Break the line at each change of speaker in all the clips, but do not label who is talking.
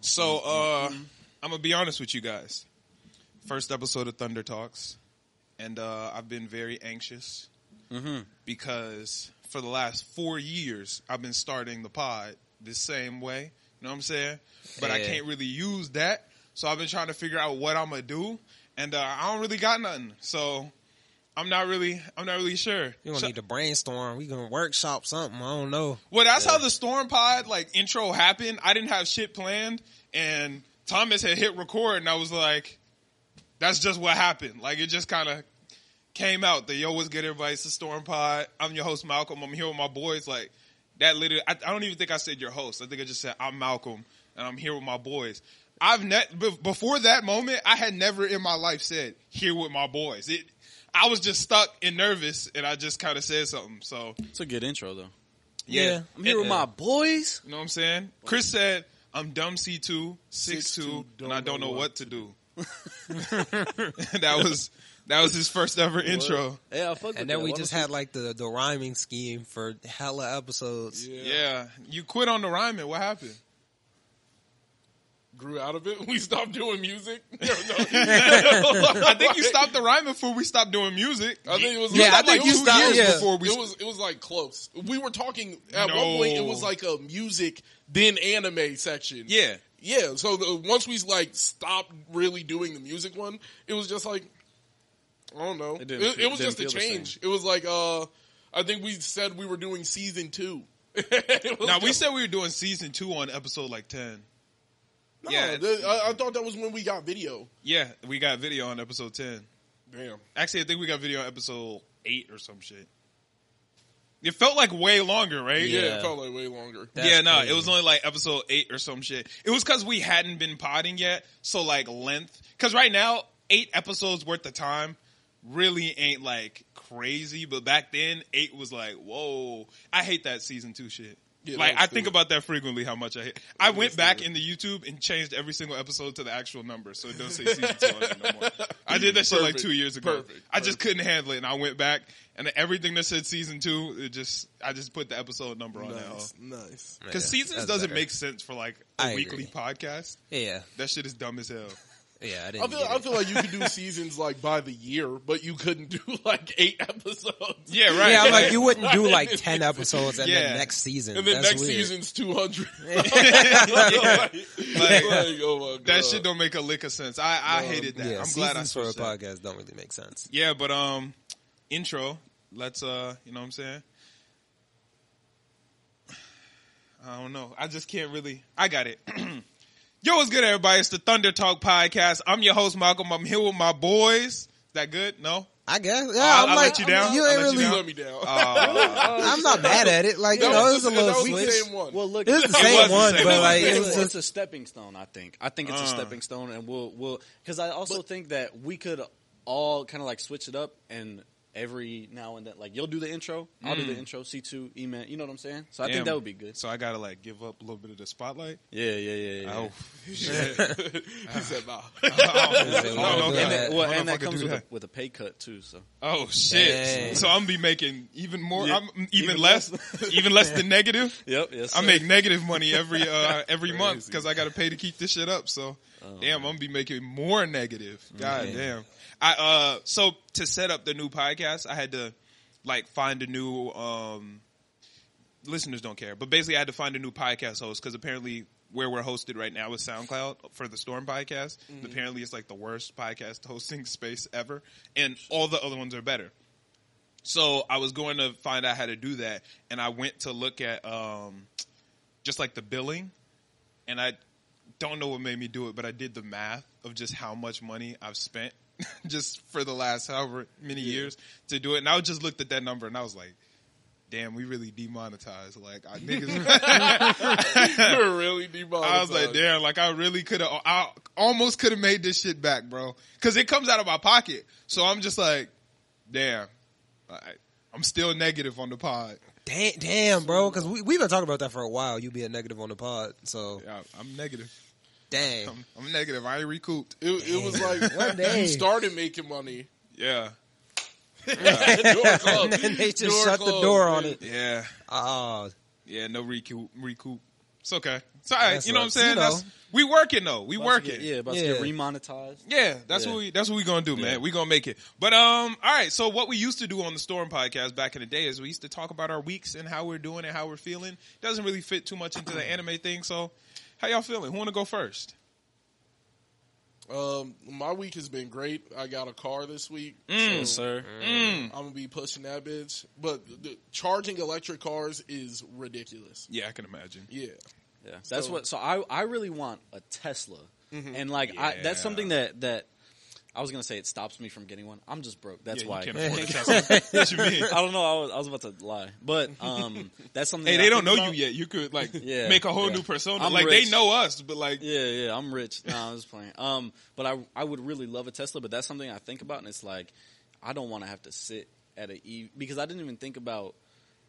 So uh, I'm gonna be honest with you guys. First episode of Thunder Talks, and uh, I've been very anxious because for the last four years I've been starting the pod the same way. You know what I'm saying? But I
Yeah.
can't really use that, so I've been trying to figure out what I'm gonna do, and uh, I don't really got nothing. So I'm not really, I'm not really sure.
You're gonna
So-
need to brainstorm. We gonna workshop something. I don't know.
Well, that's how the Storm Pod like intro happened. I didn't have shit planned, and Thomas had hit record, and I was like, "That's just what happened." Like it just kind of came out. The yo, what's good, everybody? It's the Storm Pod. I'm your host, Malcolm. I'm here with my boys. Like that, literally. I, I don't even think I said your host. I think I just said I'm Malcolm, and I'm here with my boys. I've net be- before that moment, I had never in my life said here with my boys. It. I was just stuck and nervous, and I just kind of said something. So
It's a good intro though.
Yeah.
I'm here with my boys.
You know what I'm saying? Chris said, I'm dumb C2, 6'2,
6'2",
and I don't know what to do. that was that was his first ever intro.
Yeah, I fuck with
And then
that.
we
Why
just
don't
had like the the rhyming scheme for hella episodes.
Yeah.
Yeah. You quit on the rhyming. What happened?
Grew out of it. We stopped doing music. No, no.
I think you stopped the rhyming before we stopped doing music.
I think it was.
Yeah, I
it was
think
like
you
two
stopped-
years
yeah.
before we. It was. It was like close. We were talking at
No.
one point. It was like a music then anime section.
Yeah.
yeah. So the, once we like stopped really doing the music one, it was just like I don't know. It,
It didn't
it
feel-
was
didn't
just a
feel the
change. It was like uh, I think we said we were doing season two. It was
Now we
just-
said we were doing season two on episode like ten.
No,
yeah.
the- I, I thought that was when we got video.
Yeah, we got video on episode ten.
Damn.
Actually, I think we got video on episode eight or some shit. It felt like way longer, right?
Yeah,
Yeah.
it felt like way longer.
That's
yeah, no,
crazy.
it was only like episode eight or some shit. It was because we hadn't been potting yet, so like length. Because right now, eight episodes worth of time really ain't like crazy, but back then, eight was like, whoa. I hate that season two shit.
Yeah, that
like
was
I think
stupid.
about that frequently. How much I hate. I went
was
back in
stupid.
the YouTube and changed every single episode to the actual number, so it doesn't say season two on it no more. I did that shit like
Perfect.
two years ago.
Perfect.
I just couldn't handle it, and I went back and everything that said season two, it just I just put the episode number on now.
Nice, nice.
Yeah,
Because seasons
that's
doesn't
better.
make sense for like a
I
weekly
agree.
podcast.
Yeah,
That shit is dumb as hell.
yeah. I didn't.
I feel,
get
I
it.
feel like you could do seasons like by the year, but you couldn't do like eight episodes.
Yeah, right.
yeah, I'm
right.
like you wouldn't do like ten episodes and
Yeah.
then next season.
And then
That's
next
weird.
season's 200.
Yeah.
like, like, oh my God.
that shit don't make a lick of sense. I, I
No,
hated that.
yeah,
I'm glad I
seasons for a
switched that.
podcast don't really make sense.
Yeah, but um, intro. Let's uh, you know what I'm saying. I don't know. I just can't really. I got it. Yo, what's good, everybody? It's the Thunder Talk podcast. I'm your host Malcolm. I'm here with my boys. That good? No.
I guess. Yeah,
I'll-
I'm
I'll let
like
you down.
You
I'll
ain't
let you
really.
You
down.
let me down.
Uh,
I'm not mad at it. Like you
That
know,
was
it's a
the-
little
that was the
switch.
same one.
Well, look,
It's
it's,
the same
was the
one,
same
but
one.
like it
it's,
was
it's
just
a stepping stone. I think. I think it's
Uh.
a stepping stone, and we'll we'll because I also think that we could all kind of like switch it up and. Every now and then, like you'll do the intro, I'll do the intro. C two, E man, you know what I'm saying. So I
Damn.
think that would be good.
so I gotta like give up a little bit of the spotlight.
Yeah, yeah, yeah, yeah.
Oh,
he said, nah.
Oh,
Yeah.
And that, well, and that
Motherfucker
comes
do
with a,
that.
with a pay cut too. So
Oh shit!
Dang.
So I'm be making even more.
Yeah.
I'm even,
Even
less, even less than negative.
yep, yes.
I
sir.
make negative money every uh, every month
Crazy.
because I got to pay to keep this shit up. So, damn, I'm gonna be making more negative. God
Man.
damn. I uh, so to set up the new podcast, I had to like find a new um. Listeners don't care, but basically, I had to find a new podcast host because apparently where we're hosted right now is SoundCloud for the Storm podcast. Apparently, it's like the worst podcast hosting space ever, and all the other ones are better. So I was going to find out how to do that, and I went to look at um, just like the billing, and I don't know what made me do it, but I did the math of just how much money I've spent just for the last however many years to do it, and I just looked at that number and I was like, "Damn, we really demonetized." Like I niggas,
You're really demonetized.
I was like, "Damn, like I really could have, I almost could have made this shit back, bro," because it comes out of my pocket. So I'm just like, "Damn, I, I'm still negative on the pod.
damn, damn, bro. Because we we've been talking about that for a while. You being negative on the pod, so
Yeah, I'm negative.
dang.
I'm, I'm negative. I ain't recouped."
It, it was like,
One day.
you started making money.
Yeah,
Door
and
closed.
then they just
Door
shut the
closed,
door on
dude.
it.
yeah.
Oh,
Yeah, no recoup. Recoup. It's okay. It's all right.
That's
you know what I'm
right.
saying?
You know.
That's, we working though. We
About to
working.
get- yeah, about
Yeah.
to get remonetized.
Yeah, that's
Yeah.
what we that's what we gonna do, man.
Yeah.
We gonna make it. But um, all right. So what we used to do on the Storm podcast back in the day is we used to talk about our weeks and how we're doing and how we're feeling. Doesn't really fit too much into the anime thing. So how y'all feeling? Who wanna go first?
Um, my week has been great. I got a car this week.
Yes, Mm, sir.
Mm.
I'm gonna be pushing that bitch. But the, charging electric cars is ridiculous.
Yeah, I can imagine.
Yeah,
Yeah, that's
So-
what. So I I really want a Tesla, and like I, that's
Mm-hmm. Yeah.
something that that I was gonna say it stops me from getting one. I'm just broke. That's
Yeah,
why.
you can't
I-
afford a Tesla. what you mean?
I don't know. I was, I was about to lie, but um, that's something.
Hey,
that
they
I
don't know
think
you
about.
yet. You could like
Yeah,
make a whole
yeah.
new persona.
I'm
like they
rich.
know us, but like
Yeah, yeah, I'm rich. No, I'm just playing. Um, but I I would really love a Tesla, but that's something I think about, and it's like I don't want to have to sit at a E because I didn't even think about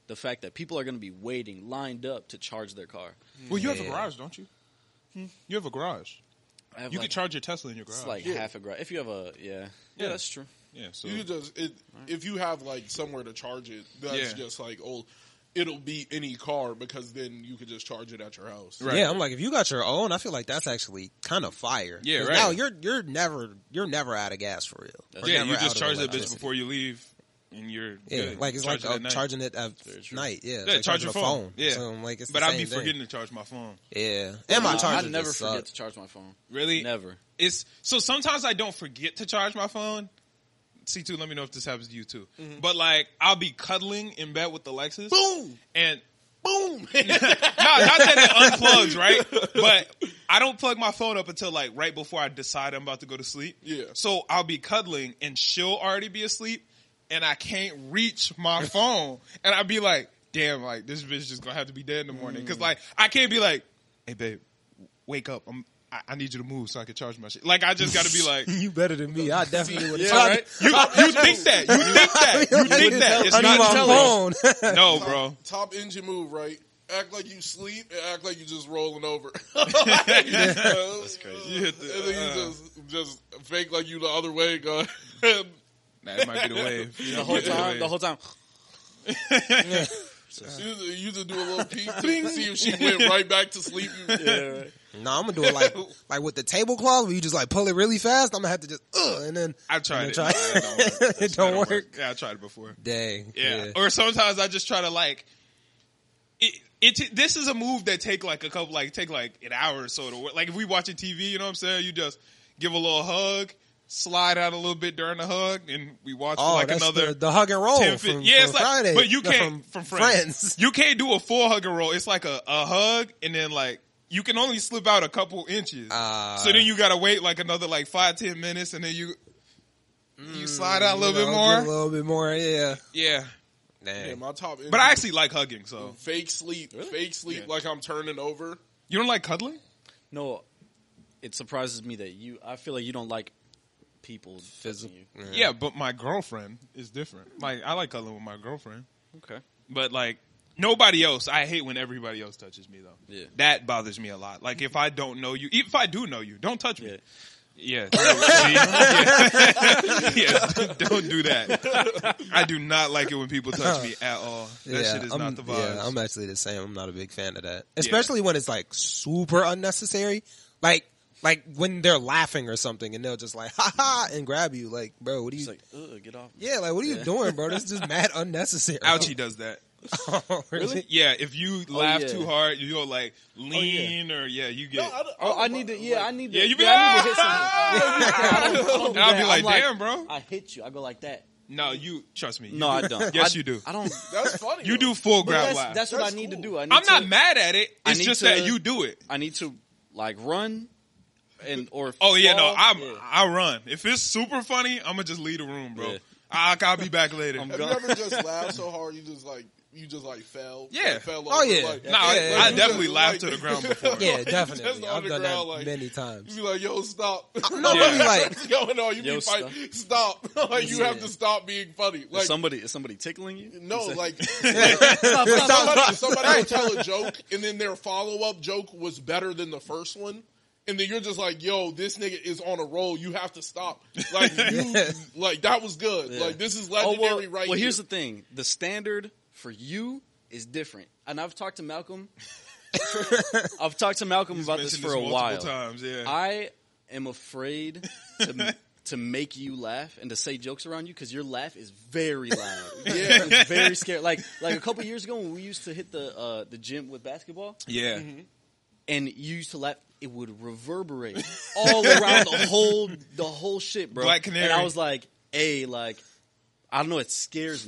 the fact that people are going to be waiting, lined up to charge their car.
Well, you have a
Yeah.
garage, don't you? Hmm? You have a garage.
I have
You
like,
can charge your Tesla in your garage.
it's like
Yeah.
half a grand if you have a yeah yeah,
Yeah.
that's true.
yeah, so
you could just it, if you have like somewhere to charge it. That's
Yeah.
just like oh, it'll be any car because then you could just charge it at your house.
Right.
Yeah, I'm like, if you got your own, I feel like that's actually kind of fire.
Yeah,
'Cause
right.
Now you're you're never you're never out of gas for real.
That's
Or
yeah,
never
you
out
just
of
charge that bitch
electricity.
before you leave, and you're
Yeah,
good.
like it's
Charge
like
it
uh,
at night.
charging it at
Very true.
night. Yeah, it's
Yeah,
like
charge
charging
your
a
phone. Yeah,
so I'm like it's
but
the
I'd
same
be forgetting
Thing.
to charge my phone.
Yeah, and my
Uh,
charger
I never
just
forget
sucks.
to charge my phone.
Really?
Never.
It's so sometimes I don't forget to charge my phone. C two, let me know if this happens to you too.
Mm-hmm.
But like, I'll be cuddling in bed with Alexis,
Boom,
and
boom.
no, not that it unplugs, right? But I don't plug my phone up until like right before I decide I'm about to go to sleep.
Yeah.
So I'll be cuddling and she'll already be asleep and I can't reach my phone. And I'll be like, damn, like this bitch just gonna have to be dead in the morning. Cause like I can't be like, hey babe, wake up. I'm, I, I need you to move so I can charge my shit. Like I just gotta be like,
you better than me. I definitely would.
Yeah,
charged
right?
you, you think that, you think that, you think that. It's
I need
not,
my phone.
no bro.
Top engine move right. Act like you sleep and act like you just rolling over. That's
crazy.
You hit the-
and then you
uh.
just just fake like you the other way, go.
That might be the wave.
The whole time. The whole time.
You just, you just do a little peep to see if she went right back to sleep. You-
no, I'm gonna do it like like with the tablecloth. Where you just like pull it really fast. I'm gonna have to just uh, and then
I've tried it.
And then try-
No, it don't work.
It don't
That
work.
Yeah, I tried it before.
dang.
Yeah. Or sometimes I just try to like. It, it this is a move that take like a couple like take like an hour or so to work. Like if we watching TV, you know what I'm saying? You just give a little hug, slide out a little bit during the hug, and we watch
Oh,
like
that's
another
the, the hug and roll
10, fif-
from,
yeah,
from
it's like,
Friday.
but you
No,
can't from, friends.
friends.
You can't do a full hug and roll. It's like a, a hug, and then like you can only slip out a couple inches.
Ah.
so then you gotta wait like another like five ten minutes, and then you you slide out a little
Mm, You
bit
know,
more.
get A little bit more. Yeah.
yeah,
Yeah, my top.
but I actually like hugging. So
fake sleep, fake sleep,
Yeah.
like I'm turning over.
you don't like cuddling?
No, it surprises me that you. I feel like you don't like people physical. You.
Yeah, but my girlfriend is different. Like I like cuddling with my girlfriend,
Okay.
but like nobody else. I hate when everybody else touches me though.
Yeah.
That bothers me a lot. Like if I don't know you, even if I do know you, don't touch me.
Yeah.
Yeah. don't- see? yeah. Yeah, Don't do that. I do not like it when people touch me at all. That
yeah,
shit is
I'm,
not the vibe.
Yeah, I'm actually the same. I'm not a big fan of that, especially when it's like super unnecessary. Like, like when they're laughing or something, and they'll just like ha ha and grab you. Like, bro, what are you?
It's like, ugh, get
Oh,
off. me.
yeah, like what are you
Yeah.
doing, bro? This is just mad unnecessary.
Ouchie does that.
Oh, really?
Yeah, if you laugh
yeah.
too hard, you'll like lean or yeah, you get.
don't-
Oh, I
don't
need to.
mind,
Yeah,
like,
I need to.
yeah, you be
I
like,
need to hit something. Yeah, I don't- I don't
And
do
I'll be
that.
like, damn,
I'm
bro.
I hit you. I go like that.
No, you trust me. You
No, I
do.
don't.
Yes,
I-
you do.
I don't.
That's funny.
You
though.
do full
But
grab
that's,
laugh.
that's what
That's
I need
cool.
to do. I need
I'm
to,
not mad at it.
I
It's
need
just
to-
that you do it.
I need to like run and or.
Oh yeah, no,
fall.
I'm
Yeah.
I run. If it's super funny, I'm gonna just leave the room, bro.
Yeah.
I, I'll be back later.
I'm
Have you ever just laughed so hard you just like you just like fell?
Yeah.
Like, fell
Oh,
over,
yeah.
Like,
No,
nah,
Yeah,
I,
yeah,
I
you
definitely
just,
laughed
like-
to the ground before.
Yeah,
Just
definitely.
on
I've
the
done
ground,
that
like-
many
You
times.
be like, yo, stop.
No,
Yeah.
really, like
What's going on? You
Yo,
be fighting. Stop. like you have to stop being funny.
Is
Like
somebody is somebody tickling you? Is
no,
that-
like
Stop, stop, stop.
somebody, somebody will tell a joke and then their follow up joke was better than the first one. And then you're just like, yo, this nigga is on a roll. You have to stop. Like, you, like that was good.
Yeah.
Like, this is
Oh,
legendary
well,
right
well,
here.
here's the thing: the standard for you is different, and I've talked to Malcolm I've talked to Malcolm
He's
about this
mentioned
for a
multiple
while.
times. Yeah,
I am afraid to to make you laugh and to say jokes around you because your laugh is very loud.
Yeah.
it's very scary. Like like a couple years ago when we used to hit the uh, the gym with basketball
yeah.
mm-hmm. and you used to laugh. It would reverberate all around the whole the whole shit, bro.
Black Canary.
And I was like, "Hey, like, I don't know. It scares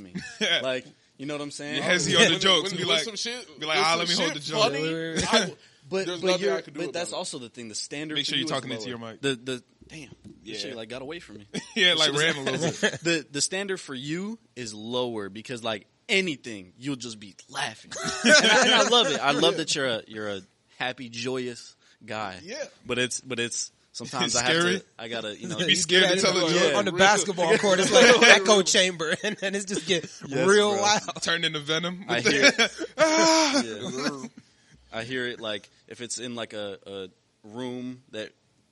me. Like, you know what I'm saying?
Yeah, Hezzy on the
When-
jokes.
when-
be
when
like,
some shit,
be like,
when
ah,
some
let me hold
shit
the joke.
funny,
Wait, wait, wait.
I will-
But
there's
but,
nothing
you're,
I can do
but
about
that's
it.
also the thing. The standard.
Make sure
for
you're
you
talking
is
into your
lower.
mic.
The the damn. Yeah.
Yeah.
Shit, like got away from me.
yeah, like ram a little bit.
the the standard for you is lower because like anything, you'll just be laughing. and, I, and I love it. I love that you're a you're a happy, joyous guy.
Yeah.
But it's but it's sometimes
It's
I have
scary.
to. I gotta you know.
Be scared to tell a
Yeah.
joke.
on the
Real-
basketball court. It's like an echo chamber, and then it's just get
Yes,
real
bro.
loud.
Turned into venom.
I
with the-
hear. It. Yeah. I hear it like if it's in like a, a room that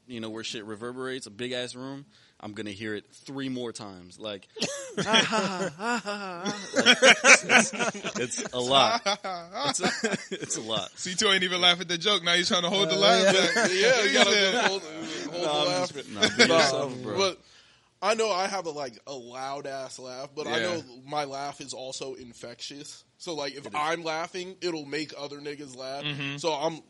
you know where shit reverberates, a big ass room. I'm gonna hear it three more times. Like, like, it's, it's a lot. It's a, it's a lot.
See, two ain't even laugh at the joke. Now you're trying to hold the
Uh,
laugh
yeah.
back.
yeah, you gotta
Yeah.
just hold, hold
Nah,
the
I'm
laugh.
just- nah, be
Nah,
yourself, bro.
But I know I have a like a loud ass laugh, but I
Yeah.
know my laugh is also infectious. So like if I'm laughing, it'll make other niggas laugh.
Mm-hmm.
So I'm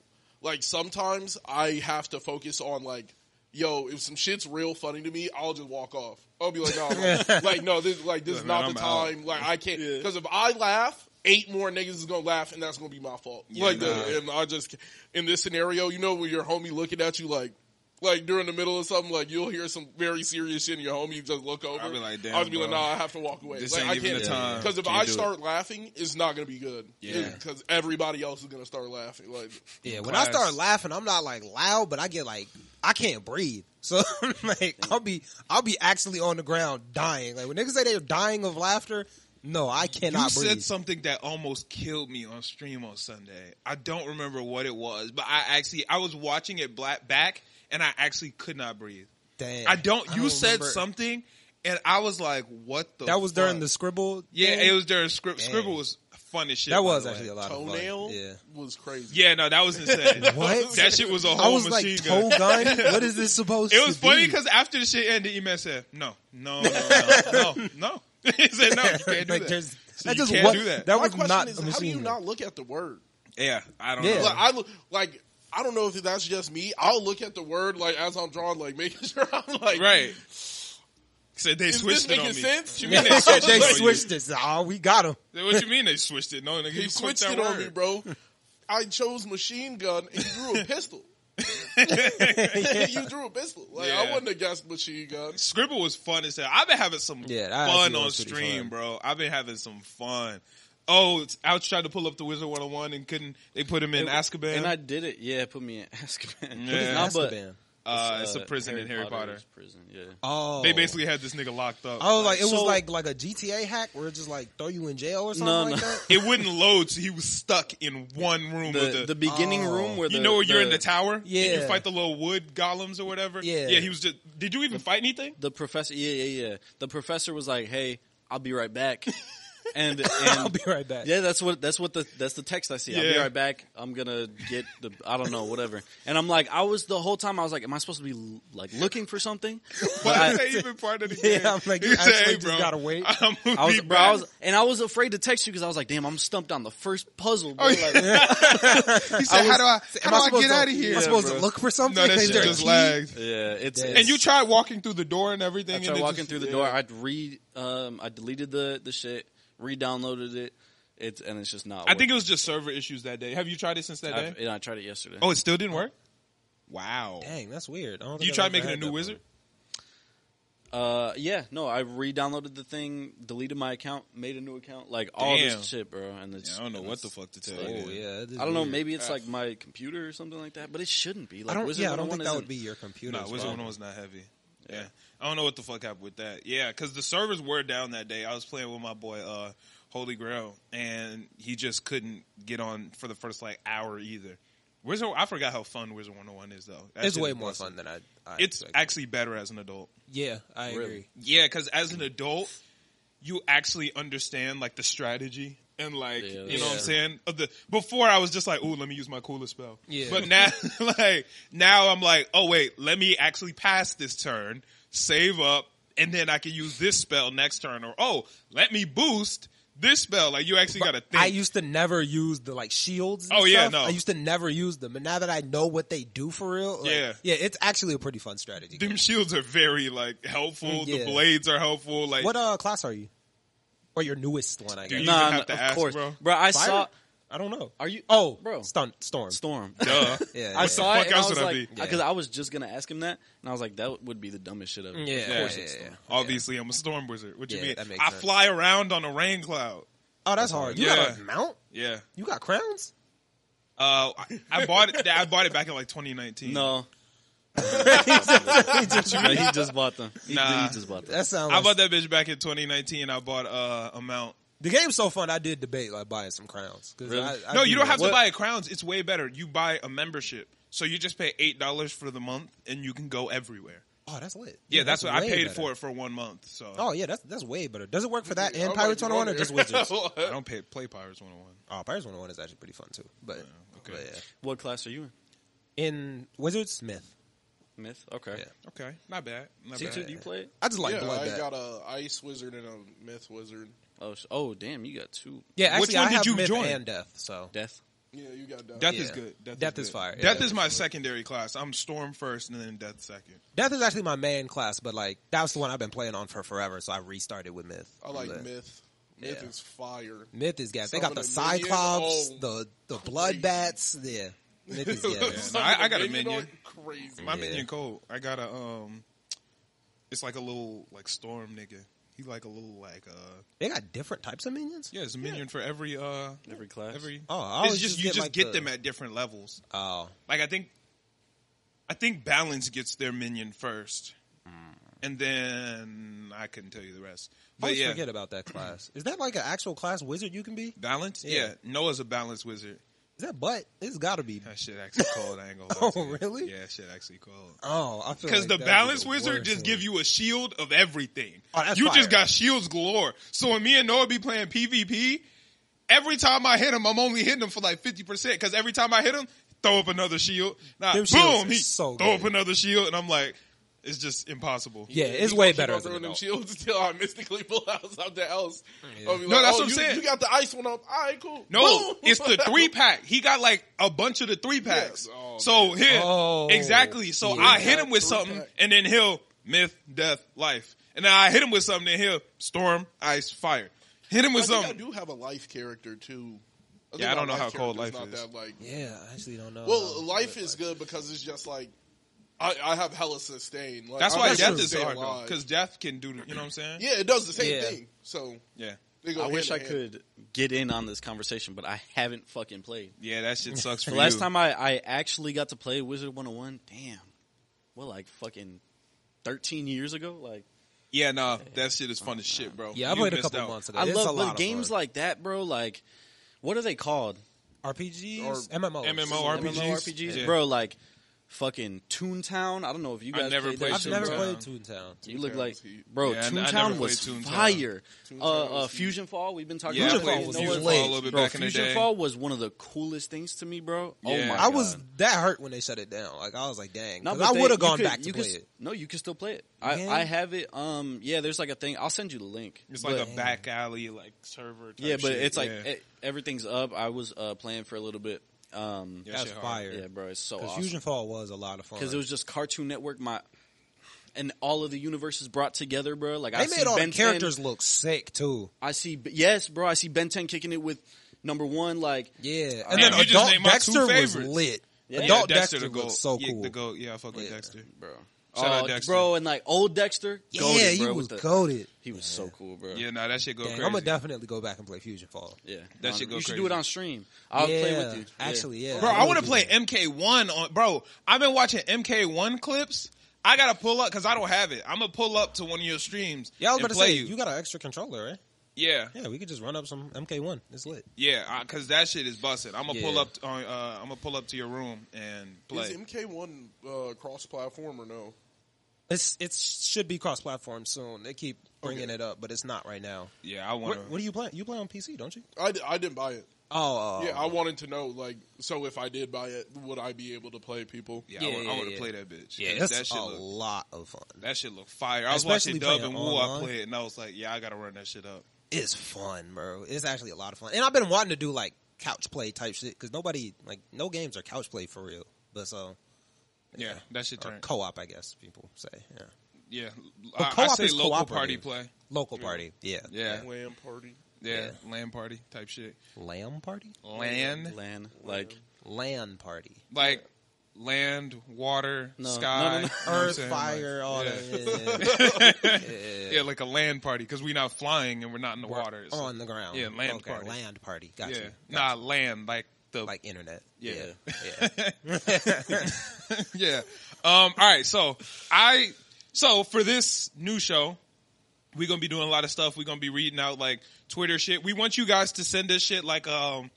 like sometimes I have to focus on like, yo, if some shit's real funny to me, I'll just walk off. I'll be like, no, like, like, no, this like this
Yeah,
is
man,
not
I'm
the
out.
time. Like I can't because if I laugh. Eight more niggas is gonna laugh, and that's gonna be my fault. like, the-
nah.
and I just in this scenario, you know, when your homie looking at you like, like during the middle of something, like you'll hear some very serious shit, and your homie just look over.
I'll be like, damn,
I'll just be like,
bro.
nah, I have to walk away.
This
like,
ain't
I
even
can't,
the time.
Because if
Can't
I
do it.
start laughing, it's not gonna be good.
Yeah.
Because everybody else is gonna start laughing. Like,
Yeah, when I
class.
start laughing, I'm not like loud, but I get like I can't breathe. So like I'll be I'll be actually on the ground dying. Like when niggas say they're dying of laughter, no, I
You
cannot breathe.
said something that almost killed me on stream on Sunday. I don't remember what it was, but I actually I was watching it black back and I actually could not breathe.
Damn,
I don't. You said
remember.
something, and I was like, "What the?"
That was during
fuck?
the scribble.
Yeah,
thing?
it was during scrib-
Dang.
scribble was fun as shit.
That
by
was
the way.
actually a lot of fun.
toenail
Yeah.
was crazy.
Yeah, no, that was insane.
What?
That shit was a
I
whole
was
machine
like,
gun.
toe gun? What is this supposed to be?
It was funny because after the shit ended, E-Man said, "No, no, no, no, no, no." he said, "No, you can't do
Like,
that."
there's- that
you
just
can't
wa-
do that.
That
My
was
question
not
is,
a
how do
machine
you
gun.
not look at the word?
Yeah, I don't
Yeah.
know.
Like, I look like. I don't know if that's just me. I'll look at the word like as I'm drawing, like making sure I'm like
right. Said they
Is this
switched it on
making
me.
sense?
You
Yeah,
mean
they
they switched it on you?
switched this. Oh, we got him.
What you mean they switched it? No, nigga,
He
you
switched
clicked
it
that
on
word.
me, bro. I chose machine gun and you drew a pistol. you drew a pistol. Like I
Yeah.
wouldn't have guessed machine gun.
Scribble was fun as hell. I've been having some
Yeah, that
fun
actually
on
was pretty
stream,
fun.
bro. I've been having some fun. Oh, it's- I tried to pull up the Wizard 101 and couldn't. They put him in Azkaban.
and I did it. Yeah, put me in Azkaban.
Yeah.
Nah, but
Azkaban.
uh, it's a prison in Harry Potter.
Potter's Prison. Yeah.
Oh.
They basically had this nigga locked up.
Oh, like it was
So-
like like a GTA hack where it just like throw you in jail or something
No,
like
no.
that.
It wouldn't load, so he was stuck in one room. of
The, the beginning
Oh.
room where the,
you know where you're
the,
in the tower? and you
Yeah.
fight the little wood golems or whatever?
Yeah.
Yeah, he was just. Did you even fight anything?
the professor yeah yeah yeah the professor was like hey i'll be right back and, and i'll
be right back.
yeah that's what that's what the that's the text i see i'll be
Yeah.
right back i'm gonna get the i don't know whatever and i'm like i was the whole time i was like am i supposed to be l- like looking for something But
Why
I-
is that even part of the
Yeah,
game?
I'm like, you
He
actually just gotta wait.
I'm gonna
I was,
be
bro, I
back.
was, and I was afraid to text you because I was like, "Damn, I'm stumped on the first puzzle."
Oh,
Oh,
Bro. Like,
He said, "How do I? How do
Am I
I
supposed
get
to-
out of here?"
Am I supposed to look for something?
No, that
Is
shit
there a
just
key?
lagged.
yeah, it's,
Yes.
it's-
And you tried walking through the door and everything.
I
and
tried
it
walking
just-
through the
yeah.
door. I'd re, um, I deleted the the shit, re-downloaded it, it's and it's just not.
I think it was just server issues that day. Have you tried it since that
I've-
day?
and I tried it yesterday.
Oh, it still didn't work. Wow.
Dang, that's weird. I don't
You
think I've
tried
ever
making a
had
new
that
wizard?
Uh, yeah, no, I re-downloaded the thing, deleted my account, made a new account, like all
Damn.
this shit, bro. And it's, and it's-
fuck to
before.
tell
Oh yeah, that is
I don't know.
weird.
Maybe it's like my computer or something like that, but it shouldn't be. Like,
I don't.
Wizard
yeah, I don't
101
think that
isn't-
would be your computer.
No, Wizard One was not heavy. Yeah. I don't know what the fuck happened with that. Yeah, because the servers were down that day. I was playing with my boy uh, Holy Grail, and he just couldn't get on for the first like hour either. Wizard, I forgot how fun Wizard One Hundred One is though. That
It's
shit
way
is
more
busted.
fun than I. I
It's
expected.
actually better as an adult.
yeah, I
Really?
agree.
Yeah, because as an adult, you actually understand like the strategy and like
Yeah,
you know what I'm
yeah.
saying. Of the before I was just like, ooh, let me use my coolest spell.
Yeah.
But now, like now, I'm like, oh wait, let me actually pass this turn, save up, and then I can use this spell next turn. Or oh, let me boost this spell. Like you actually got to think.
I used to never use the like shields. and
Oh, yeah,
stuff.
no.
I used to never use them, and now that I know what they do for real, like,
Yeah.
yeah, it's actually a pretty fun strategy.
them shields are very like helpful.
yeah.
The blades are helpful. Like
What uh class are you? Or your newest one? I
Dude,
guess.
you
Nah,
even have to
of
ask,
course,
bro.
I
Fire?
saw.
I don't know.
Are you?
Oh,
bro,
Stun- storm.
Storm.
duh.
Yeah,
I
yeah.
saw
fuck
it and
else
I was
would I
like,
be?
because I was just gonna ask him that, and I was like, that would be the dumbest shit ever.
Yeah,
of course
yeah,
it's
yeah.
Storm.
Obviously, I'm a storm wizard. What you
Yeah,
mean?
that makes
I
sense.
fly around on a rain cloud.
Oh, that's hard. You
Yeah.
got a mount?
Yeah.
You got crowns?
Uh, I, I bought it. I bought it back in like 2019.
No. No, he just bought them. He,
Nah.
he just bought them.
That sounds.
I bought that bitch back in 2019. I bought uh, a mount.
the game's so fun. I did debate like buying some crowns. 'Cause
Really?
I- I
No,
do
you don't
that.
have to
What-
buy a crowns. It's way better. You buy a membership, so you just pay eight dollars for the month, and you can go everywhere.
Oh, that's lit.
Yeah, that's, what I
way
paid
better.
for it for one month. So
Oh yeah, that's that's way better. Does it work for that
I'm
and
like,
Pirates 101 or
wondering.
just Wizards?
I don't pay play Pirates 101.
oh, Pirates 101 is actually pretty fun too. But,
okay.
but yeah.
What class are you in?
in Wizards Smith,
Myth. Okay.
Yeah.
Okay, not bad. Not
T two,
bad.
do you play it?
I just like
yeah,
blood.
I
bet.
got a ice wizard and a myth wizard.
Oh, sh- oh, damn! You got two.
yeah, actually,
Which one
I
did
have
you
Myth
join?
and Death. So
Death.
Yeah, you got that.
Death is
Yeah.
good. Death,
Death
is,
is
good.
fire.
Death
Yeah.
is my secondary class. I'm Storm first, and then Death second.
Death is actually my main class, but like that was the one I've been playing on for forever. So I restarted with Myth.
I like
But
myth. Myth
Yeah.
is fire.
Myth is gas. They
Some
got the
of the minions,
Cyclops,
oh,
the the blood bats. Yeah, Myth is yeah. man.
No, I- I got a minion.
are Crazy.
My
Yeah.
minion cold. I got a um. It's like a little like storm nigga. He like a little like uh.
They got different types of minions.
Yeah, it's a minion for every uh
Every class.
every.
Oh, I
it's
always
just
just
you
get,
just
like,
get
the-
them at different levels.
Oh,
Like I think, I think balance gets their minion first, and then I couldn't tell you the rest.
I
But
always
yeah,
forget about that class. Is that like an actual class wizard you can be?
balance. Yeah.
Yeah.
Noah's a balance wizard.
Is that butt? It's got to be.
That shit actually cold. I ain't gonna. lie
Oh,
to you.
really?
Yeah, that shit actually cold.
Oh, I feel
Because the
like that'd be
balance
worst
wizard just
one.
give you a shield of everything.
Oh, that's
you
fire.
just got shields galore. So when me and Noah be playing PvP, every time I hit him, I'm only hitting him for like fifty percent. Because every time I hit him, throw up another shield. Now,
Them shields
boom,
are
he
so
throw
good.
up another shield, and I'm like, it's just impossible.
Yeah, it's
He's
way
gonna keep
better
on
as an
throwing them
adult.
shields till I mystically pull out something else. I'll be oh,
No, that's what I'm
you,
saying.
You got the ice one up. All right, cool.
No,
Boom.
it's the three pack. He got like a bunch of the three packs.
Yes. Oh,
so here,
Oh,
exactly. So
yeah.
I hit him with
Three
something,
pack.
and then he'll myth, death, life, and then I hit him with something, and he'll storm, ice, fire. Hit him
I
with
think I
something.
do have a life character too. think
Yeah, I don't
my
know how cold
character's
life
not
is.
That, like,
Yeah, I actually don't know.
well, life is good because it's just like I, I have hella sustain. Like,
That's
I'm
why
able to
death is
stay
hard though,
alive.
because death can do. You know what I'm saying?
yeah, it does the same
Yeah.
thing. So
yeah,
they go
I
hand
wish
in
I
hand.
could get in on this conversation, but I haven't fucking played.
Yeah, That shit sucks for
The last
you.
time I, I actually got to play Wizard 101, damn. What, like fucking 13 years ago? Like,
yeah, no, that shit is fun as shit, bro.
Yeah, I
You
played a
missed
couple
out.
months ago.
I
It's a
love
lot
like,
of
games
fun.
like that, bro. Like, what are they called?
RPGs
or
MMOs.
MMORPGs.
MMORPGs?
Yeah.
Bro, like, fucking Toontown. I don't know if you
I
guys
never
played
played
that
I've
shit,
Toontown.
never
bro.
played Toontown.
You look
Toontown
like,
was heat.
bro,
Yeah, I- I never
Toontown
played
was
Toontown.
fire.
Toontown
Uh, uh,
was heat.
Fusion Fall, we've been talking
Yeah, I
about
Fusion
it.
Fall
played
You
was
know
Fusion
what?
Fall a
lit.
little bit
Bro,
back in the
Fusion
day.
Fall was one of the coolest things to me, bro. Oh
Yeah.
my
I
I was
God.
that hurt when they shut it down. Like I was like, dang,
No,
'Cause
but
I
they-
would
you
have gone
could-
back to
you
play
could,
it.
No, you can still play it. I,
Yeah.
I have it. Um, yeah, there's like a thing. I'll send you the link.
It's like
But-
a back alley like server. Type
yeah, but
shit.
it's like
Yeah.
e- everything's up. I was uh, playing for a little bit. Um,
Yeah, that
yeah,
That's
shit hard.
fire.
bro, it's so
Because
awesome.
Fusion Fall was a lot of fun.
because it was just Cartoon Network. My and all of the universes brought together, bro. Like I
they
see
made all
ben
the characters
10,
look sick too.
I see, yes, bro. I see Ben Ten kicking it with number one. Like
Yeah, and
Man,
then
you just
Adult
named my two
Dexter was
favorites.
lit.
Yeah,
Yeah,
Adult Dexter,
the goat.
looks so
yeah,
cool.
The goat. Yeah, I fuck with
Yeah.
Dexter.
bro.
Shout out
Oh,
Dexter.
bro, and like old Dexter.
Yeah,
goated,
he
bro,
was
with the-
goaded.
He was so cool, bro.
Yeah, no, that shit go
Dang,
crazy.
I'm gonna definitely go back and play Fusion Fall.
Yeah,
That
Um,
shit go
You should
crazy.
do it on stream. I'll play
Yeah,
with you. Yeah.
Actually, yeah,
Bro, I
will
want to
do
play
that.
MK1 on. Bro, I've been watching MK1 clips. I gotta pull up because I don't have it. I'm gonna pull up to one of your streams.
Yeah, I was
and
about to
play
say
you.
you got an extra controller, right?
yeah,
Yeah, we could just run up some MK1. It's lit.
yeah, because that shit is busted. I'm gonna pull
Yeah.
up. On, uh, I'm gonna pull up to your room and play.
Is MK1 uh, cross platform or no?
It's it should be cross platform soon. They keep bringing
Okay.
it up, but it's not right now.
Yeah, I
What,
want to.
what do you play? You play on PC, don't you?
I, di- I didn't buy it.
Oh,
yeah, I wanted to know like so if I did buy it, would I be able to play people?
Yeah,
Yeah,
I want
yeah,
to
yeah.
play that bitch.
yeah.
'Cause
That's
that shit
a
look
lot of fun.
that shit look fire. I was
Especially
watching Dub and
playing
Woo. I
online.
played it and I was like, yeah, I gotta run that shit up.
It's fun, bro. It's actually a lot of fun, and I've been wanting to do like couch play type shit because nobody like no games are couch play for real. But so
Yeah, that shit
or
turned.
co-op, I guess people say. Yeah,
yeah,
But
I, I
co-op
say
is
local party
cooperative.
play.
local party. Yeah,
Yeah,
Lamb party.
yeah, land party type shit.
lamb party,
Land,
Land. Like
lan party,
like land, water,
No,
sky,
no, no, no.
you know what I'm
earth,
saying?
fire,
Like,
all
yeah.
that. Yeah, yeah.
Yeah, like a land party because we're not flying and we're not in the
We're
water. It's
on the ground.
Yeah, land
okay,
party.
Land party. Got
yeah,
you.
nah, land like the
Like internet.
Yeah.
yeah. yeah.
yeah. Um, all right. So I, so for this new show, we're going to be doing a lot of stuff. We're going to be reading out like Twitter shit. We want you guys to send us shit like, um,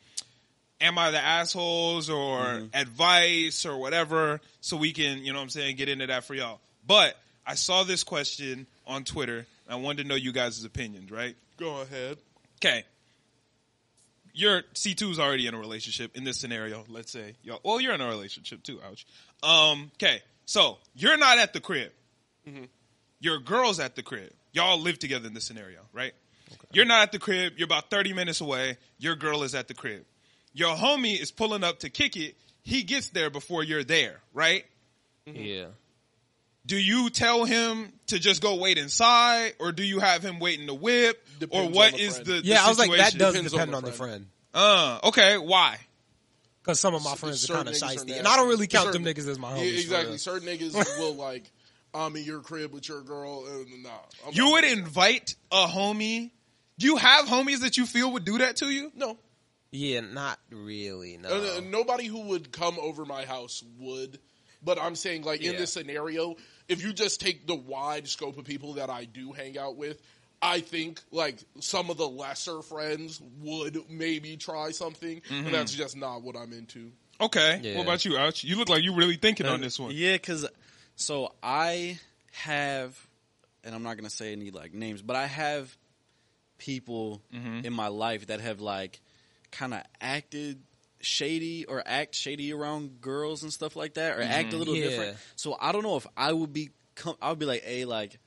am I the assholes or advice or whatever so we can, you know what I'm saying, get into that for y'all. But I saw this question on Twitter. I wanted to know you guys' opinions, right?
Go ahead.
Okay. Your C2 is already in a relationship in this scenario, let's say. Yo, well, you're in a relationship too, ouch. Um, okay. So, you're not at the crib.
Mm-hmm.
Your girl's at the crib. Y'all live together in this scenario, right? You're not at the crib. You're about 30 minutes away. Your girl is at the crib. Your homie is pulling up to kick it. He gets there before you're there, right?
Mm-hmm.
yeah.
do you tell him to just go wait inside, or do you have him wait in the whip,
Depends
or
on
what
the
is
friend.
the, the
I was like, that
situation?
does
Depends
depend on the friend.
Uh, okay, why?
Because some of my
Certain
friends are kind of
niggas are
shisty. And
nasty.
I don't really count
Certain-
them niggas as my homies.
Yeah,
for
exactly.
real.
Certain niggas will like, I'm in your crib with your girl. And, nah, I'm
You
not-
would invite a homie. Do you have homies that you feel would do that to you?
no.
Yeah, not really. No.
Uh, nobody who would come over my house would. But I'm saying, like, in
Yeah.
this scenario, if you just take the wide scope of people that I do hang out with, I think, like, some of the lesser friends would maybe try something. And that's just not what I'm into.
Okay,
Yeah.
what about you, Ouch? You look like you really thinking on this one.
Yeah, because so I have, and I'm not gonna say any like names, but I have people
Mm-hmm.
in my life that have like kind of acted shady or act shady around girls and stuff like that, or
Mm-hmm.
act a little
Yeah.
different. So I don't know if I would be, com- I would be like, hey, like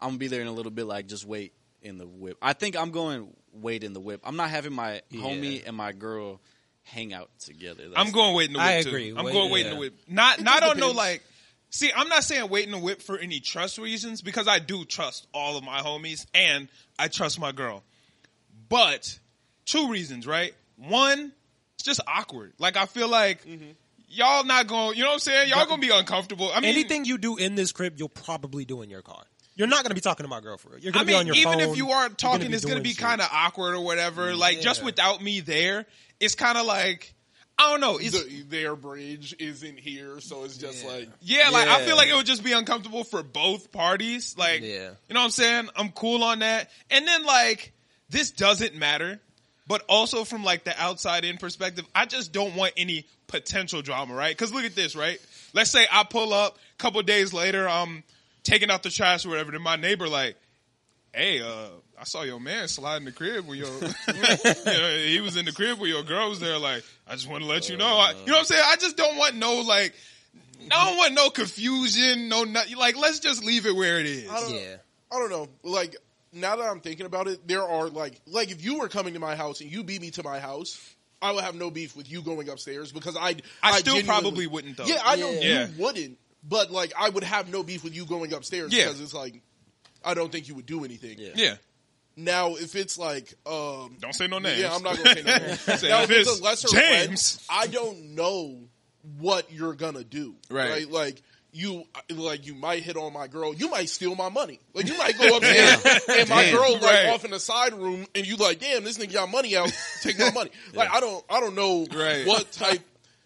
I'm gonna be there in a little bit. Like just wait in the whip. I think I'm going wait in the whip. I'm not having my homie and my girl hang out together.
I'm
That's-
going wait in the whip.
I
too.
agree.
I'm
Wait-
going wait in the
yeah.
whip. Not not on no
depends.
like. See, I'm not saying wait in the whip for any trust reasons because I do trust all of my homies and I trust my girl. But two reasons, right? One, it's just awkward. Like I feel like y'all not going. You know what I'm saying? Y'all gonna be uncomfortable. I mean,
Anything you do in this crib, you'll probably do in your car. You're not going to be talking to my girl for real. You're
I
going to be
mean,
on your
even
phone.
if you are
You're
talking, it's going to
doing
be
shit.
kind of awkward or whatever. Like just
Yeah.
without me there, it's kind of like I don't know. It's
The, their bridge isn't here, so it's just
Yeah.
like.
Yeah, like I
Yeah.
feel like it would just be uncomfortable for both parties. Like,
Yeah.
you know what I'm saying? I'm cool on that. And then like this doesn't matter, but also from like the outside in perspective, I just don't want any potential drama, right? Because look at this, right? Let's say I pull up, couple days later, I'm taking out the trash or whatever, and my neighbor like, "Hey, uh, I saw your man slide in the crib with your, you know, he was in the crib with your girl was there. Like, I just want to let you know, I, you know what I'm saying? I just don't want no like." I don't want no confusion, no nothing. Like, let's just leave it where it is.
I don't,
Yeah.
I don't know. Like now that I'm thinking about it, there are like like if you were coming to my house and you beat me to my house, I would have no beef with you going upstairs because I
I still
genuinely-
probably wouldn't, though.
Yeah, I know
Yeah.
you wouldn't, but like I would have no beef with you going upstairs
Yeah.
because it's like I don't think you would do anything.
Yeah.
Yeah.
Now if it's like um
Don't say no names.
Yeah, I'm not gonna say no names.
Say
now
if
if it's
it's
a lesser
James.
James. I don't know what you're gonna do.
Right.
Like you like you might hit on my girl, you might steal my money. Like you might go upstairs and my
Damn.
girl like
Right.
off in the side room and you like, damn, this nigga got money out, take my money. Like I don't I don't know
Right.
what type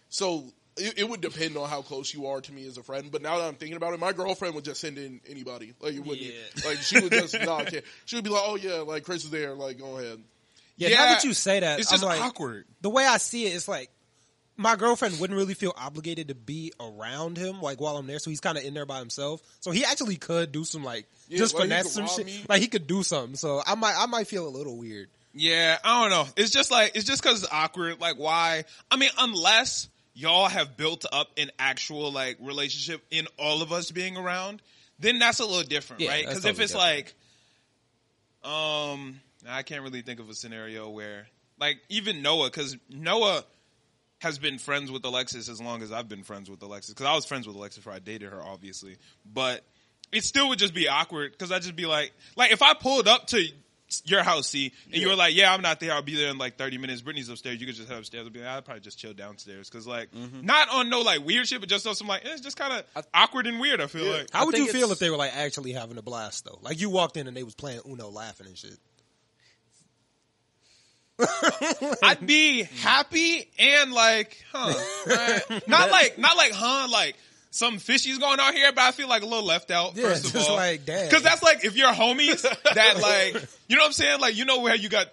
so it, it would depend on how close you are to me as a friend, but now that I'm thinking about it, my girlfriend would just send in anybody. Like it wouldn't.
Yeah.
Like she would just not care. She would be like, "Oh yeah, like Chris is there. Like go ahead."
Yeah,
Yeah.
now that you say that,
It's
I'm
just
like,
awkward.
The way I see it, it's like my girlfriend wouldn't really feel obligated to be around him like while I'm there, so he's kind of in there by himself. So he actually could do some like
Yeah,
just
like, he
finesse
could
some
rob
shit.
me.
Like he could do something. So I might I might feel a little weird.
Yeah, I don't know. It's just like it's just because it's awkward. Like, why? I mean, unless y'all have built up an actual like relationship in all of us being around, then that's a little different,
Yeah,
right?
that's
Because if
totally
it's
different.
like, um, I can't really think of a scenario where like even Noah, because Noah has been friends with Alexis as long as I've been friends with Alexis. Because I was friends with Alexis before I dated her, obviously. But it still would just be awkward because I'd just be like, like if I pulled up to your house, see, and you were like, "Yeah, I'm not there. I'll be there in like 30 minutes." Brittany's upstairs. You could just head upstairs. I'd be like, "I'd probably just chill downstairs." Because like, not on no like weird shit, but just on some like, eh, it's just kind of awkward and weird. Mm-hmm. I feel
Yeah.
like.
How
I
would
think
you feel
it's-
if they were like actually having a blast though? Like you walked in and they was playing Uno, laughing and shit.
I'd be happy and like, huh? alright. Not like, not like, huh? Like something fishy's going on here, but I feel like a little left out.
Yeah,
first of
just
all,
like, damn.
because that's like if you're homies that like, you know what I'm saying? Like, you know where you got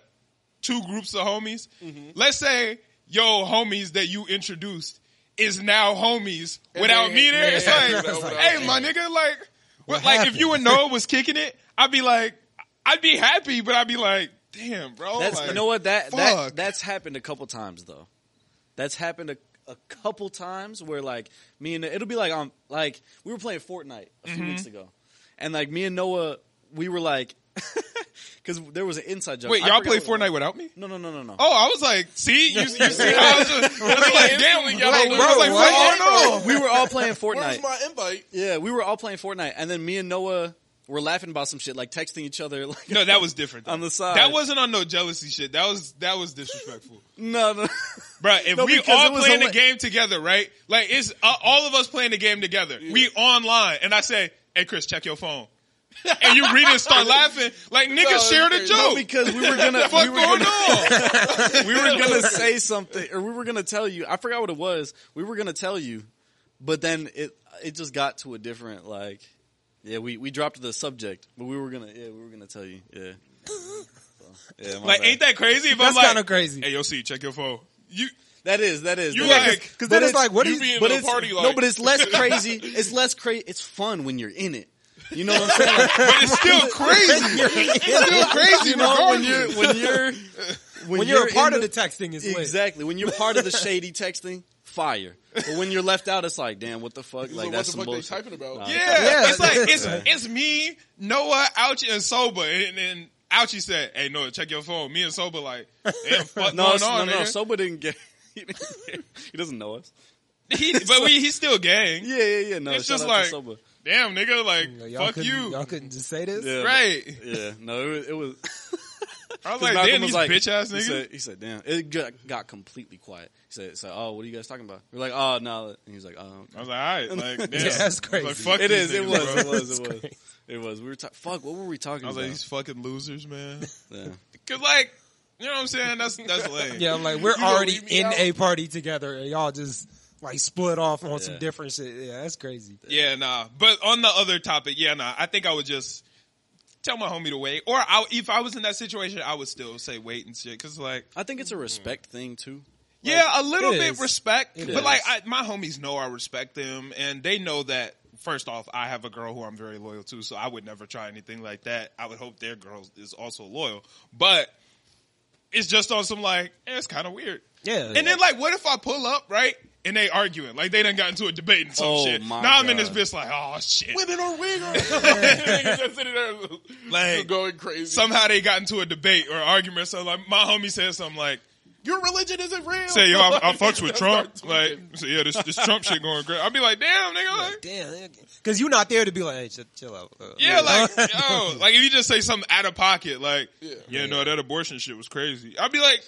two groups of homies.
Mm-hmm.
Let's say yo homies that you introduced is now homies without
they-
me there.
yeah,
it's
yeah,
like,
yeah, it's like,
hey, my nigga, like, what,
What
like if
happened?
you and Noah was kicking it, I'd be like, I'd be happy, but I'd be like, damn, bro.
That's
like,
you know what that
Oh fuck.
that that's happened a couple times though. That's happened a, a couple times where like me and it'll be like um like we were playing Fortnite a few weeks ago, and like me and Noah we were like because there was an inside joke.
Wait,
I
y'all play
forget what it
Fortnite without me?
was. No, no, no, no, no.
Oh, I was like, see, you, you see, how I was, just, I was like, damn, y'all like, I
Like,
was
bro,
like, what's
what?
going on?
We were all playing Fortnite.
Where's my invite?
yeah, we were all playing Fortnite, and then me and Noah were laughing about some shit, like texting each other. Like,
No, that was different. though.
On the side.
that wasn't on no jealousy shit. That was that was disrespectful,
no, no.
bro. If
No,
we
because
all
it was
playing
hila-
the game together, right? Like it's uh, all of us playing the game together. We online, and I say, hey, Chris, check your phone, and you read and start laughing. Like nigga,
that's
share the
crazy.
joke.
No, because we were gonna.
What the fuck
we were
going
gonna-
on?
we were gonna say something, or we were gonna tell you. I forgot what it was. We were gonna tell you, but then it it just got to a different like. Yeah, we, we dropped the subject, but we were gonna yeah we were gonna tell you yeah. So, yeah, my
like,
bad.
ain't that crazy? If
That's
I'm like,
kinda crazy.
Hey, yo, see, check your phone. You
that is that is
You
that is.
like-
Because
But
then it's like, what
you
is?
being-
but
the
it's
party,
no,
like-
but it's less crazy. It's less crazy. It's fun when you're in it. You know what I'm saying?
but it's still crazy. It's still crazy,
you know when
regardless.
you're when you're
when you're a part
in
of the texting is lit.
Exactly. When you're part of the shady texting, fire. But when you're left out, it's like, damn, what the fuck? Like
Like, what
that's
the
some
fuck they
bullshit.
typing about?
Nah.
Yeah,
Yeah.
it's like it's
Right.
it's me, Noah, Ouchie, and Soba, and then Ouchie said, "Hey, Noah, check your phone." Me and Soba like, "Damn, fuck
no,
going
it's-
on?"
no, no.
nigga?"
Soba didn't get. He, didn't get- he doesn't know us.
He- but we he's still gang.
Yeah, yeah, yeah. No,
It's
shout
just
out to
like-
Soba.
Damn, nigga, like
y'all
fuck
couldn't,
you,
all couldn't just say this.
Yeah,
right?
Yeah, no, it was. It was
I was
'cause
like,
Malcolm
"Damn,
was
these
like-
bitch ass
He
niggas."
said, he said, "Damn!" It got, got completely quiet. He said, "So, oh, what are you guys talking about?" We're like, "Oh, no," and he was like, "Oh,
I was like, "All right, like, damn.
Yeah, that's
I was Like,
crazy.
fuck
it
these
is. It
niggas,
was.
bro.
It was.
That's
It was.
crazy.
It was. We were talking. Fuck. What were we talking
I was
about?
like, "These fucking losers, man."
yeah.
Cause like, you know what I'm saying? That's that's lame.
Yeah, I'm like, we're
gonna
already
leave me
in
out?
a party together, and y'all just like split off on some
Yeah.
different shit. Yeah, that's crazy.
Yeah, nah. But on the other topic, yeah, nah. I think I would just tell my homie to wait, or I, if I was in that situation, I would still say wait and shit. Cause like,
I think it's a respect thing too.
yeah, a little
it
bit
is.
respect,
It
but
is.
like, I, my homies know I respect them, and they know that. First off, I have a girl who I'm very loyal to, so I would never try anything like that. I would hope their girl is also loyal, but it's just on some like, eh, it's kind of weird.
Yeah,
And then like, what if I pull up right and they arguing like they done got into a debate and some
Oh,
shit?
my
Now I'm in this
God.
bitch like, oh shit.
Women are wiggers.
Like,
going crazy.
somehow they got into a debate or argument. So like my homie said something like,
Your religion isn't real.
"Say yo, I, I fucks with Trump." Like, so, yeah, this this Trump shit going great. I'd be like, "Damn, nigga." Like,
Damn, because you're not there to be like, hey, chill, chill out. Uh,
yeah, like yo, like if you just say something out of pocket, like, yeah,
Yeah.
no, that abortion shit was crazy. I'd be like,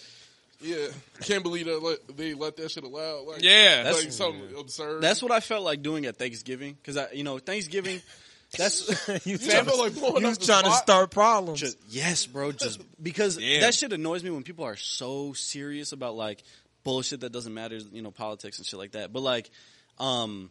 yeah, can't believe that let, they let that shit allow. Like,
yeah,
like
That's-
something absurd.
That's what I felt like doing at Thanksgiving because I, you know, Thanksgiving. That's
you
Man, I
trying,
felt like blowing
you
up the
trying to
spot.
start problems.
just yes, bro. Just because
Damn.
that shit annoys me when people are so serious about like bullshit that doesn't matter, you know, politics and shit like that. But like, um,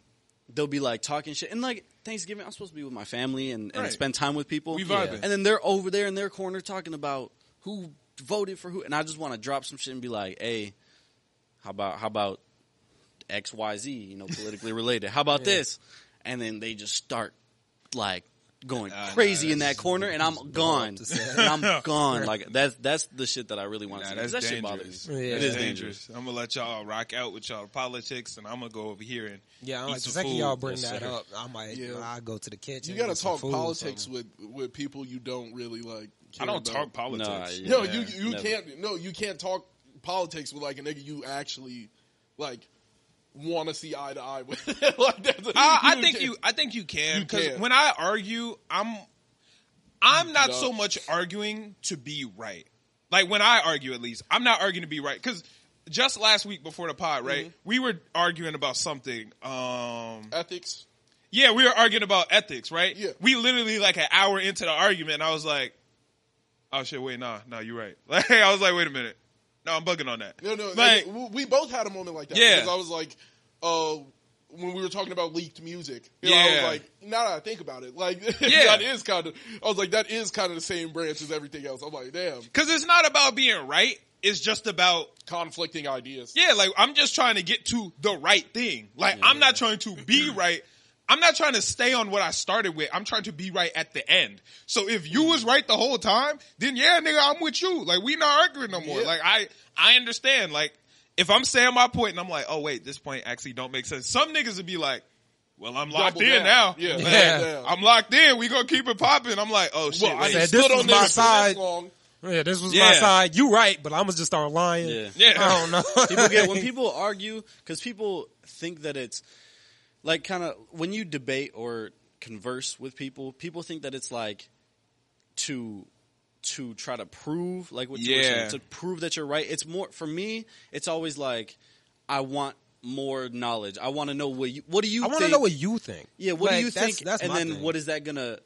they'll be like talking shit and like Thanksgiving. I'm supposed to be with my family and, and
Right.
spend time with people.
We vibing.
And then they're over there in their corner talking about who voted for who, and I just want to drop some shit and be like, hey, how about how about X Y Z, you know, politically related. How about this? And then they just start like going
Nah,
crazy
nah,
in that corner, and I'm gone.
to say.
And I'm gone. Like that's that's the shit that I really want to see.
Nah,
'cause
that's
that shit
dangerous.
bothers me. it
Yeah.
is
That's
dangerous.
I'm gonna let y'all rock out with y'all politics, and I'm gonna go over here and
Yeah, I'm
eat
like, the
some
second
food.
y'all bring
Yes,
that
sir.
up, I might
Yeah.
I go to the kitchen.
You got
get
to
some
talk
food or
politics
something.
with with people you don't really like.
I
care
don't
about.
talk politics.
Nah, yeah.
No, you you
never.
can't. No, you can't talk politics with like a nigga you actually like want to see eye to eye with. like that's a-
I, I think
can't-
you. I think you can
You
because
can.
when I argue, I'm I'm not
No.
so much arguing to be right. Like when I argue, at least I'm not arguing to be right because just last week before the pod, right? We were arguing about something. Um,
ethics.
yeah, we were arguing about ethics, right?
Yeah.
We literally like an hour into the argument, and I was like, "Oh shit, wait, nah, nah, you're right." Like I was like, "Wait a minute, no, I'm bugging on that."
No, no.
like
we- we both had a moment like that.
Yeah.
Because I was like, uh, when we were talking about leaked music, you know, I
Yeah.
was like, now that I think about it, like,
Yeah.
that is kind of, I was like, that is kind of the same branch as everything else. I'm like, damn,
because it's not about being right; it's just about
conflicting ideas.
Yeah, like I'm just trying to get to the right thing. Like I'm not trying to be right. I'm not trying to stay on what I started with. I'm trying to be right at the end. So if you was right the whole time, then yeah, nigga, I'm with you. Like we not arguing no more.
Yeah.
Like I I understand. Like if I'm saying my point and I'm like, oh wait, this point actually don't make sense. Some niggas would be like, well, I'm locked
Double
in
down.
now.
Yeah.
Like,
Yeah.
Down.
I'm locked in. We gonna keep it popping. I'm like, oh shit.
Well, I
wait.
said,
ain't
this
stood
was
on
my
this for that
side.
long.
Yeah, this was my
Yeah.
side. You right, but I'm gonna just start lying.
Yeah.
Yeah.
I don't know.
people get when people argue because people think that it's like kind of when you debate or converse with people, people think that it's like to to try to prove like what you were saying,
Yeah.
to prove that you're right. It's more for me. It's always like I want more knowledge. I want to know what you what do you
I want to
think-
know what you think.
yeah, what
Like,
do you
that's-
think?
That's
and
my
then
thing.
what is that gonna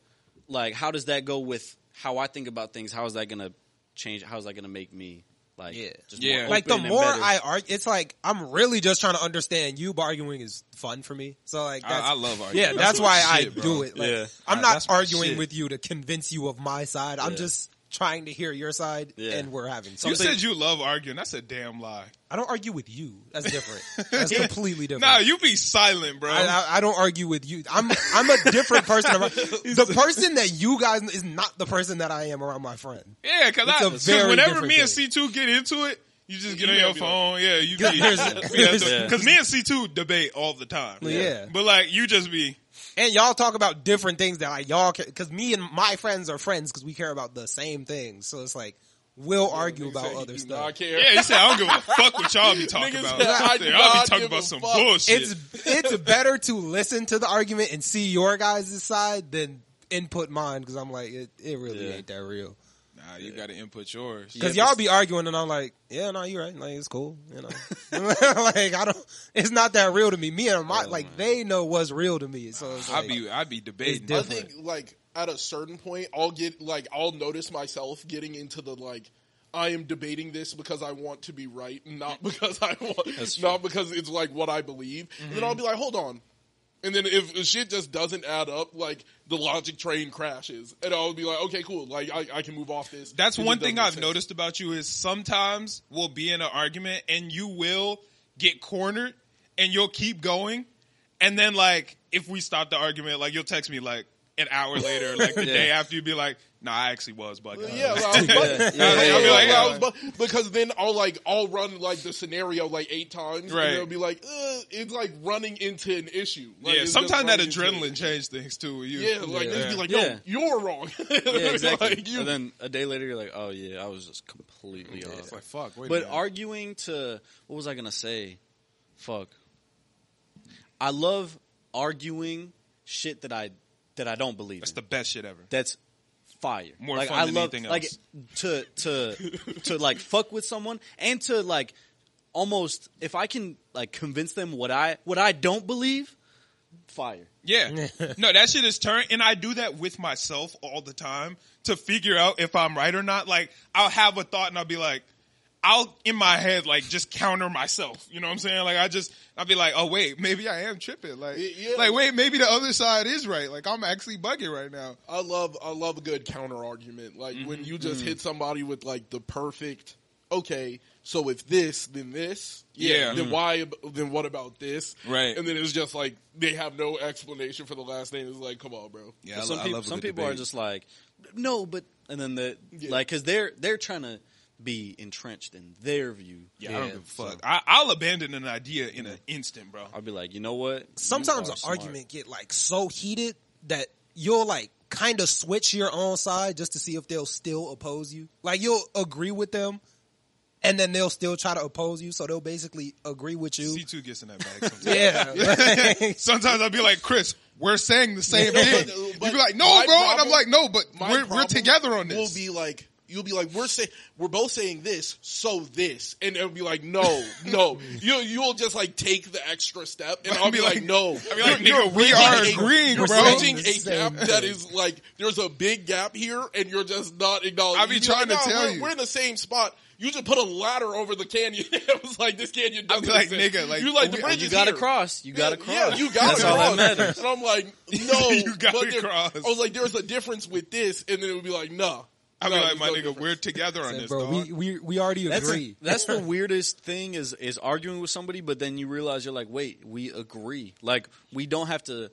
like? How does that go with how I think about things? How is that gonna change? How is that gonna make me like?
Yeah.
just
Yeah.
More
like the
open and
more
better?
I argue, it's like I'm really just trying to understand you. But arguing is fun for me, so like that's,
I, I love arguing.
yeah, that's, why
my
I
shit, bro.
do it. Like,
Yeah.
I'm
Ah,
not
that's my
arguing
shit.
with you to convince you of my side. I'm
Yeah.
just trying to hear your side,
Yeah.
and we're having
You
something.
said you love arguing. That's a damn lie.
I don't argue with you. That's different. That's completely different.
Nah, you be silent, bro.
I, I, I don't argue with you. I'm I'm a different person. around- the person that you guys is not the person that I am around my friend.
Yeah, because
It's a
I 'cause
very
whenever
different
me and
thing.
C two get into it, you just get
You
on
gotta
your
be
phone. yeah, you
Yeah, there's-
there's-
because me and C two debate all the time.
Well, yeah.
but like you just be
And y'all talk about different things that like y'all because me and my friends are friends because we care about the same things. So it's like we'll argue
Niggas
about
say,
other
"You do
stuff.
not care.
yeah. You say I don't give a fuck what y'all be talking
Niggas
about.
said, "I
Y'all
do
be
not
talking
give a
about some
fuck."
bullshit.
it's it's better to listen to the argument and see your guys' side than input mine because I'm like it, it really
Yeah.
ain't that real.
nah, you got to input yours.
Because
Yeah,
y'all
but-
be arguing and I'm like, yeah, no, you're right. Like it's cool, you know. like I don't, it's not that real to me. Me and
Oh,
my like they know what's real to me. So it's like,
I be
it's
debating.
I
different.
think like at a certain point, I'll get like I'll notice myself getting into the like I am debating this because I want to be right, not because I want, not because it's like what I believe. And then
Mm-hmm.
I'll be like, hold on. And then if shit just doesn't add up, like the logic train crashes, and I'll be like, okay, cool, like I, I can move off this.
That's
It
one
just doesn't
thing
make
I've
sense.
noticed about you is sometimes we'll be in an argument and you will get cornered and you'll keep going. And then like if we stop the argument, like you'll text me like an hour later, like the
Yeah.
day after you'd be like, nah, I actually was, but uh,
Yeah, well, I was
Yeah,
bugging.
yeah,
Like, I'll be
yeah,
like,
yeah.
I was bug- because then I'll like I'll run like the scenario like eight times,
Right.
And they'll be like, Ugh, it's like running into an issue. Like,
yeah,
it's just
sometimes that
running into an
adrenaline
issue.
changed things too. with You.
Yeah, like they'd be like, yo,
Yeah.
you're wrong.
yeah, exactly.
like, you,
and then a day later, you're like, oh yeah, I was just completely off.
fuck. Wait
but arguing to what was I gonna say? Fuck. I love arguing shit that I that I don't believe.
that's
in.
the best shit ever.
that's fire.
More
like,
fun
I
than
love,
anything
like,
else.
To to to like fuck with someone and to like almost if I can like convince them what I what I don't believe, fire.
Yeah, no, that shit is turned, and I do that with myself all the time to figure out if I'm right or not. Like I'll have a thought and I'll be like, I'll in my head like just counter myself. You know what I'm saying? Like I just I'll be like, oh wait, maybe I am tripping. Like
Y- yeah.
like wait, maybe the other side is right. Like I'm actually bugging right now. Mm-hmm,
I love I love a good counter argument. Like when you just hit somebody with like the perfect okay, so if this, then this,
Yeah. mm.
then why, ab- then what about this,
Right.
And then it's just like they have no explanation for the last name. It's like, come on, bro.
Yeah, I
some
lo- I
peop-
love a
some
good
people are
debate.
just like, no, but and then the
Yeah.
like because they're they're trying to be entrenched in their view.
Yeah, I don't
Yeah,
give a fuck. I, I'll abandon an idea in an instant, bro.
I'll be like, you know what? You
Sometimes
are
an
smart.
argument get like so heated that you'll like kind of switch your own side just to see if they'll still oppose you. Like you'll agree with them, and then they'll still try to oppose you. So they'll basically agree with you.
C two gets in that bag. Sometimes.
Yeah, like-
Sometimes I'll be like, Chris, we're saying the same thing.
But-
You'd
but
be like, no,
my
bro, and I'm
problem-
like, no, but
My
we're, we're
problem
together on this.
Will be like you'll be like we're saying we're both saying this, so this, and it'll be like no, no. You you'll just like take the extra step, and I'll be like, no.
I'll be like, nigga, we are
bridging a-
agreeing,
you're
bro.
Saying
bridging a
the same
gap that is like there's a big gap here, and you're just not acknowledging.
I be
You'd
trying
like,
to
"Nah,
tell
we're-
you."
we're in the same spot. You just put a ladder over the canyon. it was like this canyon.
I'll
Doesn't
be like,
exist.
nigga, like,
you like the
we-
bridge
You
is
got to
here.
cross. You got to
Yeah,
cross.
yeah, you got
That's
to
all
cross.
that matters.
And I'm like, no,
You gotta
but there-
cross.
I was like, there's a difference with this, and then it would be like, nah.
I'll be
Nah,
like,
there's
my
no
nigga,
difference.
we're together on this,
bro,
dog.
we, we we already
That's
agree.
that's the weirdest thing is is arguing with somebody, but then you realize you're like, wait, we agree. Like we don't have to.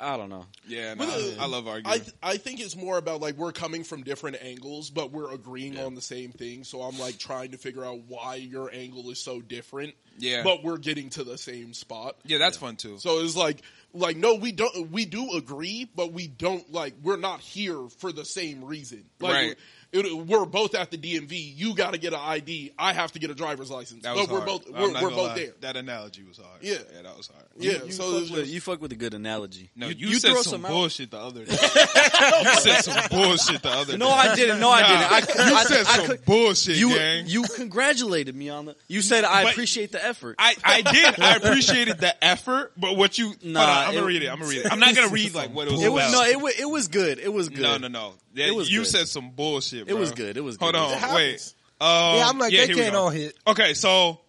I don't know.
yeah, nah,
But, uh,
I love arguing.
I th- I think it's more about like we're coming from different angles, but we're agreeing on the same thing. So I'm like trying to figure out why your angle is so different.
Yeah.
but we're getting to the same spot.
yeah, that's fun too.
So it's like like no, we don't we do agree, but we don't like we're not here for the same reason. Like
Right.
it- we're both at the DMV. You got to get an ID. I have to get a driver's license.
that was
but we're
hard.
both
I'm
we're,
not
we're
gonna
both
lie.
there.
That analogy was hard.
Yeah.
yeah, that was hard.
Yeah.
You
so
fuck
it's
with-
just,
you fuck with a good analogy.
No, you, said
throw
some,
out.
bullshit the other day. you said some bullshit the other day.
No, I didn't. No, I didn't. I,
you
I,
said
I,
some
could-
bullshit,
you
gang.
you congratulated me on the. You said I
But-
appreciate the effort.
I, I did. I appreciated the effort, but what you?
Nah,
hold on, I'm gonna
it-
read it. I'm gonna read it. I'm not gonna read like what it was.
it was
about.
no. It was it was good. It was good.
No, no, no. That-
It was
you
good.
said some bullshit.
It
Bro.
was good. It was
Hold
good. It
on.
happens.
Wait. Um,
yeah, I'm like
yeah,
they
here we
can't
go.
all hit.
Okay, so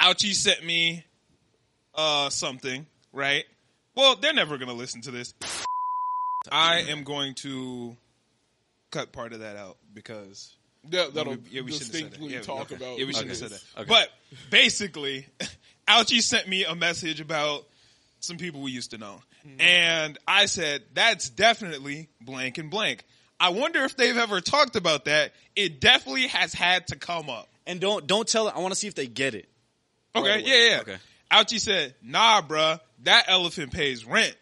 Ouchie sent me uh something, right? Well, they're never gonna listen to this. I am going to cut part of that out because
yeah, that'll
we- yeah, we shouldn't have said that.
distinctly
Yeah, we-
talk
okay.
about.
Yeah, we shouldn't
this.
have said that. But basically, Algie sent me a message about some people we used to know. And I said, that's definitely blank and blank. I wonder if they've ever talked about that. It definitely has had to come up.
And don't don't tell. I want to see if they get it.
Okay,
Right away.
yeah, yeah.
Okay.
Ouchie said, nah, bruh, that elephant pays rent.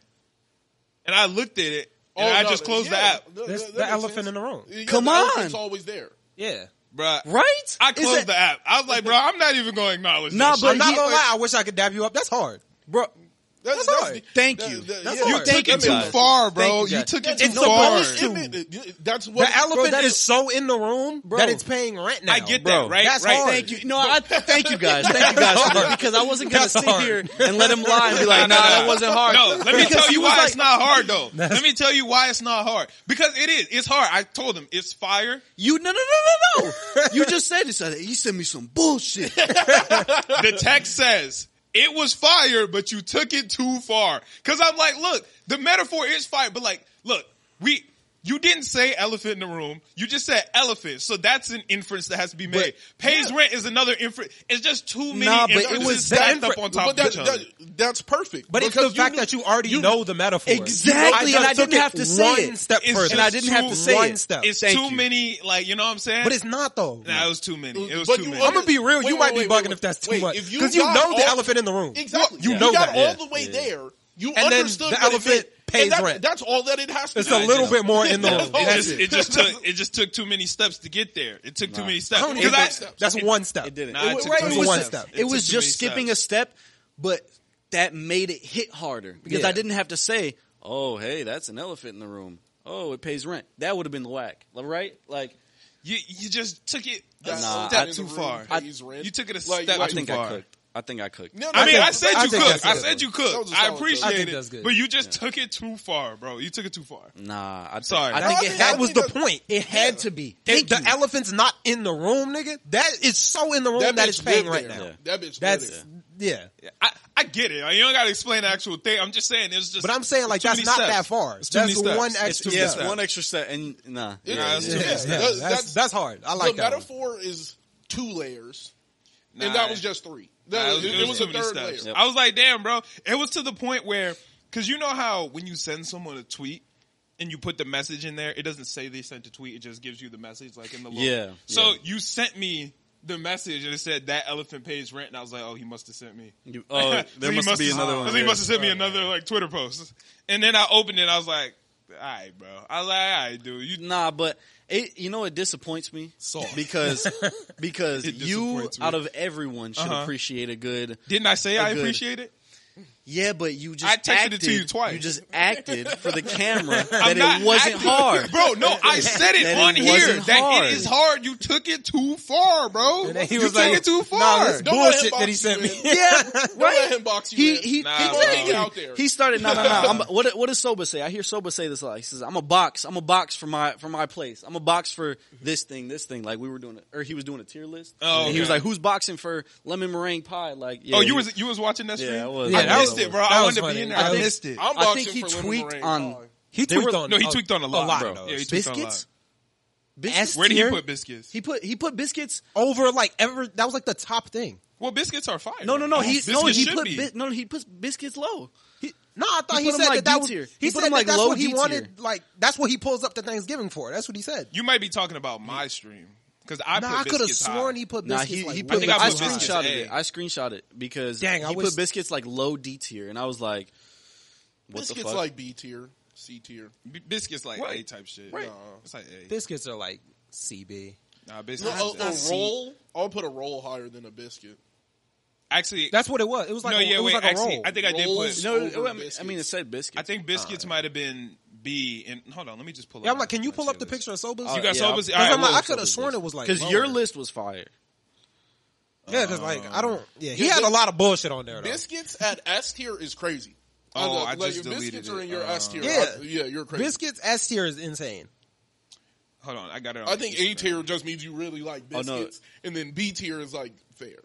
And I looked at it and
Oh,
I
no,
just closed
yeah,
the app.
no,
That's
that-
the
that makes
elephant
sense.
in the room.
Yeah,
Come
the
on.
elephant's always there.
Yeah,
Bruh.
Right?
I
Is
closed
it-
the app. I was like, bro, I'm not even going to acknowledge
Nah,
this shit.
but
I'm not
he-
gonna lie. I wish I could dab you up. That's hard.
bro.
That's,
That's
that's
hard.
Thank
that-
you.
that-
That's
yeah,
hard.
You took it
Thank you,
too
guys.
far, bro.
Thank you,
You
guys.
took it
That's
too
It's
the
far.
bonus to- That's
The
what
elephant
that
is,
is-
so in the room
Bro.
that it's paying rent now.
I get
Bro,
that, right?
that's
right.
hard.
Thank you. No, I thank you guys. Thank you guys for that because I wasn't gonna
That's
sit
hard.
here and let him lie and be like,
Nah,
"Nah,
nah,
that
nah.
wasn't hard."
No, let me
Because
tell
he
you
was
why
like-
it's not hard though. Let me tell you why it's not hard. Because it is. It's hard. I told him it's fire.
You no no no no no. You just said this. He sent me some bullshit.
The text says it was fire, but you took it too far. Cause I'm like, look, the metaphor is fire, but like, look, we, you didn't say elephant in the room. You just said elephant. So that's an inference that has to be made. Pays rent is another inference. It's just too many
Nah, but it
inferences
was the
stacked up
infer-
on top
But
of
that,
each other.
that- that's perfect.
But it's the
because
fact
knew-
that you already know the metaphor.
Exactly,
You know,
and I
just
didn't
took
have to say
one
it.
step
It's
further,
just
and I didn't have to say
one
it.
step.
It's
Thank
too
you.
many, like, you know what I'm saying?
But it's not though.
Nah, it was too many. It was
but
too
you
many.
under-
I'm gonna be real.
Wait,
you
wait,
might
wait,
be
wait,
bugging
wait.
if that's too
Wait,
much
if
because you,
got
know the
all-
elephant in the room.
Exactly.
You
You,
know
got
that,
all
yeah.
the way there. You
then
understood
the
what it
elephant
meant, and
pays
that-
rent.
That's all that it has to
It's
be.
a little bit more in the
Yeah.
room.
Oh,
It
That's
just,
it.
it just took it just took too many steps to get there. It took too many
I
steps.
don't
Because
even
I-
think so. That's one step.
It didn't.
Nah,
it,
it
was-
took
right,
too
it
many
was
steps.
just- It,
It
took
was
too many
just skipping
steps.
a step, but that made it hit harder because
Yeah.
I didn't have to say, "Oh, hey, that's an elephant in the room." Oh, it pays rent. That would have been whack, right? Like,
you you just took it a
That's
Nah,
step
I-
too far.
I- Pays rent.
you took it a
Like,
step
like-
I
too
think I
far.
cooked. I think I cooked.
No, no,
I mean,
no,
I said
I
you
think
cooked.
that's
I
good.
said you
That was
cooked.
a
I
solid cook. I
appreciate
think that's
it,
good.
but you just took it too far, bro. You took it too far.
Nah, I think,
Sorry.
I
I
think
think
No,
it-
I mean, I
that was
think
the
that-
point.
it had to be. Thank
If the
you.
elephant's not in the room, nigga, that is so in the room
that
that,
bitch
it's paying right
lived
now.
there. That bitch. lived
That's
there.
yeah.
I, I get it. Like, you don't got to explain the actual thing. I'm just saying it's just.
But I'm saying
it's
like
too
that's
many
not
steps.
that far.
It's too
That's
many steps.
one
It's
extra
too many
yes,
step.
steps.
one extra step, and nah.
Yeah, that's
Yeah,
too many
yeah,
steps.
That's-
that's,
that's-
that's hard. I like
the
that. one.
metaphor is two layers,
Nah,
and that was just three. That,
nah,
it, it was
too
a
many
third layer.
steps. I was like, damn, bro. It was to the point where, because you know how when you send someone a tweet and you put the message in there, it doesn't say they sent a tweet. It just gives you the message, like in the little.
Yeah,
So
yeah.
you sent me the message and it said that elephant page rant, and I was like, oh, he must have sent me.
You, oh,
So
there
he
must be
have-
another one.
so He
yeah.
must have sent me another like Twitter post, and then I opened it. and I was like, all right, bro. I was like, all right, dude. You
Nah, but it you know it disappoints me
Soft.
because because
It
you
disappoints me.
out of everyone should
Uh-huh.
appreciate a good
didn't I say I
good-
appreciate it?
yeah, but you just
I texted it to
acted-
you twice.
You just acted for the camera
I'm
that
not
it wasn't
acting-
hard.
bro. No, I said it
That it
on here
wasn't
that
hard.
it is hard. You took it too far, bro.
And then he
you
was
took
like,
it too
Nah,
far.
that's
Don't let
bullshit
him
that he
box
sent
you
me.
in.
Yeah,
Don't
right.
let him box you
He
in.
he
Nah, bro.
exactly.
Out there.
He started no no no. I'm, what did- what does Soba say? I hear Soba say this a lot. He says I'm a box. I'm a box for my for my place. I'm a box for this thing this thing. Like we were doing it, or he was doing a tier list.
Oh,
And he was
okay.
like, who's boxing for lemon meringue pie? Like yeah,
oh,
he-
you was you was watching that stream?
Yeah, I was.
Yeah,
I
that
missed
was-
it, bro.
that
I
was
wanted to
funny.
be in there.
I
I,
think-
missed it.
I'm
I
boxing
think he
for Lemon
tweaked
Meringue
on-
Pie.
He
They were-
tweaked on
No, he
a-
tweaked on a lot, bro.
though.
Yeah, he tweaked on a
biscuits.
S
Biscuits.
Where did he
tier
put biscuits?
He put he put biscuits.
over like ever? That was like the top thing.
Well, biscuits are fire.
No, no, no. He
Oh, Biscuits
no. He
should
put
be.
bi- no. He puts biscuits low.
He, no, I thought
He
he,
put him,
said
like,
that that
D
was.
tier. He
He,
put
said
him,
that
like,
that's
low
what he
D tier.
wanted. Like that's what he pulls up to Thanksgiving for. That's what he said.
You might be talking about my stream because I
Nah,
put
I could have
biscuits high.
sworn he put
Nah,
biscuits.
he,
like,
he
I
put.
think
I,
I
way
put
high.
biscuits
screenshotted
A.
it. I screenshot it because
Dang, I
he
wish-
put biscuits like low D tier, and I was like, what
This
the
gets
fuck?
like B tier, C tier.
B- biscuits like
Right.
A type shit.
Right.
No, it's like A.
Biscuits are like CB.
nah, biscuits.
No, oh,
is
a,
A.
a roll. I'll put a roll higher than a biscuit.
Actually,
That's what it was. It was like
no,
a,
yeah,
it was
wait.
like a
actually,
roll.
I think I did
Rolls.
put.
no,
over
I mean- I mean it
biscuits.
said biscuits.
I think biscuits might have been B. And hold on, let me just pull.
yeah,
up
I'm like, can you
my
pull up
tier
the
list.
picture of Sobas?
All
You
right,
got
yeah,
Sobas.
I'll-
All right,
I'm like,
well,
I could have sworn it was like
because
lower.
your list was fire.
Yeah, because like I don't. Yeah, he
Yeah,
had
the-
a lot of bullshit on there. Though.
Biscuits at S tier is crazy.
Oh, I
like,
just
if biscuits
deleted
are
it.
in your
Uh,
S tier.
Yeah.
I- yeah, you're crazy.
Biscuits S tier is insane.
Hold on, I got it. On
I think A
Instagram.
tier just means you really like
Oh,
biscuits,
no.
and then B tier is like fair.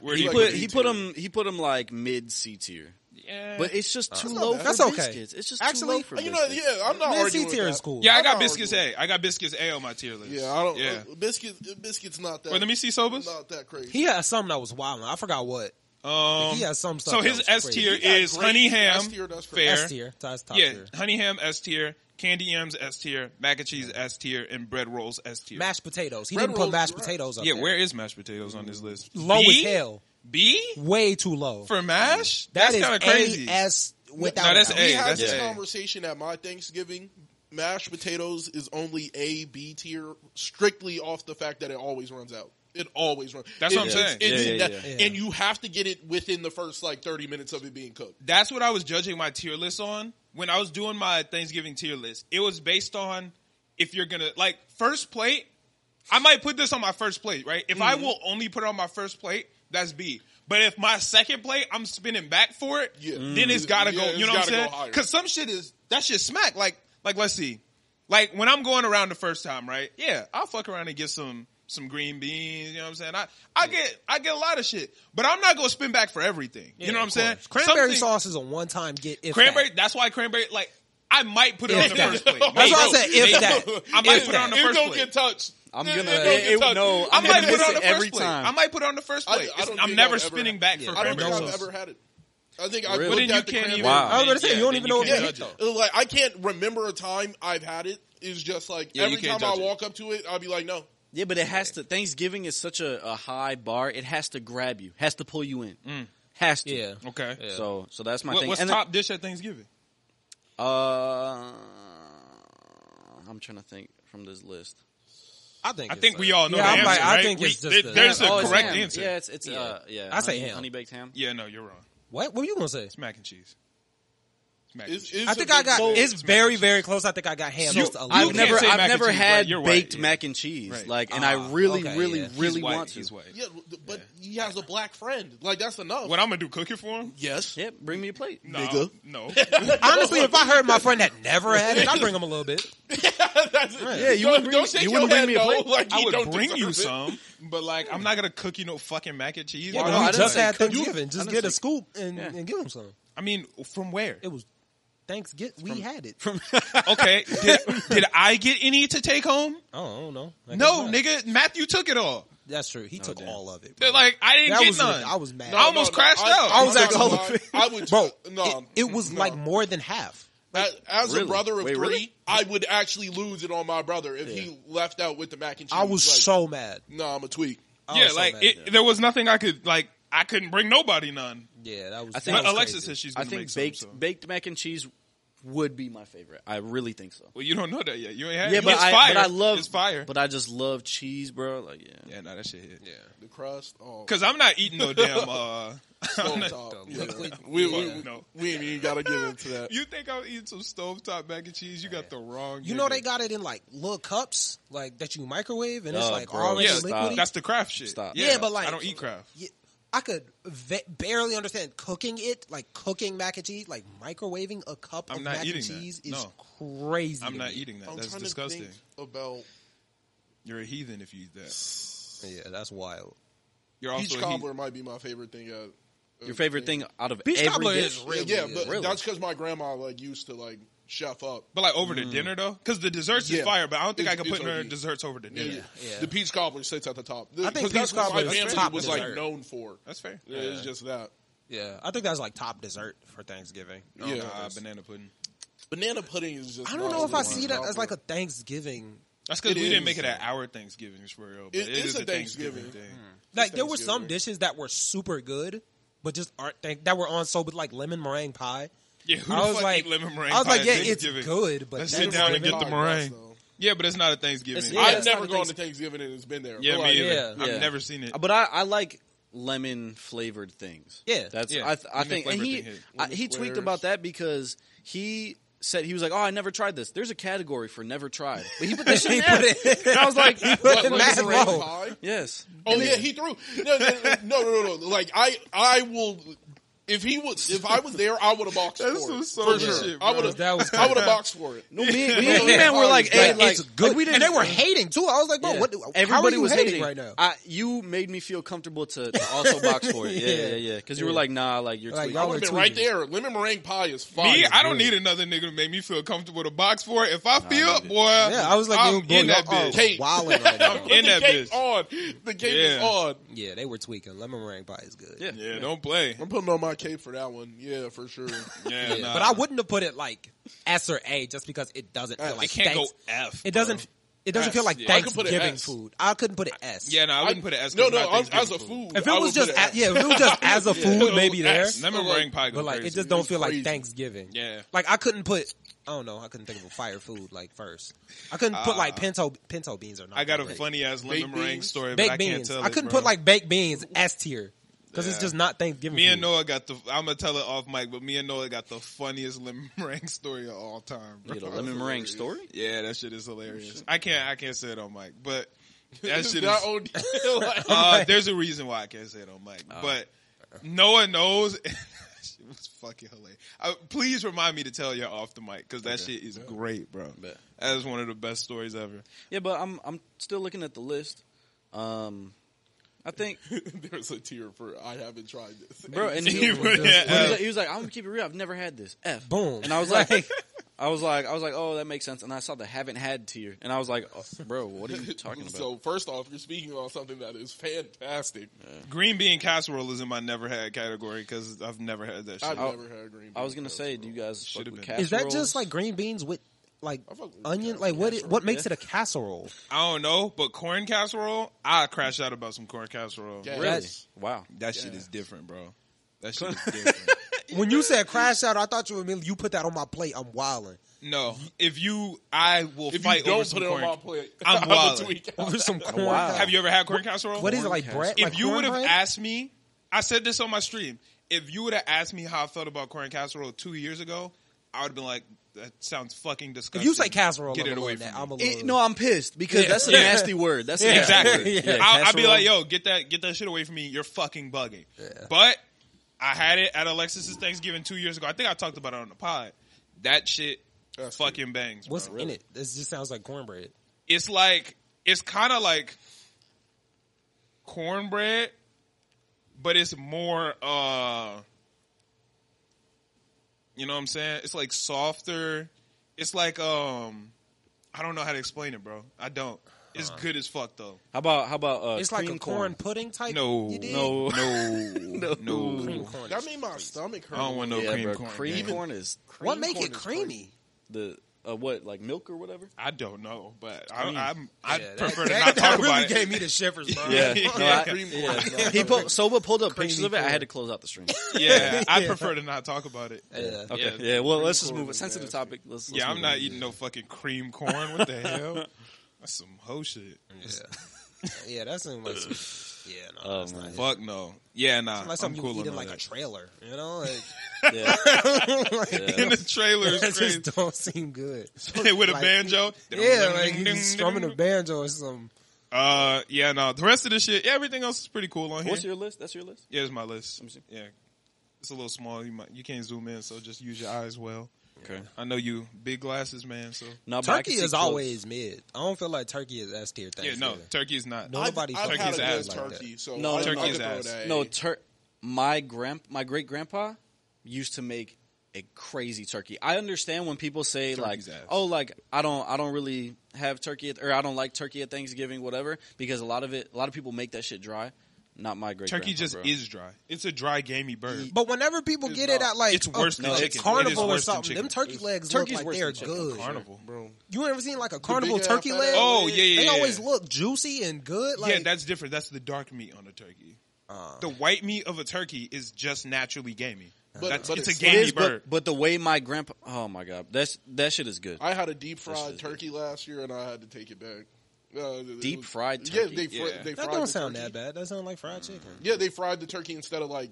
Where
He
do you
put
put?
he
D
put
tier.
him he put him like mid C tier, Uh,
Yeah.
but it's just too
not
low.
bad.
For
That's okay.
Biscuits. It's just too
Actually,
low for
You know,
biscuits.
yeah, I'm not
Man, C
arguing. with
tier
that.
is cool.
yeah, I
I'm
got
not
biscuits
arguing.
A. I got biscuits A on my tier list.
Yeah, I don't.
Yeah.
Uh, biscuits, uh, biscuits not that.
Wait, let me see Sobas.
Not that crazy.
He had some that was wild. I forgot what.
Um,
He has some stuff
So
that
his
was
S
crazy.
tier
uh, He got
is
great
honey ham,
S tier, that's crazy.
fair.
S tier. That's top
Yeah,
tier.
honey ham S tier, candy yams S tier, mac and cheese S tier, and bread rolls S tier.
Mashed potatoes. He
Bread
didn't
rolls,
put mashed
you're right.
potatoes up.
Yeah,
there.
where is mashed potatoes on this list?
low
B?
as hell.
B
Way too low.
for mash?
That
that's
is
kind of crazy.
AS without.
No, that's
a doubt.
A.
we had
that's
this
A.
conversation at my Thanksgiving. Mashed potatoes is only A B tier, strictly off the fact that it always runs out. It always runs.
That's
It-
what I'm
it's-
saying.
it's-
Yeah, yeah,
that-
yeah.
And you have to get it within the first like thirty minutes of it being cooked.
that's what I was judging my tier list on. When I was doing my Thanksgiving tier list, it was based on if you're gonna like first plate. I might put this on my first plate, right? If
Mm-hmm.
I will only put it on my first plate, that's B. But if my second plate, I'm spinning back for it,
Yeah. Mm-hmm.
then it's gotta
Yeah,
go.
Mm. it's
You know what I'm
gotta go
saying?
higher.
Because some shit is that shit smack. Like, like let's see, like when I'm going around the first time, right? Yeah, I'll fuck around and get some some green beans. You know what I'm saying? I I get I get a lot of shit, but I'm not gonna spin back for everything. you know what I'm saying?
Cranberry
Something-
sauce is a one time get. If
Cranberry.
that.
That's why cranberry. Like I might put it
If
on the
that.
first plate.
That's
Maybe.
why I
said if
Maybe.
that.
I might
If
put it on the
It
first
don't
plate.
get touched.
I'm
It-
gonna-
it don't
it-
get
it-
touched.
no,
I
I'm gonna
might put it
miss
on
it
the
every
first plate.
time.
I might put it on the first
I-
plate.
I don't
It's- I'm
think
never
I've ever
spinning
had-
back
yeah,
for
I don't
cranberry
think I've
sauce.
ever had it. I think
Really?
I've
But
looked
then you
at the
can't even.
cranberry.
Wow.
I was gonna say,
yeah,
you don't
then
even know what
can't
to
judge
eat,
it.
Uh, Like I can't remember a time I've had it. It's just like
Yeah, you
every
can't
time I
judge it.
walk up to it, I'll be like, no.
Yeah, but it has to. Thanksgiving is such a, a high bar. It has to grab you. Has to pull you in. Has to.
Yeah.
Okay.
Yeah.
So so that's my
What-
thing.
what's
And then-
top dish at Thanksgiving?
Uh, I'm trying to think from this list.
I think.
I
it's
think
a-
we all know
Yeah,
the
I'm
answer.
like, I
right?
think
We-
it's
there-
just. a-
there's a
Oh, it's
correct
ham.
answer.
Yeah, it's it's yeah. Uh, yeah
I say
honey-
ham.
honey baked ham.
Yeah, no, you're wrong.
What? What were you gonna say?
It's mac and cheese. It's mac and
It's,
cheese.
it's
I
a
think I
big
got.
bowl.
It's very, very close. I think I got ham.
You-
just a
you
little
I've
can't
bit.
never
say mac
I've
and
never
cheese,
had
right? You're
baked
white, yeah.
mac and cheese
Right.
like, and I
Ah,
really
okay,
really
yeah. He's
really
He's white.
want to.
He's white.
Yeah, but he has a black friend. Like that's enough.
What I'm gonna do? Cook it for him?
yes.
Yep, bring me a plate.
No,
Nigga.
no.
Honestly, if I heard my friend had never had it, I'd bring him a little bit.
That's it.
Yeah, you
Don't-
wouldn't bring-
don't shake
you
your
wouldn't bring
head,
me a
no.
plate?
Like,
I
you
would
don't
bring you
deserve
some,
it.
but like I'm not gonna cook you no fucking mac and cheese.
Yeah,
bro.
no,
but
I
we
didn't
just
say
had
cook.
Thanksgiving.
You- I
Just
didn't
get a
say-
scoop and,
Yeah.
and give him some.
I mean, from where?
It was Thanksgiving. We had it.
Okay, did, did I get any to take home?
Oh, I don't know. I guess
No,
not.
nigga, Matthew took it all.
That's true. He took
damn.
all of it.
They're
bro.
like, I didn't
That
get
was
none.
ridic- I was mad.
I almost crashed out.
I was
I'm
at
not gonna
Hall of
lie.
Fame.
I would,
bro,
no,
it, it was
no.
like more than half.
As, as a
Really?
brother of
Wait,
three,
really?
I would actually lose it on my brother if he left out with the mac and cheese.
I was
like,
so mad.
No, I'm a tweak.
I
yeah,
was so
like
mad.
it, there was nothing I could like. I couldn't bring nobody none.
yeah, that was.
I think
that
But
was
Alexa
crazy.
says she's
I
gonna make
think
some,
baked
so.
baked mac and cheese would be my favorite. I really think so.
Well, you don't know that yet. You ain't had.
Yeah,
it.
but
it's
I,
fire.
but I love
it's fire.
But I just love cheese, bro. Like, yeah.
yeah, no, that shit hit. Yeah,
The crust. Oh,
because I'm not eating no damn. uh
stove top. Yeah.
liquid.
We, we,
Fuck no.
we ain't even gotta get into that.
You think I'm eating some stovetop mac and cheese? You got the wrong.
You know
nigga.
they got it in like little cups, like that you microwave, and it's
Oh,
like
bro,
already
Yeah,
stop.
liquidy.
that's the craft shit.
Stop.
Yeah, but like-
I don't eat craft.
Yeah, I could ve- barely understand cooking it, like cooking mac and cheese, like microwaving a cup
I'm
of
not
mac and
eating that.
cheese is
No.
crazy.
I'm
to
not
me.
eating that.
I'm
That's
trying
disgusting.
to think about
You're a heathen if you eat that.
Yeah, that's wild.
You're
peach
also a
cobbler.
heathen.
Might be my favorite thing. Uh, uh,
Your favorite thing out of
Peach
every
cobbler
dish?
is really
yeah,
good.
but
Really?
that's because my grandma like used to like chef up.
But like
Mm.
over the dinner though, because the desserts is
Yeah.
fire. But I don't think
It's-
I can
it's
put no
OD.
desserts over the dinner.
yeah.
The peach cobbler sits at the top. The,
I think
'cause that's
peach
what
cobbler
my
is
family
top
was
dessert.
like known for.
That's fair.
Yeah, It's just that
Yeah, I think that's like top dessert for Thanksgiving.
Oh,
Yeah.
nah, banana pudding.
banana pudding is just.
I don't
not
know if I
really
see
my
that as
combo.
like a Thanksgiving.
That's because
It
we didn't
is.
make it an hour Thanksgiving for real. But
It
it is
is
a
a
Thanksgiving,
Thanksgiving.
thing.
Like there were some
Thanksgiving.
dishes that were super good, but just aren't thank- that were on so with like lemon meringue pie.
Yeah, who
I
the
was
fuck
like-
eat lemon meringue
I was
pie
like,
at
yeah, it's
Thanksgiving?
good, but
Let's
that's
sit down and get the
Thanksgiving.
meringue.
It's-
Yeah, but it's not a Thanksgiving.
Yeah,
I've
it's
never
not a
gone
Thanks-
to Thanksgiving and it's been there.
Yeah,
But,
me
like,
either.
yeah.
I've
Yeah.
never seen it.
But I, I like lemon flavored things.
Yeah.
that's
Yeah.
I, th- I
Lemon
think. And
flavored
he
thing hit.
I,
Lemon
he tweaked
squares.
about that because he said he was like, "Oh, I never tried this." There's a category for never tried, but he put that shit
He
in
put
there.
it-
And I was like,
put it
what-
mad
meringue
low.
pie?
"Yes,
Oh yeah, he threw. No, no, no, no, no, no. Like I, I will. If he was, if I was there, I would have boxed for
That's
it.
some
for
soul
sure,
shit,
I
bro.
would have.
That was
I would have boxed for it.
no, me, me, and E-Man were like,
Yeah,
hey, like,
it's good.
like, we didn't,
and they were hating too. I was like, bro,
Yeah.
what? How
Everybody
are you
was
hating,
hating
right now?
I, you made me feel comfortable to, to also box for it.
Yeah.
Yeah, yeah, yeah. Because you were like, nah, like you're
Like,
tweaking.
I
y'all
would
were
have been right
tweeting.
there. Lemon meringue pie is fire.
me, I don't need another nigga to make me feel comfortable to box for it. If I feel,
need it.
boy,
yeah, I was like,
I'm
yo, bro,
in that
y'all are
bitch.
Cake.
wilding right now.
I'm in
the
that
cake
bitch.
on. The cake is
Yeah.
on.
Yeah, they were tweaking. Lemon meringue pie is good.
Yeah.
Yeah, don't play.
I'm putting on my cape for that one. Yeah, for sure.
Yeah, nah.
But I wouldn't have put it like S or A just because it doesn't feel
Uh,
like
It can't
thanks-
go F.
It doesn't. It doesn't
S,
feel like
yeah.
I could put an
Thanksgiving
S.
food. I couldn't put an S.
Yeah, no, I wouldn't put it as
No,
it's
no.
not
As, as a
Thanksgiving
food,
If
I
it was
would put
just
an
a-
S.
yeah, if it was just as a food, maybe there.
S.
Lemon
But, like-
meringue pie go
But like,
crazy.
it just don't feel like
Crazy.
Thanksgiving.
Yeah.
Like I couldn't put. I don't know. I couldn't think of a fire food like first. I couldn't put like pinto pinto beans or not.
Ah. I got a
great.
funny ass lemon
Baked
meringue
beans?
story, but
baked
I can't
beans.
tell.
I
it,
couldn't
bro.
put like baked beans S tier because it's
Yeah.
just not Thanksgiving.
Me
food.
and Noah got the. I'm gonna tell it off mic, but me and Noah got the funniest lemon meringue story of all time. Bro.
You know, lemon meringue story.
Yeah, that shit is hilarious. I can't. I can't say it on mic, but that shit
Not
is.
on- like, uh,
Uh, there's a reason why I can't say it on mic, but Noah knows. That shit was fucking hilarious. Uh, please remind me to tell you off the mic because that shit is great, bro.
Bet.
That is one of the best stories ever.
Yeah, but I'm I'm still looking at the list. Um, I think,
There's a tear for I haven't tried this.
bro, and he,
You
he
put
was
that F.
like, he was like, I'm gonna keep it real. I've never had this. F
Boom.
And I was like, I was like, I was like, oh, that makes sense. And I saw the haven't had tier, and I was like, oh, bro, what are you talking about?
So first off, you're speaking on something that is fantastic.
Green bean casserole is in my never had category because I've never had that shit.
I've
I-
never had green.
I was gonna
beans, bro.
say, do you guys fuck
Should've
with
been.
casseroles?
Is that just like green beans with like
I fuck with
onion?
casserole.
Like what? It,
Casserole,
what makes
yeah.
it a casserole?
I don't know, but corn casserole, I crash out about some corn casserole.
Yeah.
really?
That's-
wow.
That shit is different, bro. That shit is different.
When you said crash out, I thought you were you put that on my plate. I'm wilding
No, if you, I will
If
fight
you don't
over some
put it on
corn.
my plate,
I'm
a
wildin'.
tweak out.
over some corn.
Wow.
dog.
Have you ever had corn casserole?
What is it
corn
like
casserole?
bread?
If
like
you would have
cornbread?
asked me, I said this on my stream. If you would have asked me how I felt about corn casserole two years ago, I would have been like, "That sounds fucking disgusting."
if you say casserole,
get
I'm
it away
that.
from
I'm a
me.
little,
no, I'm pissed because
Yeah.
that's a
Yeah.
nasty word. That's a
Yeah.
nasty
Exactly.
word.
Yeah,
I'll, I'll be
casserole.
like, "Yo, get that, get that shit away from me. You're fucking bugging." But I had it at Alexis's Thanksgiving two years ago. I think I talked about it on the pod. That shit
That's
fucking bangs.
what's
bro.
in it? This just sounds like cornbread.
it's like it's kind of like cornbread, but it's more. uh You know what I'm saying? It's like softer. It's like um, I don't know how to explain it, bro. I don't. It's good as fuck though.
How about how about uh,
It's like
cream
a corn pudding type.
No,
you dig?
No,
No, no.
cream corn.
That made my stomach hurt.
I don't want no
yeah,
cream
bro,
corn.
cream
man.
corn is cream
What make
corn
it
is
creamy?
The uh, what like milk or whatever?
I don't know, but I, I'm, I
Yeah, that-
prefer to
that-
not
that
talk
really
about it.
gave me the shivers, bro.
Yeah.
No, I-
Cream
yeah,
corn.
so I- he po- Soba pulled up pictures of it. I
corn.
had to close out the stream.
Yeah, I prefer to not talk about it.
Yeah.
Okay.
Yeah.
Yeah. well, let's just
corn
move. A
is
sensitive
nasty.
topic. Let's, let's
Yeah, I'm
move
not
on.
eating no fucking cream corn. What the hell? That's some hoe shit.
Yeah. yeah, that seems like some, yeah, no,
Oh,
that's
man.
not it.
Fuck no. Yeah, nah.
Like
I'm
something
cool
you
on
eat in like
that.
a trailer, you know? Like,
Yeah.
like
in the trailer
that
is crazy.
just don't seem good.
With a
like-
banjo.
Yeah, like you just strumming a banjo or something.
Uh, yeah, no. The rest of the shit, yeah, everything else is pretty cool on here.
What's your list? That's your list.
yeah, it's my list.
Let me see.
Yeah, it's a little small. You might, you can't zoom in, so just use your eyes well.
Okay.
I know you big glasses, man. So
No, but I
Turkey
can see
is
close.
always mid. I don't feel like turkey is S tier.
yeah, no,
Thanksgiving.
turkey is not.
No.
I've-
Nobody's
I've, had
turkey's
a
ass
good
like that.
turkey, so
No,
I,
no,
I
turkey's
could throw
ass.
it at
No,
A.
tur- my grand, my great grandpa used to make a crazy turkey. I understand when people say
Turkey's
like,
ass.
"Oh, like I don't, I don't really have turkey, at, or I don't like turkey at Thanksgiving, whatever," because a lot of it, a lot of people make that shit dry. Not my great
Turkey
grandpa,
just
bro.
is dry. It's a dry, gamey bird.
But whenever people
It's
get it
not.
at like
It's worse
a,
than
a
chicken. It is
carnival or
worse than
something, them
chicken.
turkey legs
turkey's
look
worse
like they're
than chicken.
good.
Carnival,
bro.
You ever seen like a carnival
big
turkey
half
leg?
ass
Oh, yeah, yeah,
They
yeah.
always look juicy and good. Like,
yeah, that's different. That's the dark meat on a turkey.
Uh.
the white meat of a turkey is just naturally gamey.
But-
That's,
but
it's,
it's-
a
it
gamey
It is,
bird.
but, but the way my grandpa, oh my god, that's that shit is good.
I had a deep
is
fried turkey last year, and I had to take it back. Uh, it
Deep
was-
fried turkey?
Yeah, they, fri-
Yeah.
they
that
fried
don't
the
sound
turkey.
that bad. That sound like fried chicken.
Yeah, they fried the turkey instead of like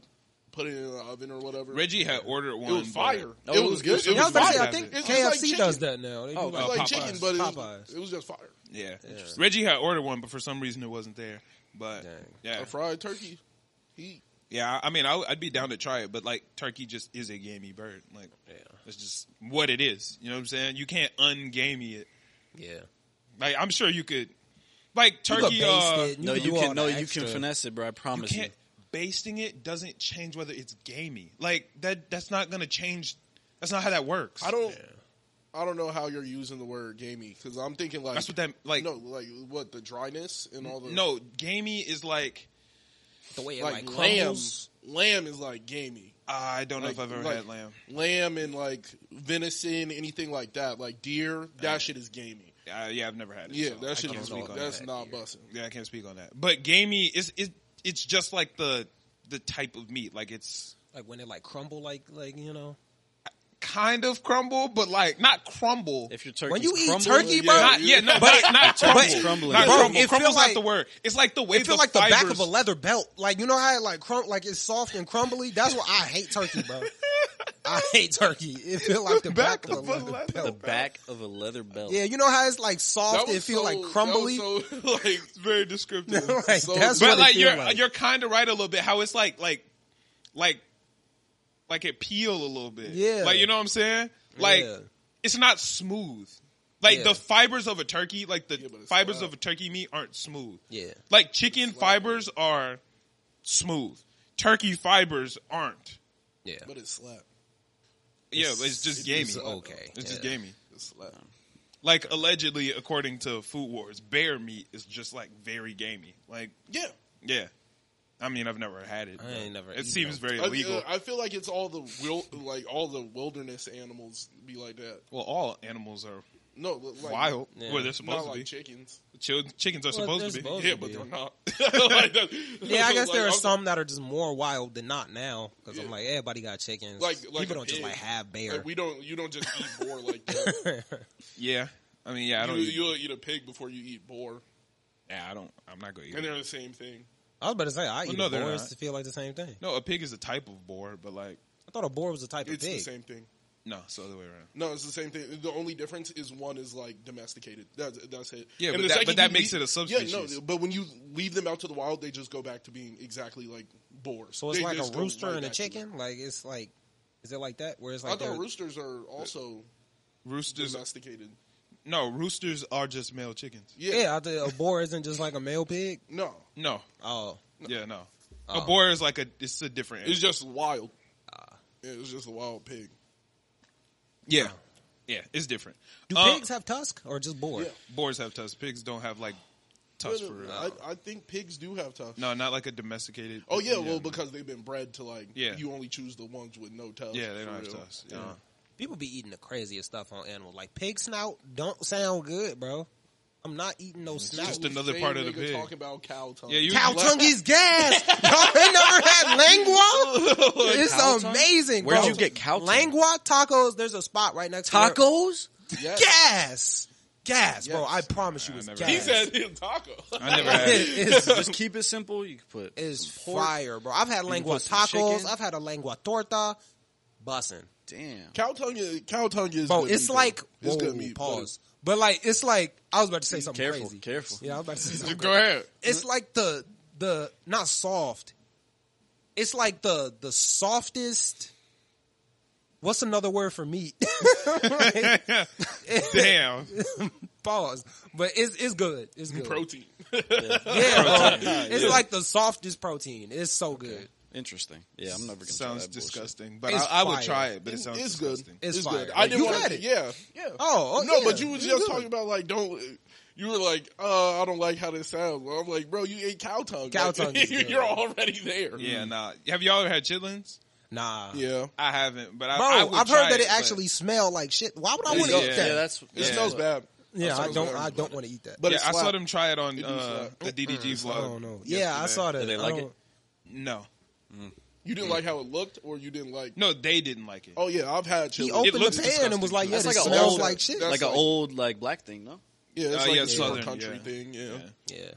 putting it in the oven or whatever.
Reggie had ordered one.
it
but-
was fire.
No,
it was good. It
Yeah, I was
was
about to
fire.
say, I
Popeyes
think
is-
It's
KFC
like chicken.
does that now. They do
Oh,
It was
like,
like
Popeyes.
chicken, but it was,
Popeyes.
it was just fire.
Yeah.
Interesting.
Reggie had ordered one, but for some reason it wasn't there. But
Dang.
yeah,
A fried turkey. He
yeah. I mean, I, would- I'd be down to try it, but like turkey just is a gamey bird. Like it's just what it is. You know what I'm saying? You can't ungamey it.
yeah.
Like I'm sure you could. Like turkey,
you could baste
uh,
it. You
no,
could
you
do all
can, no,
the
you
extra.
can finesse it, bro. I
you
promise you.
can't. Basting it doesn't change whether it's gamey. Like that. That's not gonna change. That's not how that works.
I don't. I don't know how you're using the word gamey because I'm thinking like
That's what that- like-
no like what the dryness and all the
No, gamey is like
the way it
like,
like,
lamb
crumbles.
lamb is like gamey
I don't know
Like-
if I've ever
like
had lamb.
lamb and like venison anything like that like deer that shit is gamey
Uh, yeah, I've never had it.
yeah
so I
that shit
can't
is
speak on
that's
that.
not busting
Yeah, I can't speak on that. But gamey is it, it's just like the the type of meat. Like it's
Like when it like crumble, like like you know.
kind of crumble, but like not crumble.
If your turkey,
When you eat
crumbling,
turkey,
yeah,
bro,
not, yeah, no,
But-
not, not
but-
crumble.
Crumbling.
Not
Bro,
crumble.
it feel
Crumble's
like-
not the word. It's like the way
It feel
the
like the back
fibers-
of a leather belt. Like you know how it like crump, like it's soft and crumbly. That's why I hate turkey, bro. I hate turkey. It feel like the, back, of a leather, belt.
the back of a leather belt.
Yeah, you know how it's like soft. It
was
feel
so-
like
that
crumbly.
was so, like
very descriptive.
like
so-
that's
but
what
like
it feel
you're
like.
you're kind of right a little bit. How it's like like like like it peel a little bit.
Yeah.
like you know what I'm saying. Like
Yeah.
it's not smooth. Like
Yeah.
the fibers of a turkey, like the
Yeah, but it's
fibers
slab.
of a turkey meat aren't smooth.
yeah.
Like chicken fibers are smooth. Turkey fibers aren't.
Yeah.
but it slapped
Yeah, but it's just gamey.
It's okay.
It's just
Yeah.
gamey.
it slapped
Like allegedly, according to Food Wars, bear meat is just like very gamey. Like
yeah
yeah, I mean I've never had it.
I
but
ain't never
It
eaten
seems very
I,
illegal.
uh, I feel like it's all the wil- like all the wilderness animals be like that
Well, all animals are
no like
wild.
Yeah.
Where they're supposed
not
to
like
be.
chickens
Chil- chickens are
they're
supposed to be.
supposed
yeah,
to
but
be.
they're not.
Like that-
Yeah, I guess
like,
there are
I'm-
some that are just more wild than not now. Because I'm
Yeah.
like, everybody got chickens.
Like- like
people
a
don't just
pig.
like have bear.
Like we don't, you don't just eat boar like that.
Yeah, I mean, yeah, I don't.
you,
eat-
You'll eat a pig before you eat boar,
yeah, I don't. I'm not gonna eat.
and
it.
they're the same thing.
I was about to say I
Well,
eat
no,
a
they're
boar
not.
to feel like the same thing.
No, a pig is a type of boar, but like
I thought a boar was a type
It's
of
the
pig.
same thing.
no, it's the other way around.
No, it's the same thing. The only difference is one is like domesticated. That's that's it.
Yeah,
And
but
the
that-
second
but that
you
makes it a
Yeah,
subspecies.
no, but when you leave them out to the wild, they just go back to being exactly like boars.
So it's
They
like
just
a
go
rooster
right
and a
back to that.
chicken. Like it's like, is it like that? Where it's
I
like
thought
they're-
roosters are also
Roosters.
domesticated.
No, roosters are just male chickens.
Yeah,
yeah, I think a boar isn't just like a male pig.
no,
No.
Oh,
Yeah, no.
Oh.
A boar is like a. It's a different.
it's
Animal.
just wild.
Ah.
Yeah, it's just a wild pig.
Yeah, yeah, it's different.
do
Uh,
pigs have tusk or just boar?
Yeah.
boars have tusks? Pigs don't have like tusks
No,
for
no,
real.
I, I think pigs do have tusks.
no, not like a domesticated.
Oh yeah, well because they've been bred to like
Yeah.
you only choose the ones with no tusks.
yeah, they
for
don't have
real.
tusks. Yeah.
People be eating the craziest stuff on animals. Like pig snout don't sound good, bro. I'm not eating no
That
snout.
just
was
another
fame
part of the
nigga
pig.
Talking about cow tongue.
Yeah, you-
cow tongue is gas. Y'all ain't never had
Uh,
lingua? it's
Cow tongue?
amazing,
Where'd
bro.
you get cow tongue?
Lingua tacos, there's a spot right next to where-
Tacos?
Yes.
Gas. Gas, bro.
Yes.
I promise you
I
it's
never
gas.
He
had
said it's taco.
I never had. it.
It's-
Just keep it simple. You can put
is
some pork.
fire, bro. I've had lengua
put some
tacos.
chicken.
I've had a lengua torta. Bussin'.
Damn.
cow tongue is cow tongue is.
Bro,
good
it's
meat, though.
like
it's
whoa,
good meat. but
pause. But like it's like I was about to say something
Careful,
crazy.
careful.
Yeah, I was about to say something.
Go ahead.
It's like the the not soft. It's like the the softest What's another word for meat? Like,
Damn.
pause. But it's it's good. It's good.
it's Protein.
yeah, bro. It's like the softest protein. It's so good.
Interesting. Yeah, I'm never gonna. try
sounds
that bullshit.
disgusting, but
It's
I, I would
fire.
try it. But it sounds
It's good.
disgusting.
It's
It's, Oh,
fire.
good. I didn't
You
want
had
to.
it.
Yeah, yeah.
Oh, oh,
no,
yeah.
but you were
It's
just
good.
talking about like don't. You were like, uh, I don't like how this sounds. Well, I'm like, bro, you ate cow tongue.
Cow
Like,
tongue is good.
You're already there.
Yeah, nah. Have y'all ever had chitlins?
Nah.
Yeah.
I haven't, but I,
Bro,
I would
I've
try
heard that it
but-
actually smelled like shit. Why would I
It
want to
does.
eat
Yeah,
that?
that's.
It
Yeah.
smells bad.
Yeah, I
Sounds
don't.
bad.
I don't want to eat that.
But
yeah,
it's
I saw
slap.
them try it on
do
uh,
slap.
the DDG vlog.
I don't know. Yeah, I
yesterday.
saw that.
Did they
I
like
don't-
it?
No,
You didn't like how it looked, or you didn't like.
no, they didn't like it.
Oh yeah, I've had
He
chili.
opened the pan
looks
and was
disgusting.
like, "Yeah,
That's
this
like an
smells
old-
like shit."
that's
like an
like-
old like black thing, no?
yeah, it's
Uh,
like
yeah,
a
Southern,
southern country
yeah.
thing. Yeah.
Yeah.
yeah,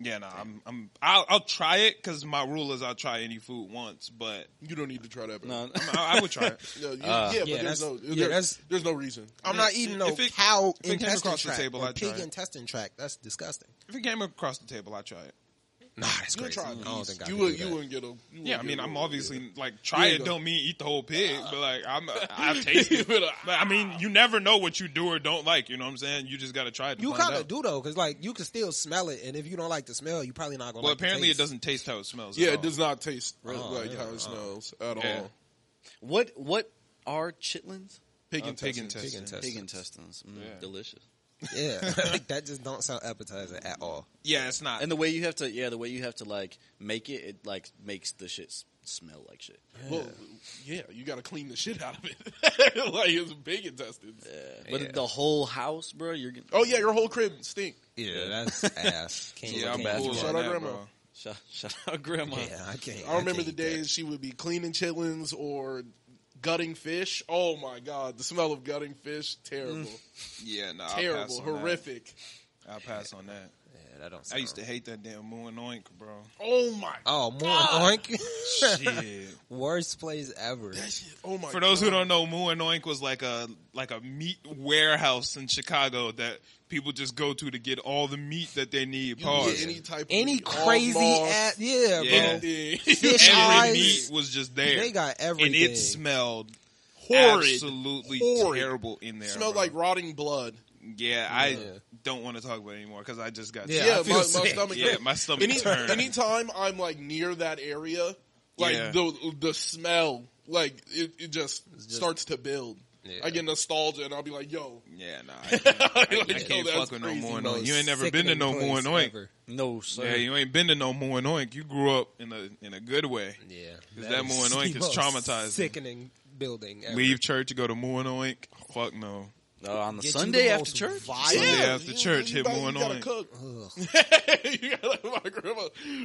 Yeah, no, I'm, I'm, I'll, I'll try it because my rule is I'll try any food once, but
you don't need to try that. Bro.
No,
I, I would try it.
No, you,
Uh,
yeah, but
Yeah, that's-
there's no,
yeah,
there-
that's-
there's no reason.
I'm not eating no
If it-
cow
if it came
intestine
across the
tract
table,
or
I'd
pig
try it.
intestine tract. That's disgusting.
If it came across the table, I'd try it.
Nah, that's
You
crazy.
try a
I don't
piece.
think I
You
could
would,
do
you
that.
wouldn't get a. you wouldn't
Yeah, I
get
mean,
a-
I'm obviously like try
Yeah,
it
go.
don't mean eat the whole pig, but like I'm, I've tasted. it. But I mean, you never know what you do or don't like. You know what I'm saying? You just got to try it. To
You
kind
kind of do though, because like you can still smell it, and if you don't like the smell, you probably not gonna.
Well,
like the
apparently it
taste.
doesn't taste how it smells.
Yeah,
at
it
all.
does not taste
Oh,
like
yeah,
how it smells at
Yeah.
all.
What what are chitlins?
Pig
Uh, pig
intestines.
intestine.
Pig intestines. Mm,
Yeah.
Delicious.
Yeah, that just don't sound appetizing at all.
Yeah, it's not.
And the way you have to, yeah, the way you have to like make it, it like makes the shit s- smell like shit.
Well, yeah, you got to clean the shit out of it. like it's pig intestines.
But the whole house, bro, you're gonna.
Oh yeah, your whole crib stink.
Yeah, that's ass. Can't,
yeah, I'm
can't do
cool.
that.
Shout
Shout
out
out
grandma.
Bro.
Shout, shout out, grandma.
Yeah, I can't.
I remember
can't
the
eat that.
days she would be cleaning chitlins or gutting fish. Oh my god, the smell of gutting fish terrible,
Yeah, no, I'll pass
terrible,
on that.
horrific.
I'll pass on that.
Yeah, that don't.
I
Sound
used to hate that damn moon oink, bro.
Oh my.
Oh, more oink.
Shit.
Worst place ever.
that shit- Oh my.
For those who
God.
don't know, Moo and Oink was like a like a meat warehouse in Chicago that people just go to to get all the meat that they need.
You can
Pause.
get any type, of
Any
meat, all
crazy
moss,
ass.
Yeah.
Yeah, bro.
anything.
Fish
Every
eyes.
meat was just there.
They got
and
everything.
it smelled
Horrid.
absolutely
Horrid.
terrible in there.
smelled
bro.
like rotting blood.
yeah. I
Yeah.
don't want to talk about it anymore because I just got
Yeah,
Yeah,
I
my,
feel
my
sick.
stomach.
yeah my stomach
Any,
turned.
anytime I'm like near that area, like
Yeah.
the the smell, like it, it just,
just-
starts to build.
Yeah.
I get nostalgia, and I'll be like, "Yo,
yeah, nah, I can't, I can't,
Like,
I
yo,
can't
that's
fuck with no
crazy,
Moo and
bro.
Oink. You ainain't never been to
Sickening
no Moo
place
and Oink.
ever.
No sir.
Yeah, you ain't been to no Moo and Oink. You grew up in a in a good way.
Yeah,
that more
the
annoying 'cause
most
traumatizing.
sickening building. Ever.
Leave church to go to Moo and Oink. Fuck no.
Oh, on the
Get you
Sunday
the
after
most
church.
vile-
Sunday after church, hit
about-
more
you gotta
annoying.
cook.
Ugh.
you gotta, my grandma,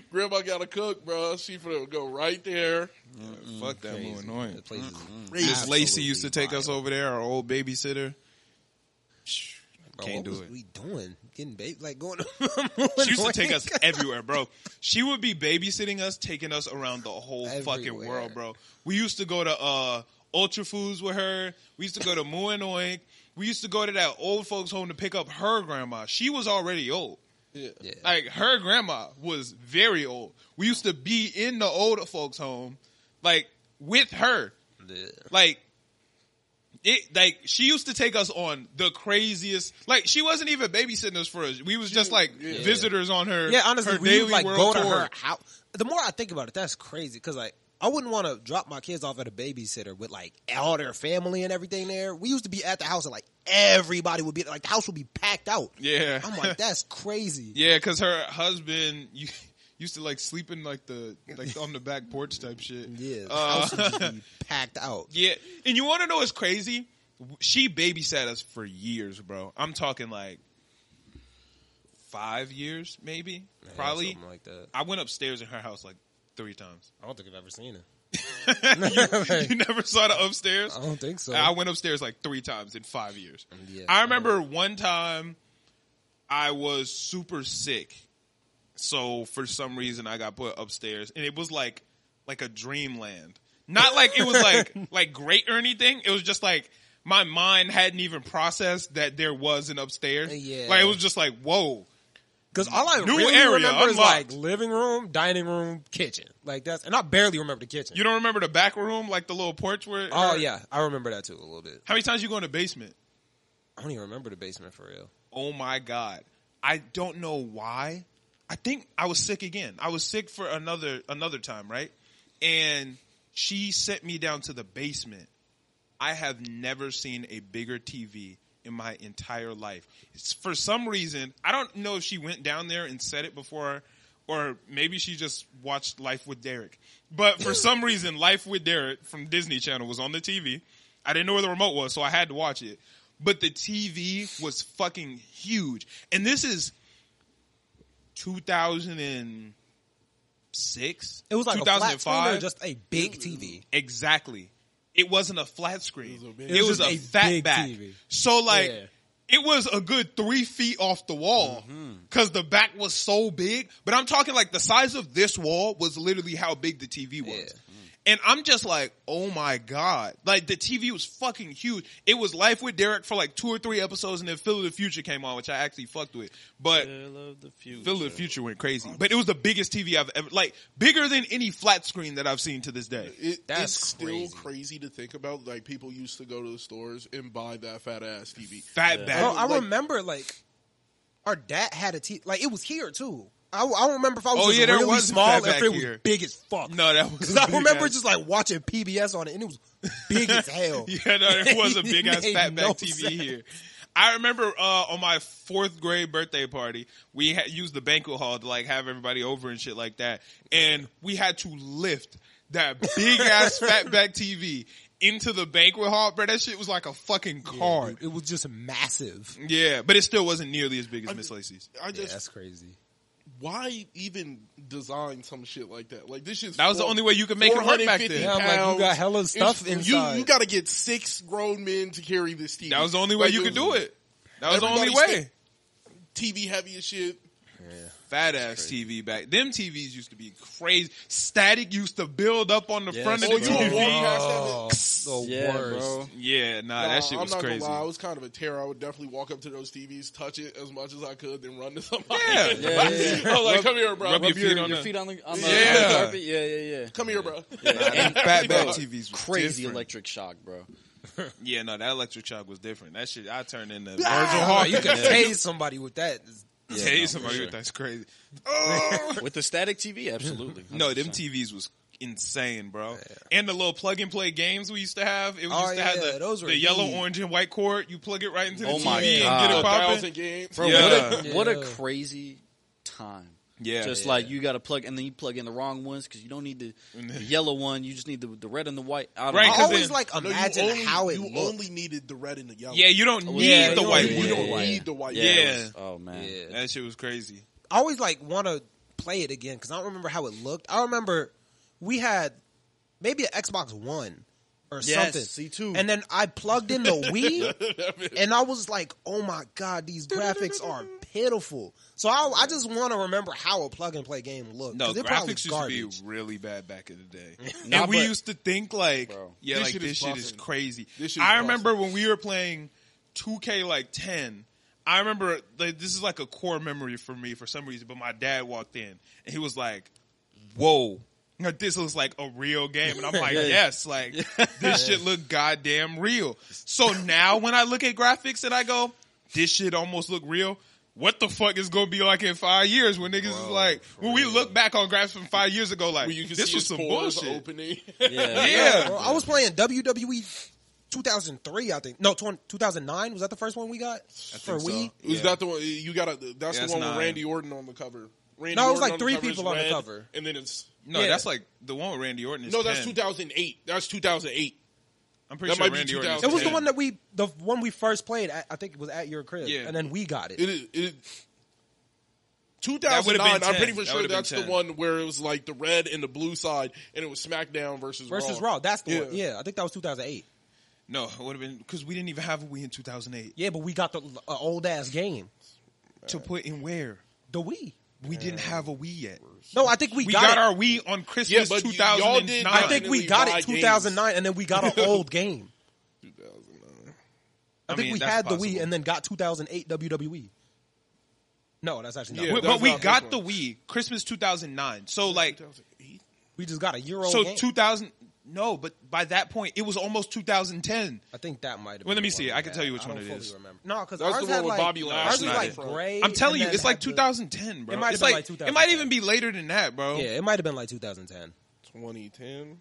grandma gotta cook, bro. She finna go right there.
Fuck that
Crazy.
Moo and Oink.
That place is
Miss Lacey
absolutely
used to take us
vile.
over there, our old babysitter. Shh,
Bro,
Can't
what
do
was
it.
We doing getting baby like going. to
She used to take us everywhere, bro. She would be babysitting us, taking us around the whole fucking
Everywhere.
world, bro. We used to go to uh, Ultra Foods with her. We used to go to Moo and Oink. We used to go to that old folks' home to pick up her grandma. She was already old.
Yeah.
Yeah.
Like her grandma was very old. We used to be in the older folks' home, like with her.
Yeah.
Like it like she used to take us on the craziest like she wasn't even babysitting us for us. We was just like
yeah.
visitors on her
Yeah, honestly,
her
we
daily
would, like
world
go to
tour.
her house. The more I think about it, that's crazy because like I wouldn't want to drop my kids off at a babysitter with like all their family and everything there. We used to be at the house and like everybody would be like the house would be packed out.
Yeah.
I'm like that's crazy.
Yeah, because her husband you, used to like sleep in like the like on the back porch type shit.
Yeah, the
Uh,
house would just be packed out.
yeah, and you want to know what's crazy? She babysat us for years, bro. I'm talking like five years, maybe, probably.
something like that.
I went upstairs in her house like three times.
I don't think I've ever seen it.
you never saw the upstairs?
I don't think so.
I went upstairs like three times in five years.
Yeah.
I remember one time I was super sick, so for some reason I got put upstairs, and it was like like a dreamland. Not like it was like like great or anything. It was just like my mind hadn't even processed that there was an upstairs.
Uh, Yeah.
Like it was just like whoa.
Because all I
New
really
area,
remember is
unlocked.
like living room, dining room, kitchen. Like that's, and I barely remember the kitchen.
You don't remember the back room, like the little porch where?
oh yeah, I remember that too a little bit.
How many times you go in the basement?
I don't even remember the basement for real.
oh my god i don't know why i think i was sick again i was sick for another another time right and she sent me down to the basement i have never seen a bigger tv in my entire life it's, for some reason i don't know if she went down there and said it before or maybe she just watched life with derek but for some reason life with derek from disney channel was on the tv i didn't know where the remote was so i had to watch it but the TV was fucking huge. And this is 2006.
It was like a flat
2005.
screen or just a big TV.
exactly. It wasn't a flat screen.
It was a big-
It was,
just
a,
a
fat
big
back.
TV.
So like,
Yeah.
it was a good three feet off the wall because the back was so big. But I'm talking like the size of this wall was literally how big the TV was. Mm.
Yeah.
And I'm just like, oh my god! Like the TV was fucking huge. It was Life with Derek for like two or three episodes, and then Phil of the Future came on, which I actually fucked with. But
the future.
Phil of the Future went crazy. But it was the biggest TV I've ever like bigger than any flat screen that I've seen to this day.
It,
That's
it's still
crazy.
crazy. to think about. Like people used to go to the stores and buy that fat ass TV.
Fat
Yeah.
back.
Bro, Oh, I
like-
remember like our dad had a TV. Like it was here too. I, I don't remember if I was
Oh,
just
yeah, there
really
was a
small
fat
or if
back
it was
here.
big as fuck.
no, that was.
Because I remember
ass-
just like watching PBS on it, and it was big as hell.
Yeah, no, it was a big ass
Made
fatback
no
TV
sense.
here. I remember uh, on my fourth grade birthday party, we had used the banquet hall to like have everybody over and shit like that, and we had to lift that big ass fatback TV into the banquet hall, bro. That shit was like a fucking car.
Dude, It was just massive.
Yeah, but it still wasn't nearly as big as Miss Lacey's.
I
Yeah,
just
that's crazy.
why even design some shit like that? Like this is
That was the only way you could make it work back then.
Yeah, I'm like, you got hella stuff
You
inside.
you got to get six grown men to carry this TV.
That was the only way
Like,
you could do
was
it. That was the only
Everybody's
way.
TV heavy as shit.
Fat ass TV back. Them TVs used to be crazy. Static used to build up on the
Yes,
front of
Oh,
the
you a
TV.
one
the
Yeah,
worst.
bro.
Yeah, nah,
Nah,
that shit
I'm
was
not
crazy.
Gonna lie, I was kind of a terror. I would definitely walk up to those TVs, touch it as much as I could, then run to somebody.
Yeah. Yeah,
yeah, yeah.
I was like, come here, bro.
rub
Come
your feet
here.
on
Your
the-
feet on the, on the,
Yeah.
on the carpet. Yeah, yeah, yeah.
Come here, bro.
And-
Fat
bro,
back TVs was
crazy
different.
electric shock, bro.
Yeah, no, that electric shock was different. That shit, I turned into Virgil
Nah,
Hawkins.
you could tase Ah! somebody with that.
Yeah,
Tell you
no, for
somebody
sure.
that's crazy.
Oh.
With the static TV, absolutely.
No, them
100%.
TVs was insane, bro. And the little plug and play games we used to have. It was
Oh,
used to have
yeah,
the,
those were
the yellow,
heat.
orange, and white cord. You plug it right into the
Oh
TV
my
and get it
God.
popping.
thousand games.
Bro, what, a,
Yeah.
what a
Yeah.
crazy time.
Yeah,
just like you got to plug, and then you plug in the wrong ones because you don't need the, the yellow one. You just need the, the red and the white. I don't
Right,
know.
I
'cause
always
it-
like
No, you
imagine
only-
how it
you
looked.
only needed the red and the yellow.
yeah, you don't need
yeah,
the
you
white
don't
one.
you don't
Yeah.
need the white.
yeah.
one.
it
Yeah.
was- oh man,
Yeah.
That shit was crazy.
I always like want to play it again because I don't remember how it looked. I remember we had maybe an Xbox One or
Yes,
something.
C2.
And then I plugged in the Wii, and I was like, "Oh my god, these graphics are pitiful." So I, I just want to remember how a plug and play game looked.
No,
'cause it probably
graphics
garbage.
used to be really bad back in the day,
Nah,
and we
but-
used to think like,
Bro.
yeah,
This
like
shit is
this shit is
bussin'.
crazy.
This shit is
I remember when we were playing 2K like 10. I remember like, this is like a core memory for me for some reason, but my dad walked in and he was like, "Whoa." like, This looks like a real game, and I'm like,
Yeah.
yes, like this shit look goddamn real. So now when I look at graphics and I go, this shit almost look real. what the fuck is gonna be like in five years when niggas is like when we look back on graphs from five years ago, like
Where you can
this
see
was
his
some
pores
bullshit.
opening.
Yeah.
Yeah.
Bro, I was playing E WWE 2003, I think. No, 20, 2009 was that the first one we got
so.
for Wii?
Was
Yeah.
that the one you got? to That's
Yeah,
the
it's
one with
nine.
Randy Orton on the cover. Randy
No, it was
Orton
like
on the
three
cover is
people on the
red,
cover.
and then it's
No,
Yeah.
that's like the one with Randy Orton. Is
no, that's
10.
2008. That's 2008.
I'm pretty
that
sure
might be
Randy Orton. Is
It was the
10.
one that we, the one we first played. At, I think it was at your crib,
Yeah.
and then we got it.
It is. It, 2009.
been
I'm pretty
10. That
sure
would've been
that's the
10.
one where it was like the red and the blue side, and it was SmackDown versus
versus
Raw.
Raw. That's the
Yeah.
one. Yeah, I think that was 2008.
No, it would have been because we didn't even have a Wii in 2008
Yeah, but we got the uh, old ass game,
to put in where
the Wii.
we didn't have a Wii yet.
No, I think we,
We, got,
it.
our Wii on Christmas
but y- y'all
2009.
did
I
not-
think we
Definitely
got
buy
it
games.
2009, and then we got our old game.
2009.
I,
I
think
mean,
we
that's
had the
possible.
Wii, and then got 2008 WWE. E. No, that's actually not.
Yeah.
We-
We,
but
that's
we
not
got
this
the
one.
Wii Christmas 2009. So like,
2008.
we just got a year old.
so
game.
2000. No, but by that point, it was almost 2010.
I think that might have.
Well,
been
let me
the
see.
one
I
we
can
had.
tell you which
I
one
don't
it
fully
is.
remember. No, because
That's the
ours
one
had
with
like,
Bobby
Ours
Lashley.
was like
Different.
gray.
I'm telling
and
you,
then
it's like
had the-
2010, bro.
It might have
It's
been
like
like
it might even
2010.
be later than that, bro.
Yeah, it might have been like 2010.
2010.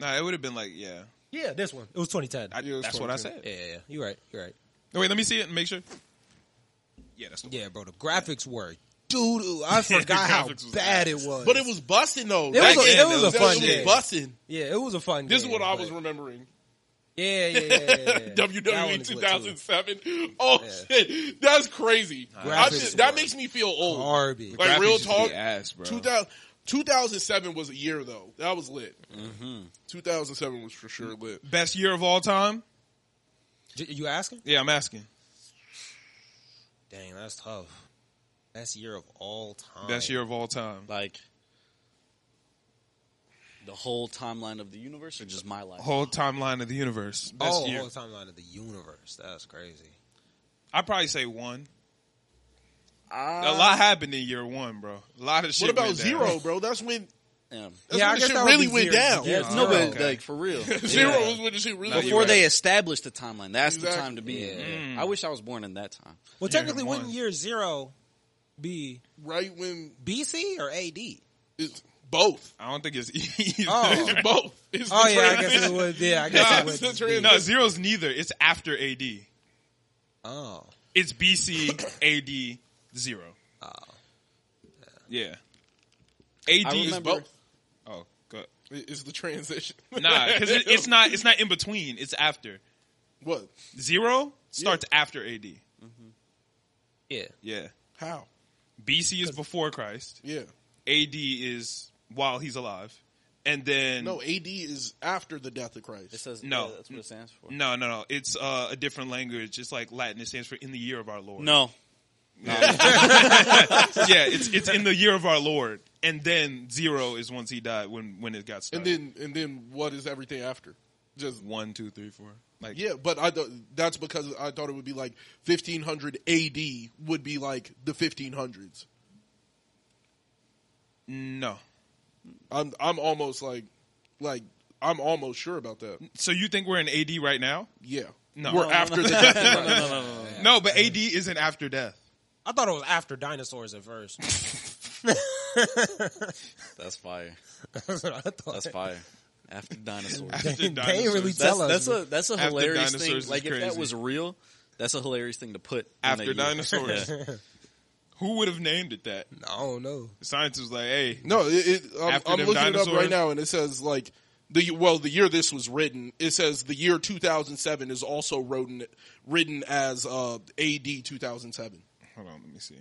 Nah, it would have been like yeah.
Yeah, this one. It was 2010.
I,
Yeah, it's
that's what I
2010.
said.
yeah, yeah, yeah. You're right. You're right.
No, wait, let me see it and make sure. Yeah, that's the one.
Yeah, bro. The graphics were doo doo. I forgot how
graphics was
bad it was.
But it was busting though.
It
was a- it was a
fun
It
game.
was busting.
yeah, it was a fun.
This
game,
is what I
but-
was remembering.
Yeah, yeah, yeah. yeah, yeah. That one
WWE
is lit, too.
2007. Oh
Yeah.
shit, that's crazy. I
Graphics
just- that
were
makes me feel old.
Garbage.
Like
Graphics
real
used to be
talk.
ass, bro.
2000 2007 was a year though. That was lit.
Mm-hmm.
2007 was for sure lit.
Best year of all time?
J- You asking?
Yeah, I'm asking.
Dang, that's tough. Best year of all time.
Best year of all time.
Like the whole timeline of the universe, or just my life.
Whole timeline of the universe. Best
Oh,
year.
whole timeline of the universe. That's crazy.
I'd probably say one.
I,
A
Uh,
lot happened in year one, bro. A lot of shit.
What about
went down.
zero, bro? That's when
Yeah.
that's
Yeah, I
when the
guess
shit
that would
really
be
went
zero.
down.
Yeah.
Yeah, no, but
okay.
like for real,
Zero
Yeah.
was when the shit really
Nah,
went
you're
Before
right.
down.
they established the timeline, that's the
Exactly.
time to be in.
Yeah.
I wish I was born in that time.
Well,
Year
technically,
one.
wouldn't year zero be
right when
BC or AD?
it's both.
I don't think it's easy.
Oh.
It's both. It's
Oh
the
yeah, I guess it
transition.
would. Yeah, I
Nah,
guess
it's
it
the
would.
transition.
no, zero's neither. It's after AD.
Oh,
It's BC AD zero.
oh.
Yeah. AD
I
is
remember.
both. Oh, go.
It's the transition.
Nah, because it, it's not. It's not in between. It's after
What?
zero starts after AD.
yeah.
Yeah.
How?
BC is before Christ.
Yeah.
AD is while he's alive, and then
No, AD is after the death of
It
Christ.
says
No.
yeah, that's what it stands for.
No, no, no. It's uh, a different language. It's like Latin. It stands for in the year of our Lord.
No,
yeah, it's it's in the year of our Lord, and then zero is once he died when when it got
And
started.
then and then what is everything after? Just
one, two, three, four. Like
yeah, but I th- that's because I thought it would be like 1500 AD would be like the 1500s.
no.
I'm I'm almost like like I'm almost sure about that.
So you think we're in AD right now?
Yeah.
No.
We're
No, no,
after the death of Christ.
No, but AD isn't after death.
I thought it was after dinosaurs at first.
that's fire.
That's what I thought.
That's fire. After dinosaurs.
After
They ain't
dinosaurs.
really
That's-
that's,
tell us.
that's a that's a
After
hilarious
dinosaurs
thing.
is
Like if that
crazy.
was real, that's a hilarious thing to put in
After
a year.
dinosaurs.
Yeah.
Who would have named it that?
I don't know.
The scientist was like, "Hey,
No, it, it, I'm,
After
I'm
them
looking it up
dinosaurs?
right now, and it says like the well, the year this was written. It says the year 2007 is also written written as uh, AD 2007.
hold on, let me see."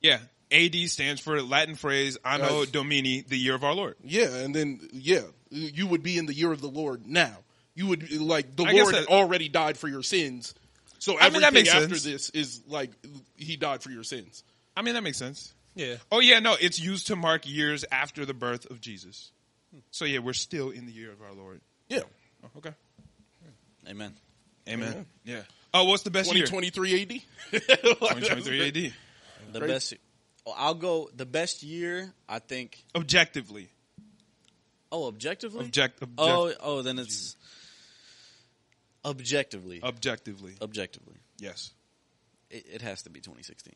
Yeah, AD stands for Latin phrase "Anno
Guys.
Domini," the year of our Lord.
Yeah, and then yeah, you would be in the year of the Lord now. You would like the
I guess
Lord
that-
already died for your sins, so
I mean,
everything
that makes
after
sense.
this is like he died for your sins.
I mean, that makes sense.
Yeah.
Oh yeah, no, it's used to mark years after the birth of Jesus. So yeah, we're still in the year of our Lord.
Yeah,
Oh, okay.
Amen.
Amen. Yeah. Oh, what's the best year?
2023 AD.
2023 AD.
The
Crazy.
best. oh, I'll go the best year. I think.
Objectively.
Oh, objectively.
Object, object
oh, oh, then it's objectively.
objectively.
objectively.
Yes.
it, it has to be 2016.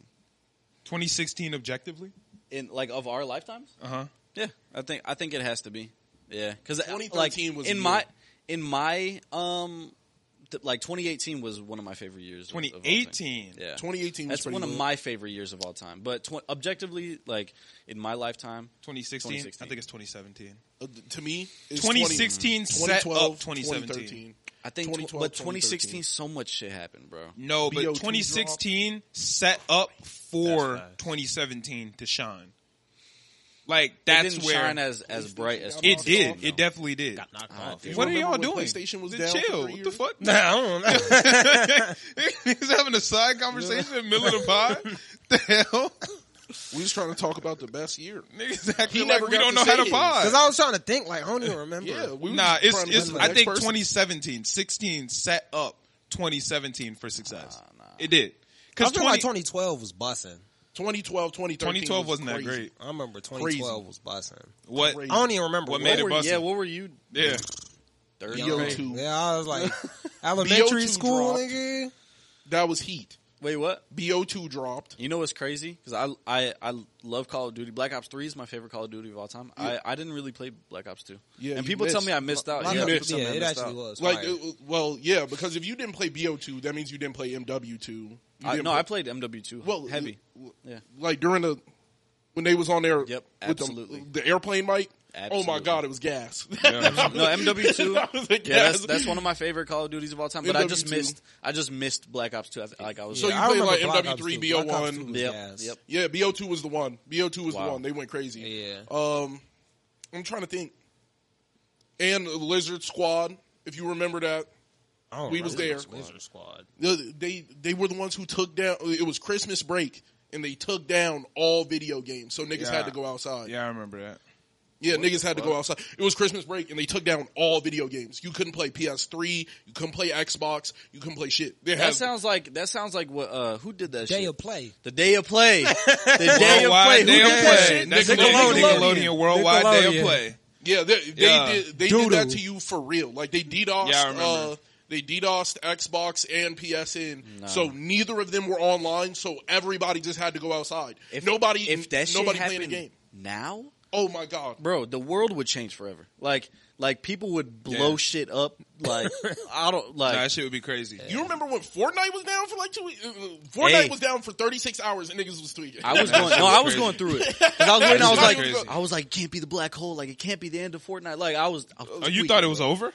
2016 objectively.
In like of our lifetimes?
Uh huh.
Yeah, I think I think it has to be. Yeah, because
2013
like,
was
in
a
my
year.
in my um th- like 2018 was one of my favorite years. of- of all time.
2018?
yeah,
2018 was
That's
pretty
one of
lit.
my favorite years of all time. But tw- objectively, like in my lifetime,
2016?
2016.
I think it's 2017.
Uh, th- to me, it's
2016 set
2012,
up 2017.
I think, tw-
2012,
but 2016, so much shit happened, bro.
No, but
BO2
2016 set up for
That's nice.
2017 to shine. Like
It
that's
didn't
where
shine as as bright as
it
Knocked
did.
off.
It definitely did.
Got knocked
Ah,
off.
dude.
What are
Remember
y'all
when
doing?
PlayStation was
Just
down for
Chill.
three
What the
years?
fuck?
Nah, I don't know.
He's having a side conversation in the middle of the pod. the hell,
We was trying to talk about the best year.
niggas acting
He
like
never
we
got
don't
to
know
say
how to
it.
pod.
Because I was trying to think, like, I don't even remember.
Yeah, we was
Nah, it's,
trying to
it's
find the
I
next
think
person.
2017, 16 set up 2017 for success. It did.
I feel
Because
like 2012 was bussing.
2012, 2013
2012
was
wasn't that
crazy.
great.
I remember 2012 was bussing.
What?
Crazy.
I don't even remember
What
what.
made
What
it
were-
bussin'.
yeah, what were you?
Yeah.
Third
Yo,
grade?
two.
Yeah, I was like elementary
BO2
school,
dropped.
nigga.
That was heat.
Wait, what?
Bo2 dropped.
You know what's crazy? Because I, I I love Call of Duty. Black Ops Three is my favorite Call of Duty of all time. I, I didn't really play Black Ops Two.
Yeah,
and
you
people tell
Uh, missed.
me I missed out.
Like,
Yeah,
yeah,
people tell me I
it
missed
actually
out.
was.
Like,
fire.
it- well, yeah, because if you didn't play Bo2, that means you didn't play MW2. You
I,
didn't
no,
play-
I played MW Two.
well
heavy.
l- l-
Yeah.
like during the when they was on there.
Yep,
with the-
absolutely.
The, airplane mic. Oh my
Absolutely.
god, it was gas.
no, MW Two.
I was like,
yeah, that's,
yes.
that's one of my favorite Call of Duties of all time. But I just
MW2.
missed. I just missed Black Ops Two. I th- Like I was.
So
yeah,
you
I
played,
remember Black
like, MW3,
Ops 2. Black Ops
BO1.
2 was
Yep,
gas.
yep.
Yeah, BO2 was the one. BO2 was the
Wow.
one. They went crazy.
Yeah.
Um, I'm trying to think. And Lizard Squad, if you remember that,
I don't
We was
remember.
there.
Lizard Squad.
The- they they were the ones who took down. It was Christmas break, and they took down all video games. So niggas
Yeah.
had to go outside. Yeah,
Yeah, I remember that.
niggas had to go outside. It was Christmas break, and they took down all video games. You couldn't play PS3. You couldn't play Xbox. You couldn't play shit. They
that
had-
sounds like that sounds like what? Uh, who did that?
Day
shit?
of play.
the day of play. The day of
Worldwide
play.
Day
Who
of
did
Play.
that shit?
That's
Nickelodeon.
Nickelodeon. Worldwide Day
Nickelodeon.
of Play.
Yeah, they, they
Yeah.
did. They
Doodle.
did that to you for real. Like they DDoS.
Yeah, I remember.
Uh, they DDoSed Xbox and PSN,
Nah.
so neither of them were online. So everybody just had to go outside. nobody,
If that shit
nobody playing
happened
the game.
now,
Oh my god!
bro, the world would change forever. Like, like people would blow
Yeah.
shit up. Like, I don't like.
Nah, that shit would be crazy.
You remember when Fortnite was down for like two? weeks? Uh, Fortnite
Hey.
was down for thirty six hours and niggas was tweaking.
I was
That
going.
shit
No,
was
I was
crazy.
going through it. 'Cause I was waiting. I was
shit
like,
was crazy.
I was like, it can't be the black hole. Like, it can't be the end of Fortnite. Like, I was. I was
Oh, you
tweaking,
thought it was
bro.
over?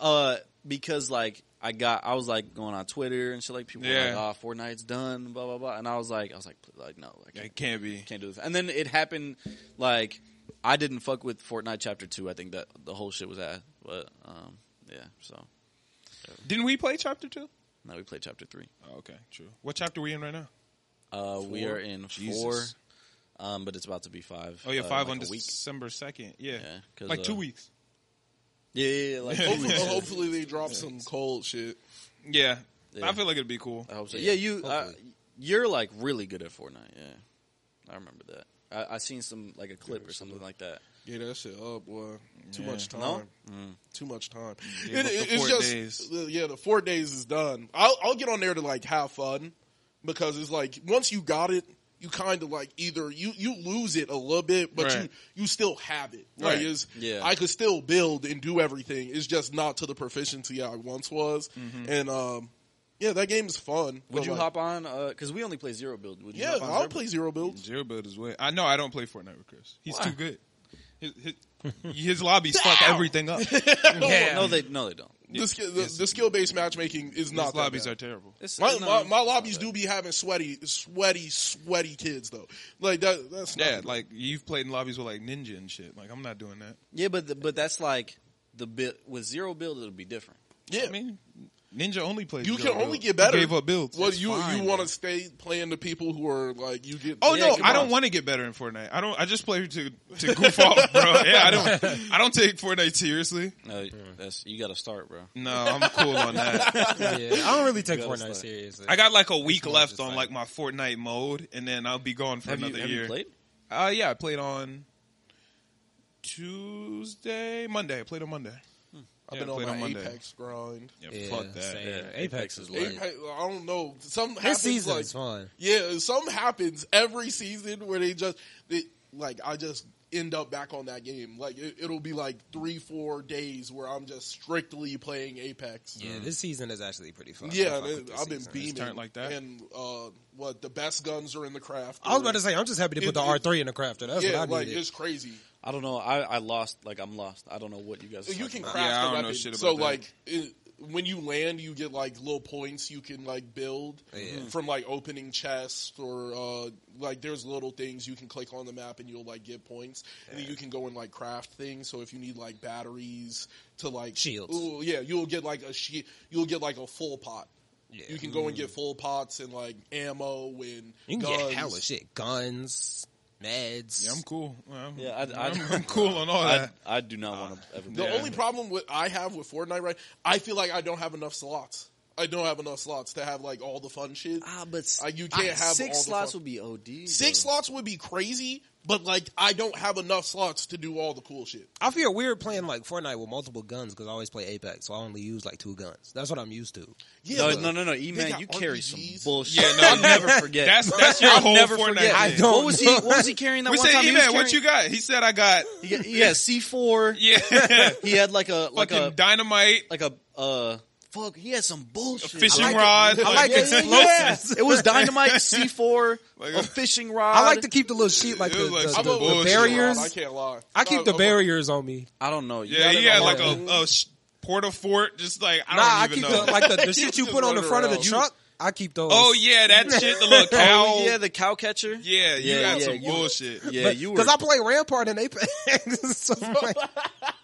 Uh, because like I got, I was like going on Twitter and shit. Like people
Yeah.
were like, oh, Fortnite's done. Blah blah blah. And I was like, I was like, pl- like no, I can't,
It can't be.
can't do this. And then it happened. Like, I didn't fuck with Fortnite Chapter Two. I think that the whole shit was at. But um, yeah. So
Didn't we play chapter two?
now we play Chapter Three.
Oh, okay, true. What chapter we in right now?
Uh, we
Four?
are in
Jesus.
four, um, but it's about to be five.
Oh yeah,
uh,
five
like
on
a week.
December second. Yeah,
Yeah, 'cause,
like two
uh,
weeks.
Yeah, yeah, yeah, like two
hopefully,
weeks.
hopefully they drop some cold shit.
Yeah.
Yeah.
I feel like it'd be cool.
I hope so. Yeah, you uh, you're like really good at Fortnite. Yeah, I remember that. I, I seen some like a clip or something like that.
Yeah, that shit up, boy. Too
Yeah.
much time.
No?
Too much time.
Yeah,
It-
but the
it- it's
four
just
days.
the- yeah, the four days is done. I'll, I'll get on there to like have fun because it's like once you got it, you kind of like either you you lose it a little bit, but
Right.
you you still have it. Like
Right.
is
Yeah.
I could still build and do everything. It's just not to the proficiency I once was. And um, yeah, that game is fun.
Would
but,
you
like,
hop on? Because we only play zero build. Would you
Yeah,
hop on
I'll
Zero
play zero builds.
Zero build is way. I know I don't play Fortnite with Chris. He's
Why?
too good. His, his, his lobbies fuck everything up. His
Build? Yeah. No, they no they don't.
The, skill- the, the skill based matchmaking is not that
lobbies
bad.
are terrible.
It's,
My,
it's
my,
um,
not-
my
uh,
lobbies do be having sweaty, sweaty, sweaty kids though. Like that, that's not
Yeah, like you've played in lobbies with like Ninja and shit. Like I'm not doing that.
Yeah, but the, but that's like the bit with zero build. It'll be different.
yeah.
I mean, Ninja only plays.
you
zero
can only
build.
get better.
He gave up builds.
Well,
It's
you
fine,
you
man.
want to stay playing the people who are like you get.
Oh
Yeah,
no,
come
I don't
on.
want to get better in Fortnite. I don't. I just play to to goof off, bro. Yeah, I don't. I don't take Fortnite seriously.
No, that's you got to start, bro.
No, I'm cool on that.
Yeah, I don't really take Fortnite
like-
seriously.
I got like a week
more
left
just
on like
like-
my Fortnite mode, and then I'll be gone for
Have you,
another
have
year.
you played?
Uh, yeah, I played on Tuesday, Monday. I played on Monday.
I've
Yeah,
been on
played
my
on Monday.
Apex grind.
Yeah,
Yeah,
fuck that.
same.
Yeah.
Apex, is lit.
Apex, I don't know. Some
This
happens,
season
like,
is fun.
Yeah, something happens every season where they just they, like I just end up back on that game. Like it, it'll be like three, four days where I'm just strictly playing Apex.
Yeah, this season is actually pretty fun.
Mm. Yeah,
I fuck with
they-
this
I've been
season.
beaming
turned like that?
And uh, what the best guns are in the craft.
I was about to say, I'm just happy to put
It-
the
it-
R three in the crafter. That's what
yeah,
I
like
needed.
it's crazy.
I don't know. I, I lost. Like I'm lost. I don't know what you guys. Are
You
talking
can
about.
craft
Yeah, I
a
don't know
weapon.
shit
so
about that.
like it, when you land, you get like little points you can like build
Yeah.
from like opening chests or uh, like there's little things you can click on the map and you'll like get points, and then you can go and like craft things. So if you need like batteries to like
Shields.
ooh, yeah, you'll get like a she- you'll get like a full pot.
Yeah. Mm.
You can go and get full pots and like ammo and
You can
guns.
get hella shit, guns, meds.
Yeah, I'm cool. I'm,
Yeah, I- I-
am cool on all
I,
that.
I do not want to ever. be
The
on
only
that.
problem with I have with Fortnite, right? I feel like I don't have enough slots. I don't have enough slots to have like all the fun shit.
Ah, but s-
Uh, you can't
ah,
have
six
all the
slots
fun-
would be OD.
Six
though.
slots would be crazy, but like I don't have enough slots to do all the cool shit.
I feel weird playing like Fortnite with multiple guns because I always play Apex, so I only use like two guns. That's what I'm used to.
Yeah,
No,
but-
no, no, no, E
They
man,
got
you carry some
RPGs.
bullshit.
Yeah, no,
I'll never forget.
That's that's your
I'll
whole
never
Fortnite.
forget.
game.
I don't
what was he?
know.
What was he carrying that
We
one
said,
time?
"Hey
He was
man, what you
carrying-
got?" He said, "I got
Yeah, yeah, C four.
yeah,
He had like a like
fucking
a
dynamite,
like a uh fuck. He had some bullshit.
fishing
I like
rod."
I like
Yeah, yeah, yeah. It was dynamite C four,
Like
a
a-
fishing rod.
I like to keep the little sheet like
It
the,
was like
the-
some
I'm
the-
a
the
bullshit, bro.
barriers.
I can't lie.
I keep
I'm-
the
I'm a-
barriers on me.
I don't know. You
Yeah,
gotta
he had
know
like
how
a,
to-
a sh- porta fort, just like I
Nah, I
don't
keep
even know.
the like the, the shit you
Just
put on the
run
front of the
around.
truck. I keep those.
oh yeah, that shit, the little cow.
Oh, yeah,
yeah,
the cow catcher.
you
Yeah,
got
yeah,
some
you-
bullshit.
yeah, you were.
because I play Rampart in Apex. so like,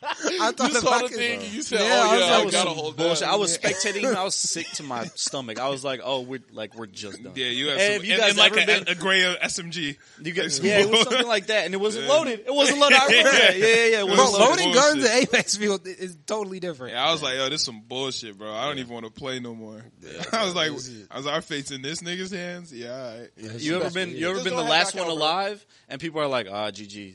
I thought
You
if
saw
I
the
could-
thing. You said,
Yeah,
"Oh
I was
yeah, I,
like,
gotta
some
hold
bullshit.
that."
I was spectating him. I was sick to my stomach. I was like, oh, we're like we're just done.
Yeah, you have
Hey,
some,
have you
and,
guys
and like
ever
a,
been-
a gray SMG.
You guys,
It's
yeah, it was
bull-
something like that, and it wasn't
Yeah.
loaded. It wasn't loaded. I remember that. Yeah, yeah, yeah. It
Bro,
Well,
wasn't
loaded.
loaded.
loading
Bullshit.
guns in Apex field is totally different.
Yeah, I was like, yo, this some bullshit, bro. I don't even want to play no more. I was like, I was like, our fates in this nigga's hands. Yeah, all right.
You ever been? You ever
Just
been the
don't
last
have that
one
out, bro.
alive? And people are like, ah, GG.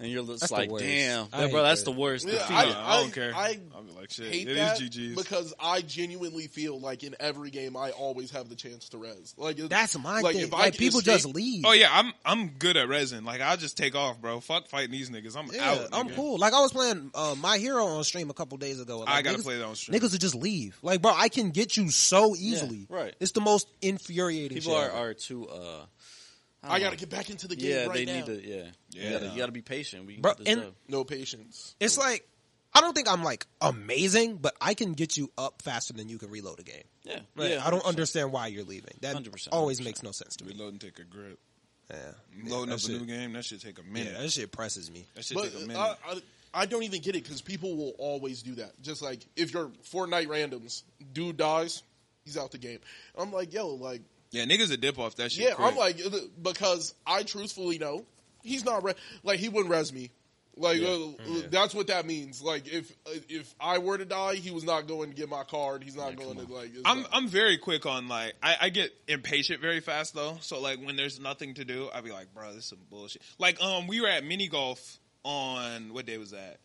And you're just
That's the
like,
worst.
damn,
I hate
bro, that's
that.
the worst.
Yeah,
defeat.
I, don't
I-
care.
I
I'll be like, shit,
hate
it is
that
GG's.
because I genuinely feel like in every game I always have the chance to res. Like it-
That's my
like,
thing.
if I
Like
can
people
escape-
just leave.
Oh yeah, I'm I'm good at resin. Like I'll just take off, bro. Fuck fighting these niggas. I'm
Yeah,
out.
I'm
nigga.
cool. Like I was playing uh, My Hero on stream a couple days ago. Like,
I gotta
niggas,
play that on stream.
Niggas would just leave. Like, bro, I can get you so easily.
right.
It's the most infuriating.
People
shit
are,
ever.
are too. uh
I gotta get back into the game.
Yeah,
right
they
now.
need to. Yeah,
Yeah.
You, gotta, you gotta be patient. We can
Bro,
get this
and-
done.
no patience.
It's like I don't think I'm like amazing, but I can get you up faster than you can reload a game.
yeah,
Like,
yeah.
I don't understand why you're leaving. That
100%,
always makes no sense to me.
Reload and take a grip.
Yeah,
Loading
that
up a
shit-
new game, that should take a
Yeah,
minute.
that shit presses me.
that should
But
take a minute.
I, I, I don't even get it because people will always do that. Just like if you're Fortnite randoms, dude dies, he's out the game. I'm like, yo, like,
yeah, niggas a dip off that shit.
yeah, I'm
quick.
like, uh, because I truthfully know he's not re- like he wouldn't res me. Like uh,
Mm-hmm.
that's what that means. Like if uh, if I were to die, he was not going to get my card. He's not going to like. it's
I'm
not-
I'm very quick on like I, I get impatient very fast though. So like when there's nothing to do, I'll be like, bro, this is some bullshit. Like um, we were at mini golf on what day was that?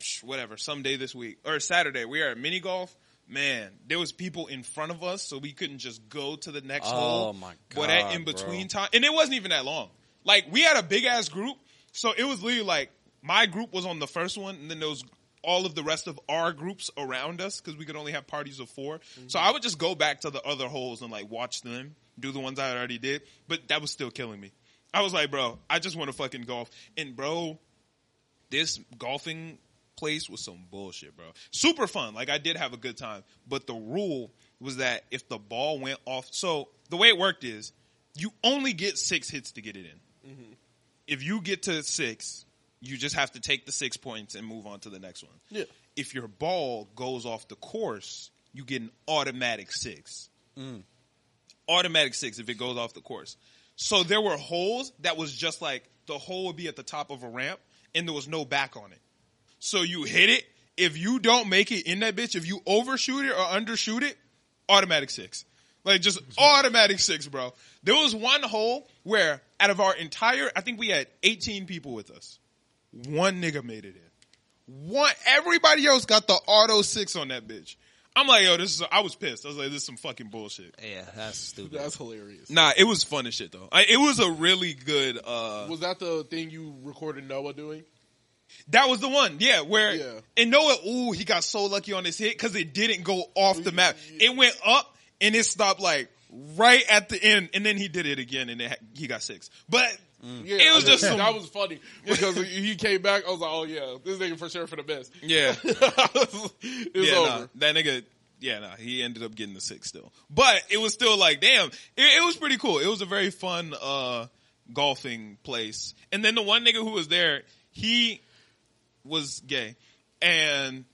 Psh, whatever, someday this week or Saturday. We were at mini golf. Man, there was people in front of us, so we couldn't just go to the next
Oh,
hole.
my
But that
God,
in between
bro.
time, and it wasn't even that long. Like we had a big ass group, so it was literally like my group was on the first one, and then there was all of the rest of our groups around us because we could only have parties of 4
Mm-hmm.
So I would just go back to the other holes and like watch them do the ones I already did, but that was still killing me. I was like, bro, I just want to fucking golf, and bro, this golfing place was some bullshit, bro. Super fun. Like I did have a good time, but the rule was that if the ball went off, so the way it worked is you only get six hits to get it in. If you get to six, you just have to take the six points and move on to the next one.
Yeah.
If your ball goes off the course, you get an automatic six automatic six if it goes off the course. So there were holes that was just like the hole would be at the top of a ramp and there was no back on it. So you hit it. If you don't make it in that bitch, if you overshoot it or undershoot it, automatic six. Like just automatic six, bro. There was one hole where out of our entire, I think we had 18 people with us. One nigga made it in. One everybody else got the auto six on that bitch. I'm like, yo, this is. I was pissed. I was like, this is some fucking bullshit.
Yeah, that's stupid.
That's hilarious.
Nah, it was fun as shit though. I, it was a really good. uh
Was that the thing you recorded Noah doing?
That was the one, yeah. Where
Yeah.
and Noah, ooh, he got so lucky on his hit because it didn't go off the map. It went up and it stopped like right at the end, and then he did it again, and it, ha- he got six. But
Yeah,
Mm. It was
I-
just some-
that was funny because he came back. I was like, oh yeah, this nigga for sure for the best.
yeah,
it was
yeah,
over.
nah, that nigga, yeah, nah, he ended up getting the six still. But it was still like, damn, it, it was pretty cool. It was a very fun uh golfing place. And then the one nigga who was there, he was gay, and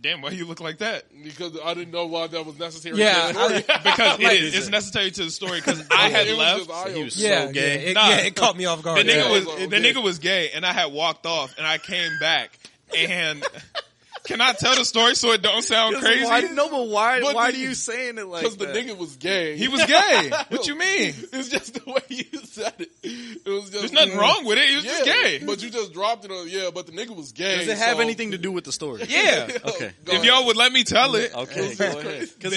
damn, why you look like that?
Because I didn't know why that was necessary.
Yeah,
to the story.
because it is, it's necessary to the story because I had
Oh, It was
left.
just eye-opening.
was
yeah,
so gay.
Yeah, it,
Nah.
yeah, it caught me off
The
guard.
nigga
Yeah.
was the
Oh, okay.
nigga was gay, and I had walked off, and I came back, and can I tell the story so it don't sound crazy?
Why, no, but why?
But
why
the-
are you saying it like
because the
that?
nigga was gay.
He was gay. What you mean?
It's just the way you said it. It was just
There's nothing wrong with it. He was
Yeah,
just gay.
but you just dropped it on. Yeah, but the nigga was gay.
Does it have
so-
anything to do with the story?
Yeah.
Oh,
Okay.
God.
If y'all would let me tell it,
Okay, go ahead.
the,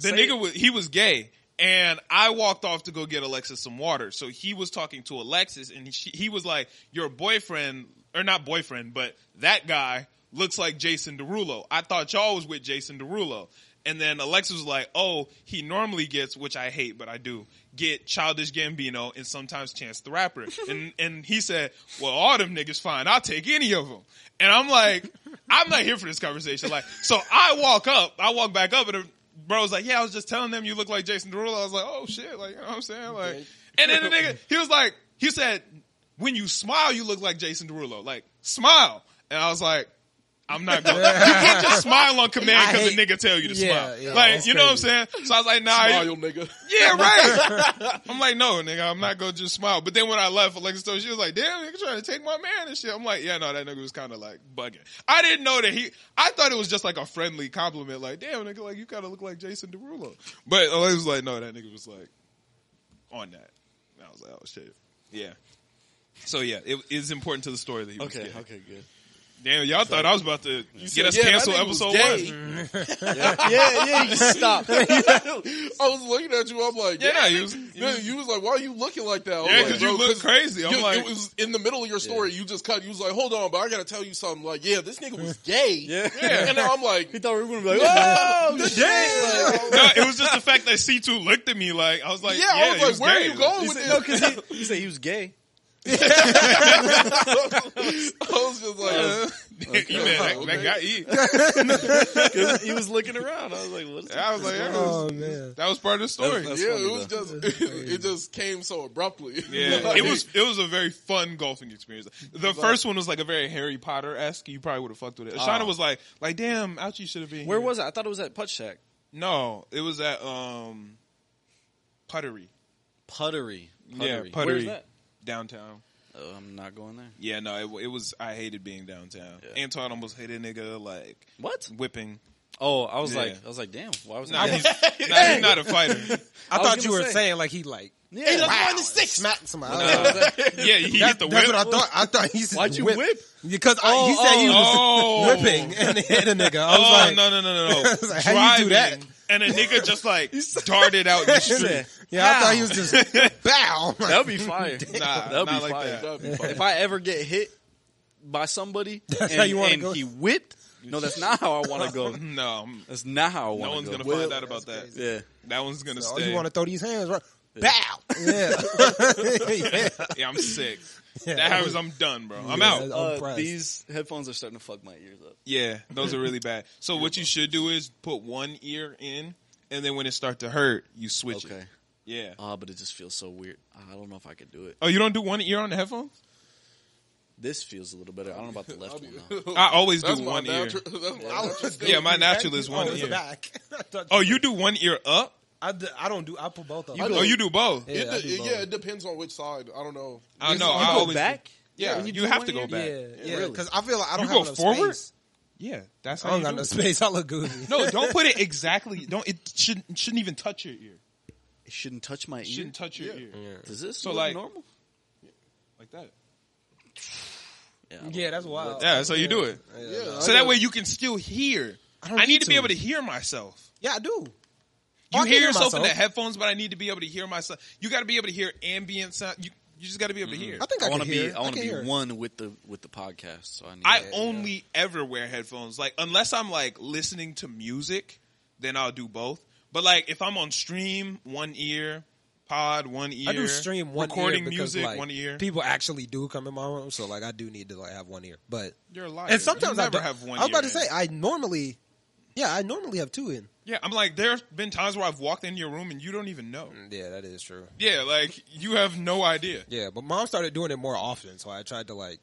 the nigga was he was gay, and I walked off to go get Alexis some water. So he was talking to Alexis, and she, he was like, "Your boyfriend, or not boyfriend, but that guy looks like Jason Derulo. I thought y'all was with Jason Derulo." And then Alexis was like, "Oh, he normally gets, which I hate, but I do get Childish Gambino and sometimes Chance the Rapper." and and he said, "Well, all them niggas fine. I'll take any of them." And I'm like, "I'm not here for this conversation." Like, so I walk up, I walk back up, and bro was like, yeah, I was just telling them you look like Jason Derulo. I was like, oh shit, like you know what I'm saying, like.
Okay.
And then the nigga, he was like, he said, when you smile, you look like Jason Derulo. Like smile, and I was like. I'm not going. to you can't just smile on command
I
because a
hate-
nigga tell you to
Yeah,
smile.
yeah,
like
that's
you know what I'm
crazy.
saying. So I was like, nah, you-
Smile, nigga.
yeah, right. I'm like, no, nigga, I'm not gonna just smile. But then when I left Alexis, Stone, she was like, damn, nigga trying to take my man and shit. I'm like, yeah, no, that nigga was kind of like bugging. I didn't know that he. I thought it was just like a friendly compliment, like, damn, nigga, like you kind of look like Jason Derulo. But Alexis was like, no, that nigga was like on that. And I was like, oh shit, yeah. So yeah, it is important to the story that he was
Okay,
gay.
okay, good.
Damn, y'all thought I was about to get
said,
us
yeah, that
canceled
nigga was
episode
gay.
one.
Yeah, yeah, you stop.
I was looking at you. I'm like,
Yeah,
yeah,
nah, you was-
you was, like, why are you looking like that? I'm
Yeah,
Oh, like,
because you
bro,
look crazy. I'm
you-
like,
it was in the middle of your story. You just cut. You was like, hold on, but I gotta tell you something. Like, yeah, this nigga was gay.
Yeah.
and now I'm like,
He thought we were gonna be like, oh, shit.
no, it was just the fact that C two looked at me like I was like,
yeah,
yeah,
I was
he
like, where
gay.
are you going
He
with
said-
this?
no, because he, he said he was gay.
I was just like,
You mean that, that guy, he-
'Cause he was looking around. I was like, what is that?
I was like, that was,
Oh man.
that was part of the story.
That's-
yeah,
funny,
it was just it, just came so abruptly.
yeah,
Like,
it was it was a very fun golfing experience. The first one was like a very Harry Potter esque. You probably would have fucked with it. Ashana was like, like, damn, ouch, you should have been.
Where
here.
was I? I thought it was at Putt Shack.
No, it was at um, Puttery
Puttery.
Yeah, Puttery.
Where's that?
downtown.
Oh, I'm not going there.
Yeah, no, it, it was. I hated being downtown.
Yeah.
Antoine almost hit a nigga like
What?
whipping.
Oh, I was
Yeah.
like, I was like, damn, why was
Nah,
I?
he's, nah, he's not a fighter.
I,
I was
thought you
gonna
were
say-
saying like he like
Yeah.
wow, smacked somebody. I was like,
Yeah, he hit
that-
the
that's
whip.
what I thought. I thought he said
Why'd you whip?
because I, he said he was
oh,
whipping and hit a nigga. I was
oh
like,
no no no no no!
was like, how you do
Driving, And a nigga just like darted out the street.
yeah, I thought he was just bow. I'm
That
like,
would be fire.
Nah,
That'd
not
be
like
fire.
that.
That'd be
If I ever get hit by somebody and,
how you wanna
and
go?
he whipped, no, that's not how I want to go.
No, I'm-
That's not how I
no
want to
one's
go.
gonna
Well,
find out about that.
crazy.
Yeah.
That one's gonna
oh,
stay.
you want to throw these hands right? Bow. Yeah.
yeah, I'm sick.
Yeah.
That happens. I'm done, bro. I'm
Yeah.
out.
I'm
Uh,
impressed.
these headphones are starting to fuck my ears up.
Yeah, those are really bad. So what you should do is put one ear in, and then when it start to hurt, you switch
Okay.
it. Yeah.
Ah, but it just feels so weird. I don't know if I could do it.
Oh, you don't do one ear on the headphones?
This feels a little better. I don't know about the left one. Though.
fire.
I always do
That's my
one ear.
natural. That's my
I was
natural.
just
Yeah, my
thinking
natural
back.
is one
oh, it's
ear.
Back. I thought-
Oh, you do one ear up?
I, d- I don't do. I put both of them.
Oh, you do both?
Yeah,
It
I
de-
do both.
yeah, it depends on which side. I don't know.
I know.
you
I
go
always do-
back.
Yeah,
When
you,
do
have
one
to go
ear?
back.
Yeah, yeah.
really.
Because I feel like I don't
You go
have enough
forward?
space.
Yeah, that's
I
how
don't
you
got
do
no
it.
space. I look goofy.
No, don't put it exactly. Don't it shouldn't it shouldn't even touch your ear.
It shouldn't touch my ear.
It shouldn't touch your ear
Does this
So,
look
like-
normal?
like that.
Yeah, I don't-
Yeah, that's wild.
Yeah, so you do it.
Yeah,
no.
So that way you can still hear.
I
I,
don't
need,
need
to be
to.
able to hear myself.
yeah, I do.
You
I can
hear
hear
yourself in
myself.
the headphones, but I need to be able to hear myself. You got to be able to hear ambient sound. You you just got to be able to hear.
Mm-hmm. I think I,
I want
can
to
hear.
be. I want
can
to be
hear.
one with the with the podcast. So I need.
I
to-
only ever wear headphones. Like unless I'm like listening to music, then I'll do both. But like if I'm on stream, one ear, pod, one ear.
I do stream one
recording
ear because,
music,
like,
one ear.
People actually do come in my room, so like I do need to like have one ear. But
You're a liar.
and sometimes
you
I
never
don't-
have one.
I'm about
ear
to say
in.
I normally, yeah, I normally have two in.
yeah. I'm like there's been times where I've walked into your room and you don't even know.
Mm.
Mm, Yeah, that is true.
Yeah, like you have no idea.
Yeah, but mom started doing it more often, so I tried to like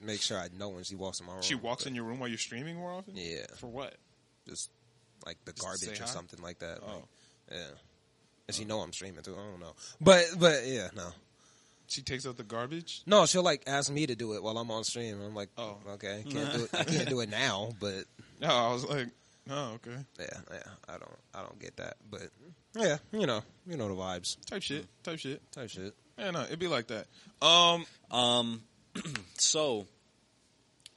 make sure I know when she walks in my room.
She walks
but
in your room while you're streaming more often.
Yeah.
For what?
just like the
to
garbage
say
or
hi?
something like that.
Oh.
like, yeah, and she know I'm streaming too. I don't know, but but yeah, no,
She takes out the garbage.
no. She'll like ask me to do it while I'm on stream. I'm like, oh,
Oh.
okay, can't do it. I can't do it now, but
No, I was like, oh okay,
yeah, yeah, I don't, I don't get that, but yeah, you know, you know the vibes
type shit,
Mm.
type shit.
type shit.
Yeah, no, it'd be like that. Um,
Um. so,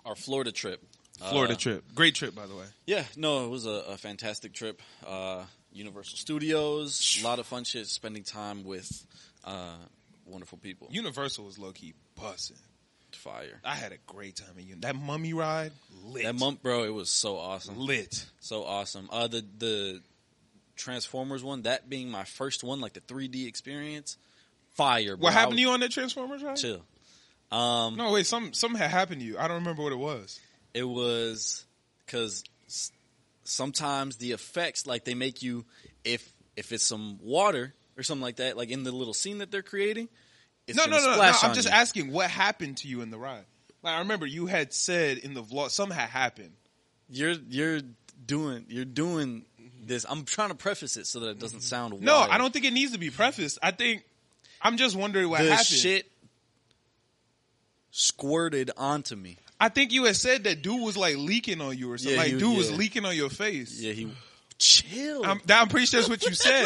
our Florida trip.
Florida
Uh,
trip, great trip by the way.
Yeah, no, it was a, a fantastic trip. Uh, Universal Studios, a lot of fun shit. Spending time with uh, wonderful people.
Universal was low key bussing.
Fire.
I had a great time at Universal. That mummy ride lit.
That month, bro, it was so awesome.
lit.
So awesome. Uh, the the Transformers one, that being my first one, like the 3D experience, fire. Bro.
What happened to
I
you on that Transformers ride?
was- Chill. Um,
No, wait, some something had happened to you. I don't remember what it was.
it was because sometimes the effects, like they make you, if if it's some water or something like that, like in the little scene that they're creating, it's
no, no,
gonna
no, no.
splash
I'm
on
just
you.
asking what happened to you in the ride. Like I remember you had said in the vlog, something had happened.
You're you're doing you're doing this. I'm trying to preface it so that it doesn't sound.
No,
wild.
I don't think it needs to be prefaced. I think I'm just wondering what
the
happened.
shit squirted onto me.
I think you had said that dude was like leaking on you or something.
Yeah,
like
he-
dude was
yeah.
leaking on your face.
Yeah, he chill.
I'm, that- I'm pretty sure that's what you said.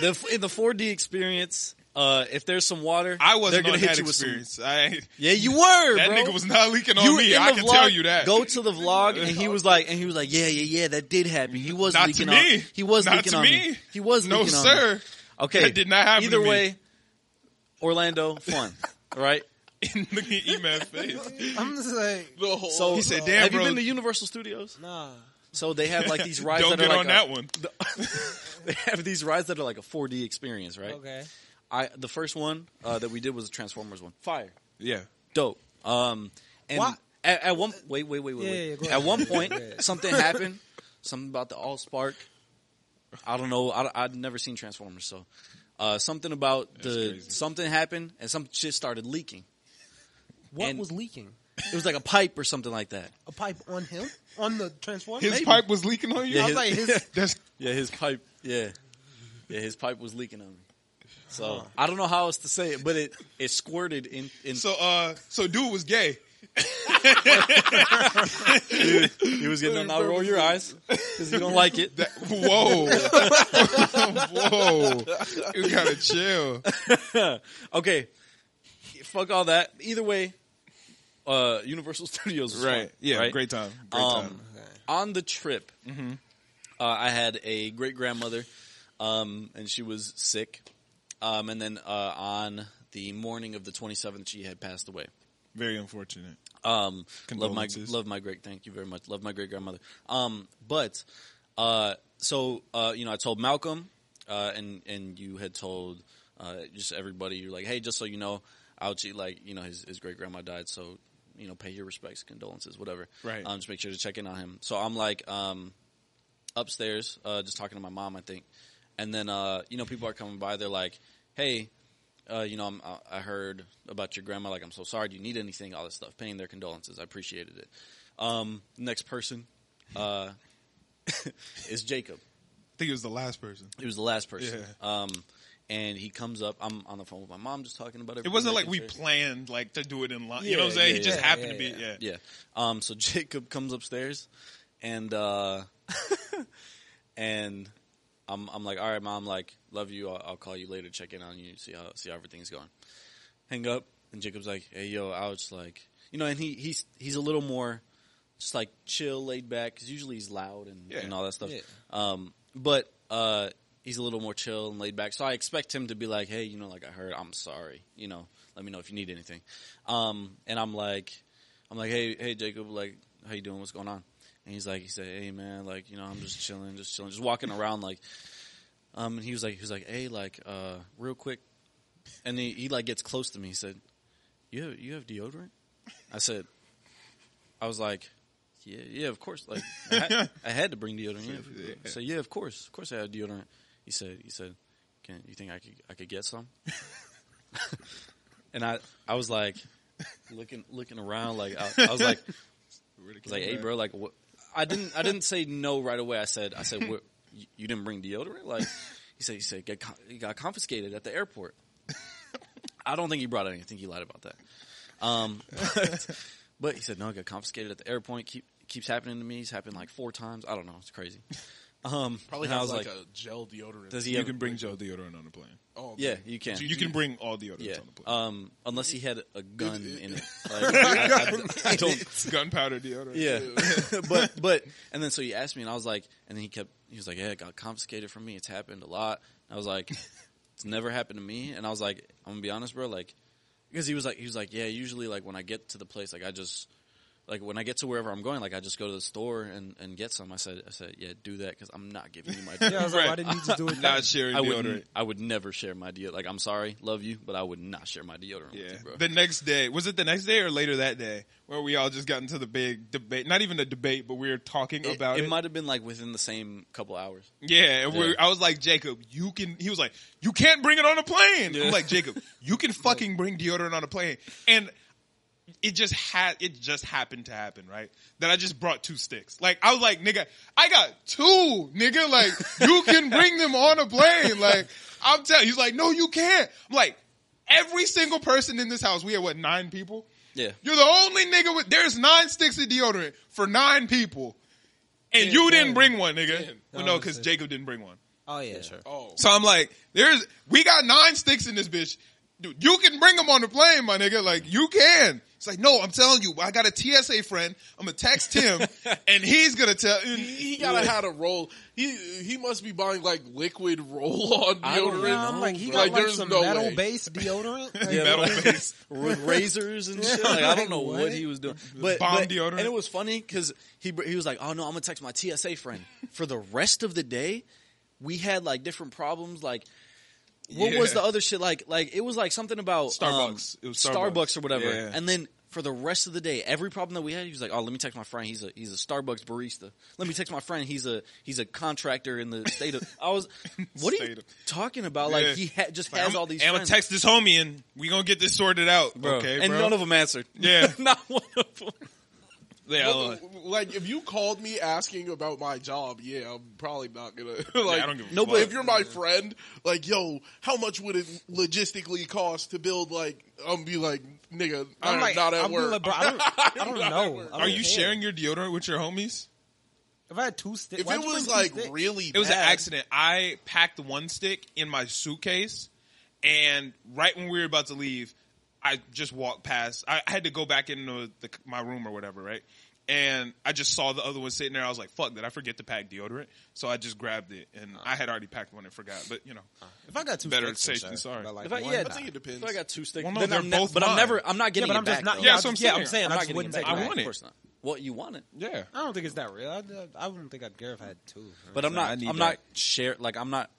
the in the 4D experience, uh, if there's some water,
I wasn't
they're
on
gonna hit
that
you with some-
experience. I,
yeah, you were.
that
bro.
nigga was not leaking on
You were
me.
in
I
the
can
vlog.
tell you that.
Go to the vlog, and he was like, and he was like, yeah, yeah, yeah, that did happen. He was
Not to
leaking
me.
On, he was
Not
leaking
to
on me.
me.
He was
no,
leaking on me.
sir.
Okay,
That did not happen to
Either
me.
way, Orlando, fun, right?
In the E-Man face.
I'm just like,
The whole
So
He said, "Damn,
have
bro."
you been to Universal Studios?
nah.
So they have like these rides.
Don't
that
get
are
on
like a-
that one.
they have these rides that are like a 4D experience, right?
Okay.
I the first one uh, that we did was the Transformers one. Fire,
Yeah.
dope. Um, and
Why-
At, at one wait, wait, wait, wait.
Yeah,
wait.
yeah, go
at
ahead.
one point,
Yeah, yeah.
something happened. Something about the All Spark. I don't know. I, I've never seen Transformers, so uh, something about the
crazy.
something happened and some shit started leaking.
What
And-
was leaking?
It was like a pipe or something like that.
A pipe on him on the transformer.
His pipe was leaking on you.
Yeah,
I was
his-
like, his, that's
Yeah, his pipe. Yeah, yeah, his pipe was leaking on me. So I don't know how else to say it, but it it squirted in in
so. Uh, so dude was gay.
He was getting on now roll your eyes because you don't like it.
That, whoa, whoa! You gotta chill.
okay, fuck all that. Either way, uh, Universal Studios was fun, right?
time. Mm-hmm.
Um, On the trip, uh, I had a great grandmother, um, and she was sick. Um, and then uh, on the morning of the 27th, she had passed away.
Very unfortunate.
Um, love my
Condolences.
love my great. Thank you very much. Love my great grandmother. Um, but uh, so uh, you know, I told Malcolm, uh, and and you had told uh, just everybody. You're like, hey, just so you know, Ouchie, like you know, his his great grandma died. So you know, pay your respects, condolences, whatever.
Right.
Um, just make sure to check in on him. So I'm like, um, upstairs, uh, just talking to my mom, I think. And then, uh, you know, people are coming by. They're like, hey, uh, you know, I'm, I- I heard about your grandma. Like, I'm so sorry. Do you need anything? All this stuff. Paying their condolences. I appreciated it. Um, next person uh, is Jacob.
I think it was the last person.
He was the last person.
Yeah.
Um, and he comes up. I'm on the phone with my mom, just talking about
It
everything.
wasn't like
making
we
sure.
planned like to do it in line. you know what I'm
Yeah,
saying?
yeah,
he just
yeah.
happened
Yeah,
to be.
yeah.
Yeah.
Yeah. Um, so Jacob comes upstairs and uh, and I'm I'm like, all right, mom, like, love you. I'll, I'll call you later, check in on you, see how see how everything's going. Hang up, and Jacob's like, hey, yo, I was like, you know, and he he's he's a little more just like chill, laid back because usually he's loud and,
Yeah.
and all that stuff.
Yeah.
Um, but uh, he's a little more chill and laid back, so I expect him to be like, hey, you know, like I heard, I'm sorry, you know, let me know if you need anything. Um, and I'm like, I'm like, hey, hey, Jacob, like, how you doing? What's going on? And he's like, he said, hey man, like, you know, I'm just chilling, just chilling, just walking around, like, um, and he was like, he was like, hey, like, uh, real quick, and he, he like gets close to me. He said, you have you have deodorant? I said, I was like, yeah, yeah, of course. Like, I had, I had to bring deodorant. Yeah. I said, yeah, of course, of course, I have deodorant. He said, he said, can you think I could I could get some? and I I was like, looking looking around, like I, I was like, I was like, hey, bro, like, what? I didn't, I didn't say no right away. I said, I said, what, you, you didn't bring deodorant? Like, he said, he said, get, con- he got confiscated at the airport. I don't think he brought any. I think he lied about that. Um, but, but he said, no, it got confiscated at the airport. Keep, keeps happening to me. It's happened like four times. I don't know. It's crazy. Um,
Probably
and I
has
was
like,
like,
a gel deodorant.
does he
You
have,
can bring Joe deodorant on the plane.
oh,
yeah,
man.
you can.
You can bring all deodorants
yeah.
on the plane.
Um, unless he had a gun in it. Like, I- I- I don't,
Gunpowder deodorant.
Yeah. but but and then so he asked me and I was like and then he kept he was like, Yeah, it got confiscated from me. It's happened a lot. And I was like, It's never happened to me and I was like, I'm gonna be honest, bro, like because he was like he was like, Yeah, usually like when I get to the place, like I just like when I get to wherever I'm going, like I just go to the store and, and get some. I said I said, Yeah, do that because I'm not giving you my
Yeah, I was like, why
Right.
didn't you just do it?
Not sharing
I
deodorant.
would I would never share my deodorant. Like I'm sorry, love you, but I would not share my deodorant with
Yeah.
you, bro.
The next day was it the next day or later that day where we all just got into the big debate? Not even a debate, but we were talking
It-
about it.
it might have been like within the same couple hours.
yeah, and we-
Yeah.
I was like, Jacob, you can. He was like, you can't bring it on a plane.
Yeah.
I'm like, Jacob, you can fucking bring deodorant on a plane, and it just had it just happened to happen, right? That I just brought two sticks. Like I was like, nigga, I got two, nigga. Like you can bring them on a plane. Like I'm telling. He's like, no, you can't. I'm like, every single person in this house, we had what nine people.
Yeah.
You're the only nigga with. There's nine sticks of deodorant for nine people, and you didn't bring one, nigga. Well, no, because Jacob didn't bring one.
Oh yeah,
Oh,
So I'm like, there's we got nine sticks in this bitch. Dude, you can bring them on the plane, my nigga. Like you can. It's like, no, I'm telling you, I got a TSA friend. I'm gonna text him, and he's gonna tell.
he, he gotta had a roll. He he must be buying like liquid roll on
I don't
deodorant.
know.
I'm like, he got
Like,
like,
there's
some
no way.
metal based deodorant. Like,
Yeah,
Metal
like,
face.
with razors and shit. Like, I don't know what?
What?
he was doing, but,
Bomb
but-
deodorant.
And it was funny because he he was like, "Oh no, I'm gonna text my TSA friend." For the rest of the day, we had like different problems. Like, what was
Yeah.
the other shit? Like, like it was like something about um,
Starbucks. It was Starbucks.
or whatever.
Yeah.
And then for the rest of the day, every problem that we had, he was like, "Oh, let me text my friend. He's a he's a Starbucks barista. Let me text my friend. He's a he's a contractor in the state of." I was, what are you
State of-
talking about? Like
Yeah.
he ha- just
Like,
has
I'm,
all these.
I'm gonna
friends.
text this homie, and we gonna get this sorted out,
Bro.
okay?
and
bro?
none of them answered.
Yeah.
not one of them.
yeah,
Well,
like,
like if you called me asking about my job, yeah, I'm probably not gonna. like,
yeah, I don't give a
no,
fuck.
but if you're my friend, like, yo, how much would it logistically cost to build? Like, I'm be like, nigga, I'm,
I'm like,
not at
I'm
work.
like, bro, I don't, I don't know. I
are
don't
you
care.
sharing your deodorant with your homies?
If I had two sticks,
if it was like really,
It was an
bad,
accident. I packed one stick in my suitcase, and right when we were about to leave, I just walked past. I I had to go back into the, my room or whatever, right? And I just saw the other one sitting there. I was like, "Fuck! Did I forget to pack deodorant?" So I just grabbed it, and I had already packed one and forgot. But you know,
if I got two
Better
sticks,
safe
I'm
than sorry.
But, like,
If I-
one,
yeah,
I
nah.
think it depends.
If I got two sticks,
Well, no,
then
they're
I'm ne-
both
but I'm
mine.
never. I'm not
yeah,
getting
but
it
I'm
back.
just not.
though.
Yeah,
yeah,
that's what I'm
yeah,
saying.
I'm saying
I'm
I
not
just
getting
wouldn't
it
take
back.
it
I
back.
want it.
Of course not. Well, you want it,
yeah,
I don't think it's that real. I, I wouldn't think I'd care if I had two.
but I'm
I
not.
need
I'm
that.
not share. Like I'm not.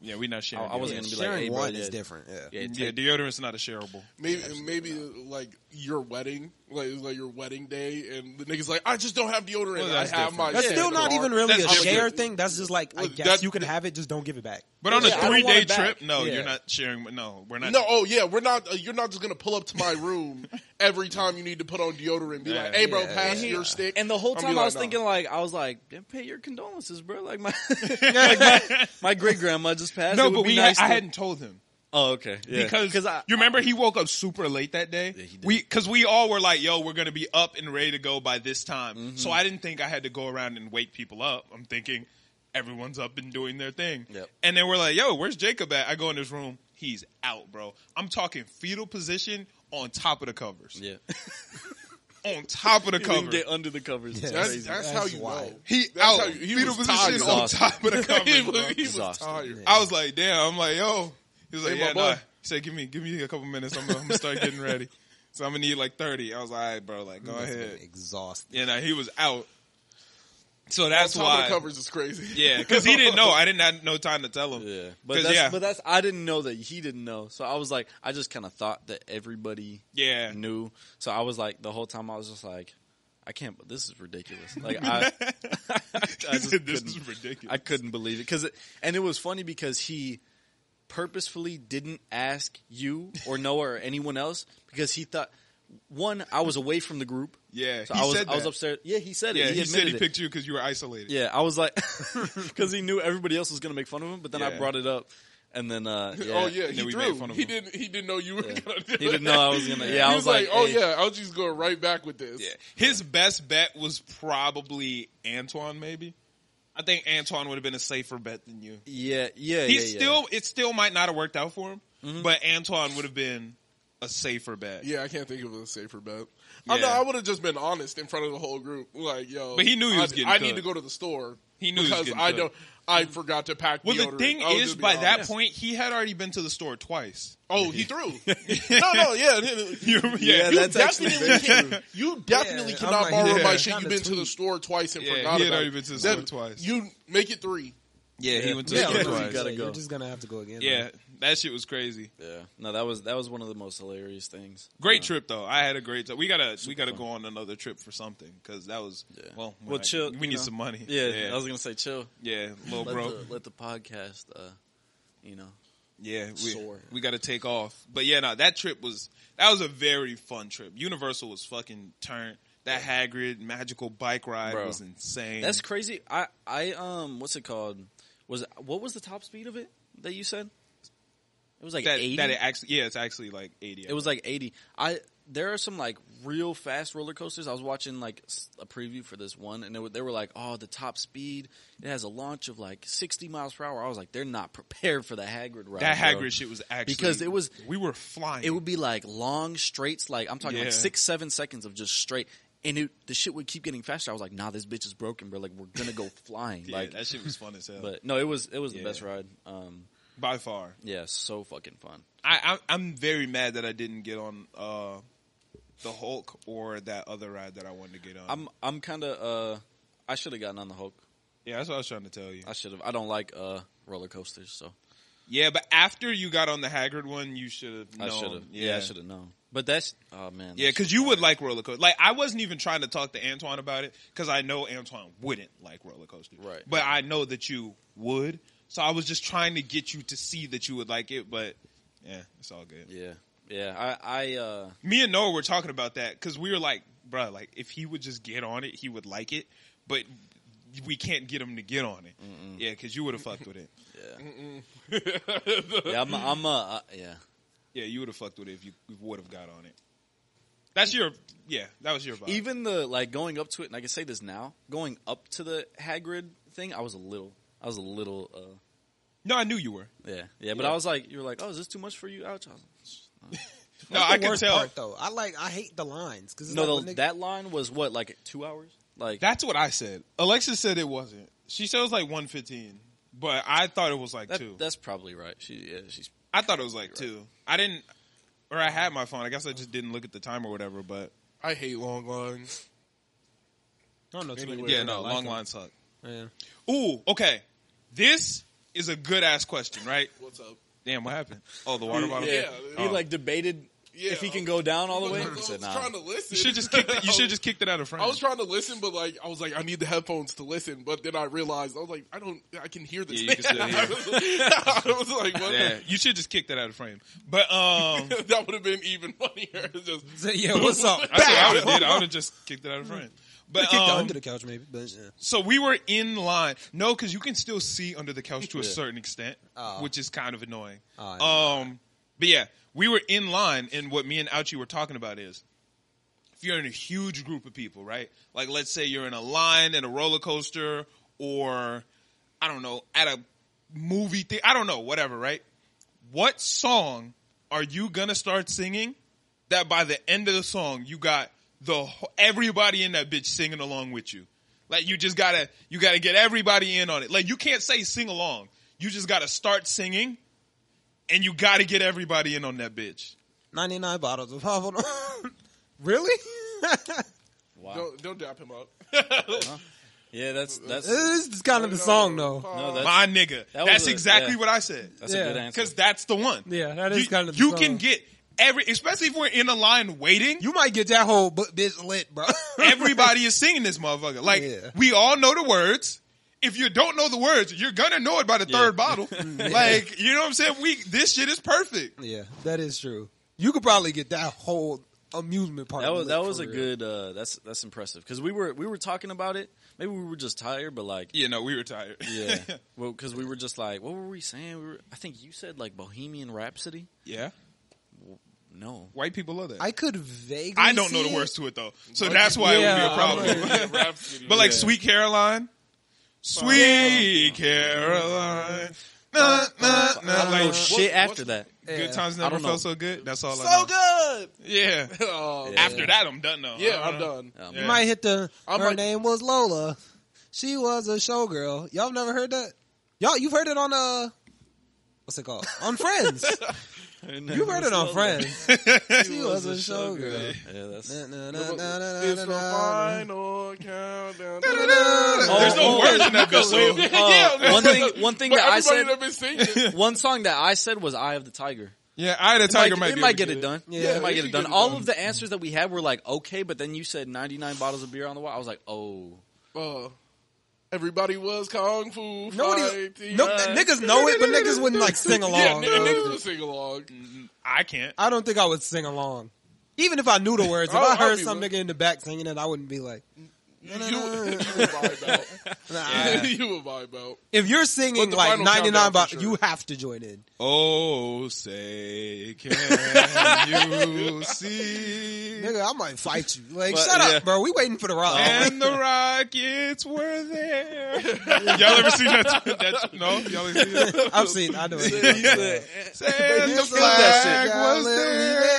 yeah, we not sharing.
I- I wasn't
deodorant.
gonna be like,
sharing
hey, bro,
one
yeah.
is different. Yeah.
Yeah,
Yeah, deodorant's not a shareable.
Maybe maybe uh, like your wedding, like it's like your wedding day, and the nigga's like, I just don't have deodorant.
Well,
I have
that's different.
my.
That's
shit
still
in the
not
car."
even really
That's
a
different.
share thing. That's just like I
Well,
guess
that-
you can have it, just don't give it back.
But on a
Yeah, I don't
three
want
day
it back.
trip, no,
Yeah.
you're not sharing. No, we're not.
No, oh yeah, we're not. Uh, you're not just gonna pull up to my room every time you need to put on deodorant and be
Yeah.
like, "Hey, bro,
Yeah,
pass
yeah.
your stick."
And the whole
I'll be
time I
like,
was
"Nah."
thinking, like I was like, "Damn, pay your condolences, bro. Like my like my, my great grandma just passed. It
no,
would
but
be
we.
nice
I
to-
hadn't told him.
Oh, okay. Yeah.
because
I,
you remember he woke up super late that day.
he did.
We because we all were like, "Yo, we're gonna be up and ready to go by this time."
Mm-hmm.
So I didn't think I had to go around and wake people up. I'm thinking everyone's up and doing their thing.
Yep.
And then we're like, "Yo, where's Jacob at?" I go in his room. He's out, bro. I'm talking fetal position on top of the covers.
Yeah.
on top of the
You didn't
cover.
get under the covers. It's
That's,
crazy.
that's,
That's
how you
wild.
know.
he
That's
out
how you- he
fetal
was
position
tired.
on top of the cover.
he
bro.
was, he was
Exhausted.
tired.
I was like, damn. I'm like, yo. He was like,
Hey,
yeah,
my
nah.
boy.
He said, give me, give me a couple minutes. I'm, gonna- I'm gonna start getting ready. So I'm gonna need like 30. I was like, all right, bro. Like, go
Must have
ahead.
been Exhausted.
You know, he was out. So that's
top
why.
of the covers is crazy.
Yeah, because he didn't know. I didn't have no time to tell him.
Yeah,
'Cause,
but that's,
yeah.
but that's I didn't know that he didn't know. So I was like, I just kind of thought that everybody
Yeah.
knew. So I was like, the whole time I was just like, I can't. But this is ridiculous. Like I, I,
He
just
said, this
couldn't-
is ridiculous.
I couldn't believe it because, and it was funny because he purposefully didn't ask you or Noah or anyone else because he thought one I was away from the group.
yeah,
So
he
I was
said
I was
that.
upstairs. Yeah, he said
Yeah,
it. He,
he, said he
admitted it.
picked you because you were isolated.
Yeah, I was like, because he knew everybody else was gonna make fun of him, but then I
Yeah.
brought it up, and then uh, yeah.
Oh yeah,
And
he
then we
threw.
made fun of
He
him.
didn't. He didn't know you were gonna do
he didn't
that.
know I was gonna. Yeah, I
he
was,
like, "Oh
hey,
yeah, I was just going right back with this."
Yeah. His best bet was probably Antoine, maybe. I think Antoine would have been a safer bet than you.
yeah, yeah.
He
yeah, Mm-hmm. yeah.
still, it still might not have worked out for him, but Antoine would have been a safer bet.
Yeah, I can't think of a safer bet. I, know,
Yeah.
I would have just been honest in front of the whole group, like, "Yo,"
But he knew he was
I,
getting
I
cooked.
need to go to the store.
He knew he was
because
getting
I
cooked.
don't. I forgot to pack.
Well, the
deodorant.
thing
Oh,
I'll
is,
just be
by that
honest.
point, he had already been to the store twice.
oh, he threw. no, no, yeah,
You- yeah,
Yeah,
you
that's actually
definitely
very
can't- You definitely
Yeah, I'm
cannot
like,
borrow
yeah.
my shit.
Kinda
You've been to the
tweet.
store twice and
Yeah,
forgot
he had
about
already
it.
been to the
Then
store twice.
You make it three.
yeah, he
Yeah.
went to
Yeah,
the store
yeah,
twice.
you gotta
Yeah,
go.
You're just gonna have to go again.
yeah, that shit was crazy.
Yeah. No, that was that was one of the most hilarious things.
Great
Uh,
trip though. I had a great time. We gotta we gotta
fun.
go on another trip for something because that was
Yeah.
well.
Well,
I-
chill,
We
you
need
know.
some money.
Yeah,
yeah,
I was gonna say chill,
yeah, little Mm.
let
bro.
The, let the podcast, uh, you know,
yeah, we,
soar.
we gotta take off. But yeah, no, that trip was that was a very fun trip. Universal was fucking turned. That Hagrid magical bike ride
Bro.
was insane.
that's crazy. I I um, what's it called? Was what was the top speed of it that you said? It was like
that,
eighty.
that it actually yeah, it's actually like eighty.
It was like 80. I there are some like real fast roller coasters. I was watching like s- a preview for this one, and they were, they were like, "Oh, the top speed. It has a launch of like 60 miles per hour." I was like, "They're not prepared for the Hagrid ride."
that Hagrid
bro.
shit was actually
Because it was-
we were flying.
It would be like long straights. Like I'm talking
Yeah.
like six, seven seconds of just straight. And it, the shit would keep getting faster. I was like, "Nah, this bitch is broken, bro. Like, we're gonna go flying."
yeah,
like,
that shit was fun as hell.
but no, it was it was
Yeah.
the best ride. Um,
by far.
yeah, so fucking fun.
I, I I'm very mad that I didn't get on uh the Hulk or that other ride that I wanted to get on.
I'm I'm kind of uh, I should have gotten on the Hulk.
yeah, that's what I was trying to tell you.
I should have. I don't like uh roller coasters, so
Yeah, but after you got on the Haggard one, you should have.
I
known.
should have. Yeah. I should have known. But that's oh man.
Yeah,
that's-
because you would like roller coaster. Like I wasn't even trying to talk to Antoine about it because I know Antoine wouldn't like roller coaster.
Right.
But I know that you would, so I was just trying to get you to see that you would like it. But yeah, it's all good.
yeah, yeah. I I uh
me and Noah were talking about that because we were like, bruh, like if he would just get on it, he would like it, but we can't get him to get on it. Yeah, because you would have fucked with it.
yeah I'm I'm uh, uh yeah.
Yeah, you would have fucked with it if you would have got on it. That's your yeah. That was your vibe.
Even the like going up to it, and I can say this now. Going up to the Hagrid thing, I was a little. I was a little. uh
no, I knew you were.
Yeah, yeah. But I was like, you were like, oh, is this too much for you, Ouch? I was
No,
That's
I
the
could
worst
tell.
Part, though I like I hate the lines because
like, no,
like,
the,
when
that line was what like two hours. Like
That's what I said. Alexis said it wasn't. She said it was like one fifteen, but I thought it was like
that,
two.
that's probably right. She yeah she's
I thought it was like two. I didn't, or I had my phone. I guess I just didn't look at the time or whatever. But
I hate long lines.
I don't know too many
Anyway,
people
yeah,
that
no,
like
long
them.
line suck.
Yeah.
Ooh, okay. This is a good ass question, right?
What's up?
Damn, what happened? Oh, the water bottle.
Yeah.
Oh.
he like debated
Yeah, uh,
if he can go down all the way.
I
He
was
said, nah.
trying to listen.
You should just kicked it, you should just kicked it out of frame.
I was trying to listen, but like I was like, I need the headphones to listen. But then I realized I was like, I don't, I can hear this.
Yeah, you can still hear.
I was like, what?
yeah, you should just kicked it out of frame. But um,
that would have been even funnier. It's just
So, yeah, what's up?
that's what I would have did. I would have just kicked it out of frame.
I
But
kicked her
um,
under the couch maybe, but yeah.
so we were in line. No, because you can still see under the couch to a
Yeah.
certain extent,
Oh.
which is kind of annoying.
Oh, yeah.
um, but yeah, we were in line, and what me and Ouchie were talking about is if you're in a huge group of people, right? Like, let's say you're in a line in a roller coaster, or I don't know, at a movie thing. I don't know, whatever, right? What song are you gonna start singing? That by the end of the song, you got the wh- everybody in that bitch singing along with you. Like you just gotta you gotta get everybody in on it. Like you can't say sing along. You just gotta start singing, and you gotta get everybody in on that bitch.
99 bottles of Havoc. really?
Wow.
Don't, don't dap him up.
Yeah, that's that's
this is kind of the song, though.
Uh,
no, that's
My nigga,
that was
that's
a-
exactly
yeah.
what I said.
that's
yeah,
a good answer.
Because that's the one.
Yeah, that is
you,
kind of the
You
song.
can get every, especially if we're in a line waiting.
You might get that whole bu- bitch lit, bro.
everybody is singing this motherfucker. Like
Yeah.
we all know the words. If you don't know the words, you're gonna know it by the third bottle. Like you know what I'm saying? We this shit is perfect.
yeah, that is true. You could probably get that whole amusement park.
That was
lit
that
for
was a
real.
good. Uh, that's that's impressive because we were we were talking about it. Maybe we were just tired, but like
Yeah, no, we were tired.
yeah, well, because we were just like, what were we saying? We were, I think you said like Bohemian Rhapsody.
yeah.
No,
White people love that. I,
I could vaguely.
don't know
see
the
it.
words to it though, so that's why it would be a
Yeah,
problem. But like Sweet Caroline, Sweet Caroline, nah, nah, nah,
I don't know
like
shit
what-
after
what-
that.
Yeah.
good times
I
never
don't
felt
know.
so good. That's all I know.
So good.
Yeah.
Oh,
Yeah.
yeah.
After that, I'm done though. I don't
I'm
know.
done.
Um,
Yeah.
You might hit the.
I
her
might-
name was Lola. She was a showgirl. Y'all never heard that? Y'all, you've heard it on uh, what's it called? On Friends. you heard it on Friends. She was a showgirl.
Yeah, that's.
Na, na, na, na, na, na,
It's the
na, na.
final countdown.
There's no
Oh,
words in that bitch.
Wait,
so-
uh,
Yeah,
one
man.
thing, one thing
But
that I
everybody
said,
that been singing.
one song that I said was "Eye of the Tiger."
Yeah, I had a
It
tiger.
might, it
be
might
able to
get it done.
Yeah.
it might
Yeah,
get
it
it done.
should get it
All
done.
of the answers that we had were like okay, but then you said 99 bottles of beer on the wall. I was like, oh,
Uh, everybody was kung fu.
Nobody,
fighting.
no, niggas know it, but niggas wouldn't like sing
Yeah,
along.
n-
bro.
niggas would sing along.
Mm-hmm.
I can't.
I don't think I would sing along. Even if I knew the words, if
I'll-
I
I'll
heard
be
some
with-
nigga in the back singing it, I wouldn't be like,
You, you, would vibe
nah.
out. you would vibe out.
If you're singing
But the
like
final
99,
countdown
bo-
for sure.
you have to join in.
Oh, say can you see?
Nigga, I might fight you. Like,
But,
shut
yeah.
up, bro. We waiting for the rock.
And the rockets were there. y'all ever seen that? that no, y'all ever seen that?
I've seen, I know it.
And the
Just love that
flag
shit.
was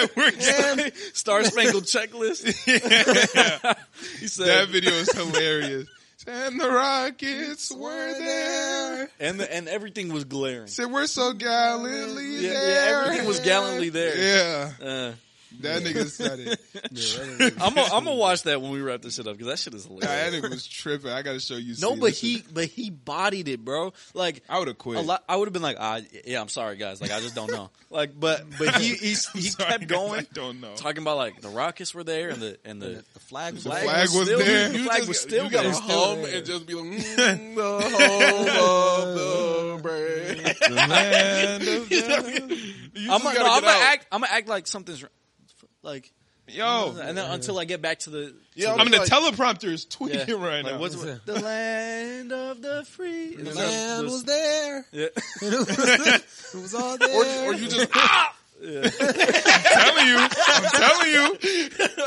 Hallelujah.
there. that worked.
And-
Star Spangled Checklist. He said,
That video is hilarious. And the rockets were there.
and the, and everything was glaring.
Said we're so gallantly
Yeah, yeah,
there.
everything was gallantly there.
Yeah,
Uh,
that nigga studied.
I'm gonna I'm gonna watch that when we wrap this shit up because that shit is
Nah, that
hilarious.
nigga was tripping. I gotta show you. see,
No, but
listen.
he but he bodied it, bro. Like
I would have quit.
a lot, I would have been like, ah, yeah, I'm sorry, guys. Like I just don't know. Like, but but he he,
I'm
he
sorry,
kept
guys,
going,
I don't know.
talking about like the rockets were there and the and the
The flag was
flag,
flag
was,
was
still,
there.
The
You
flag
just
was
got-
still
you got
there.
It's
to
still
hum
there.
and just be like, mm, the
Oh,
home of the brave.
The land of the-
You
I'm gonna no, I'm
just gotta get
gonna
out.
act. I'm gonna act like something's wr- like,
Yo,
and then until I get back to the
Yeah,
I
I'm
mean the
like,
teleprompter is tweaking
yeah,
right
like,
now.
What's,
Yeah.
the land of the free?
The land was there.
yeah.
It was, it was all there.
or, or you just
I'm telling you, I'm telling you.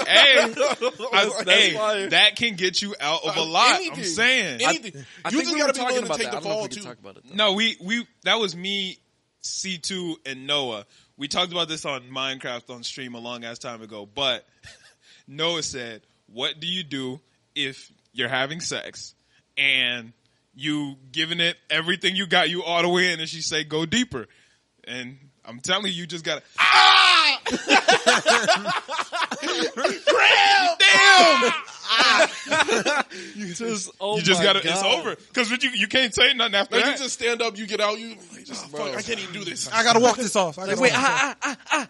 Hey, I-
That's- that's
hey,
fire.
that can get you out of a lot. I'm
Anything.
saying.
anything.
I
you
think
just
we
gotta
were
be
talking
willing to
about
take
that. I
the
don't know
fall
if we
too.
can talk about it. Though.
no, we we that was me, C two and Noah. We talked about this on Minecraft on stream a long ass time ago. But Noah said, "What do you do if you're having sex and you giving it everything you got, you all the way in, and she say go deeper?" And I'm telling you, you just gotta ah, damn.
You just, oh
you just
my
gotta.
God.
It's over because you you can't say nothing after
Like
that.
you just stand up, you get out, you like, oh,
bro.
fuck, I can't even do this.
I gotta walk this off. I gotta
Wait,
walk
ah, ah,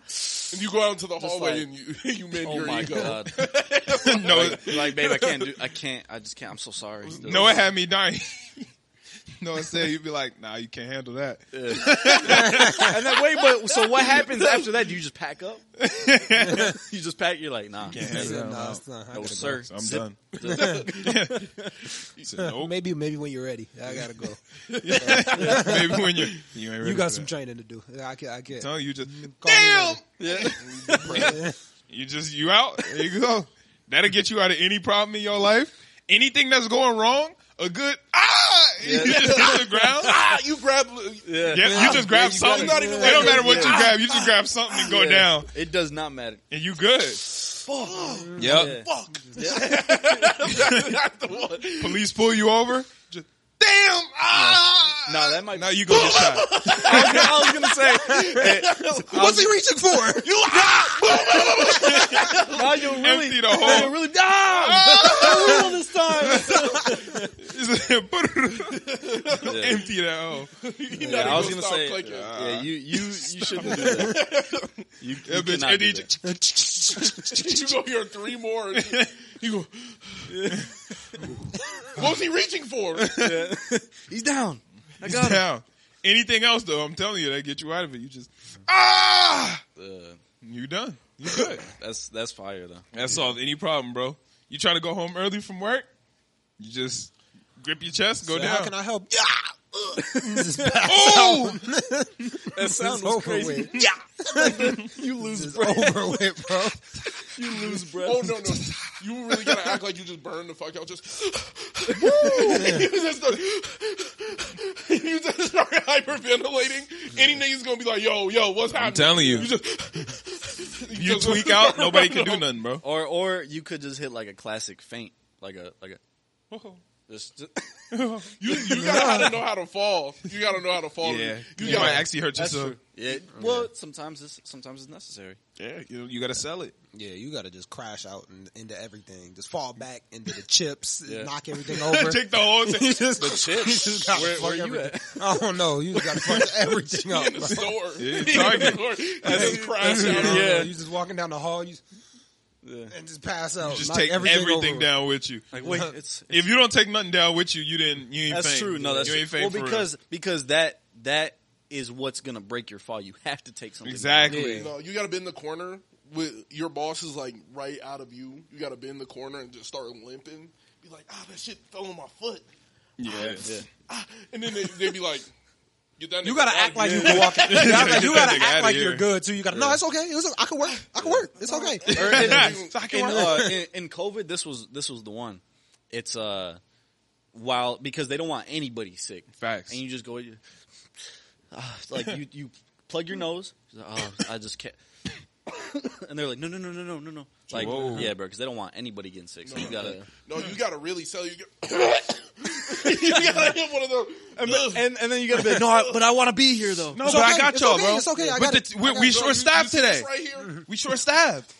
And you go out into the hallway
like-
and you you mend
oh
your
my
ego.
god!
Noah,
like, babe, I can't do. I can't. I just can't. I'm so sorry.
Noah had me dying. Noah said you'd be like, nah, you can't handle that.
And then wait, but so what happens after that? Do you just pack up? you just pack. You're like, nah.
Can't
this
handle
off.
that.
Nah, it's not. I
No,
gotta
sir.
I'm
Zip.
done. He said,
go.
nope.
Maybe, maybe when you're ready, I gotta go.
Maybe when you you, ain't ready
You got
for
some
that.
training to do. I can't. I can't.
Tell you just
Call me
damn.
later.
Yeah.
You just you out. There you go. That'll get you out of any problem in your life. Anything that's going wrong, a good ah, you just hit the ground.
Ah, you grab.
Yeah.
Yeah, you just grab
you
something.
gotta-
it
yeah.
don't matter what you grab. You just grab something and go
Yeah.
down,
It does not matter.
and you good.
fuck,
Yep.
fuck.
Yeah.
That's the one.
Police pull you over. Just, Damn! Ah!
No, that might.
Now you go get shot.
I was gonna say.
What's he reaching for?
You ah!
Now you really.
Empty the
now
hole.
you really. Ah! I rule this time.
Empty that hole.
You
Yeah,
know
I was gonna
gonna stop
say.
clicking.
uh,
yeah, you you you shouldn't do that. You,
Yeah,
you
bitch,
cannot
and
do
he
that.
you go hear three more. And you go. what was he reaching for?
He's down. I
He's
got him.
down. Anything else though, I'm telling you, that get you out of it. You just ah,
Uh,
you done. You good.
that's that's fire though.
That's solved any problem, bro. You trying to go home early from work? You just grip your chest, go
How can
down.
I help? Yeah.
Oh,
That sounds
over
crazy.
with. Yeah.
You lose
It's over with, bro.
you lose breath.
Oh no no! You really gotta act like you just burned the fuck out. Just you just start, you just start hyperventilating. Any nigga's gonna be like, "Yo, yo, what's happening?"
telling you.
you just
you
just-
tweak out, nobody can do nothing, bro.
Or or you could just hit like a classic feint, like a like a just, just-
You, you gotta know how to fall. You gotta know how to fall.
Yeah,
you
you
gotta
might actually hurt
that's
yourself.
true. Yeah. Well, sometimes it's sometimes it's necessary.
Yeah, you, you gotta sell it.
Yeah, you gotta just crash out and into everything. Just fall back into the chips,
Yeah.
knock everything over.
Take the whole thing.
the chips. Just gotta
Where-
fuck
where you
everything. I don't know. You just gotta fuck everything up.
in
Bro.
the store.
Target.
And then crash
I
out.
don't know,
Yeah.
you just walking down the hall, you
Yeah.
and just pass out.
Just
knock
take everything,
over.
down with you.
Like wait, it's
If you don't take nothing down with you, you didn't. You ain't
that's
faint.
true. No, that's
you ain't
true.
faint
well
for real.
because because that that is what's gonna break your fall. You have to take something.
exactly.
No, you gotta be in the corner with your boss is like right out of you. You gotta be in the corner and just start limping. Be like, ah, that shit fell on my foot.
Yeah.
Ah. And then they, they be like, get that
You
nigga
gotta
out
act
of
like
here.
you can walk. You gotta, you
Get that
gotta
nigga
act
outta
like
here.
you're good too. You gotta. No, it's okay. It was, I can work. I can work. It's okay.
Or-
So I can
in,
work.
uh, in, in COVID, this was this was the one. It's uh, while because they don't want anybody sick.
Facts.
And you just go, you, ah, it's like you you plug your nose. She's like, oh, I just can't. and they're like, no, no, no, no, no, no, no. Like,
Whoa.
yeah, bro, because they don't want anybody getting sick. So you gotta.
No, you gotta really sell. You, get- you gotta hit one of those. Ugh.
And and then you gotta be like, no, I, but I want to be here though.
No,
It's
but I
okay.
got
It's
y'all,
okay.
bro.
It's okay.
But
I got it.
the, we,
I got
we
it, bro.
short
You-
staffed
you see this
today.
Right here,
We short staffed.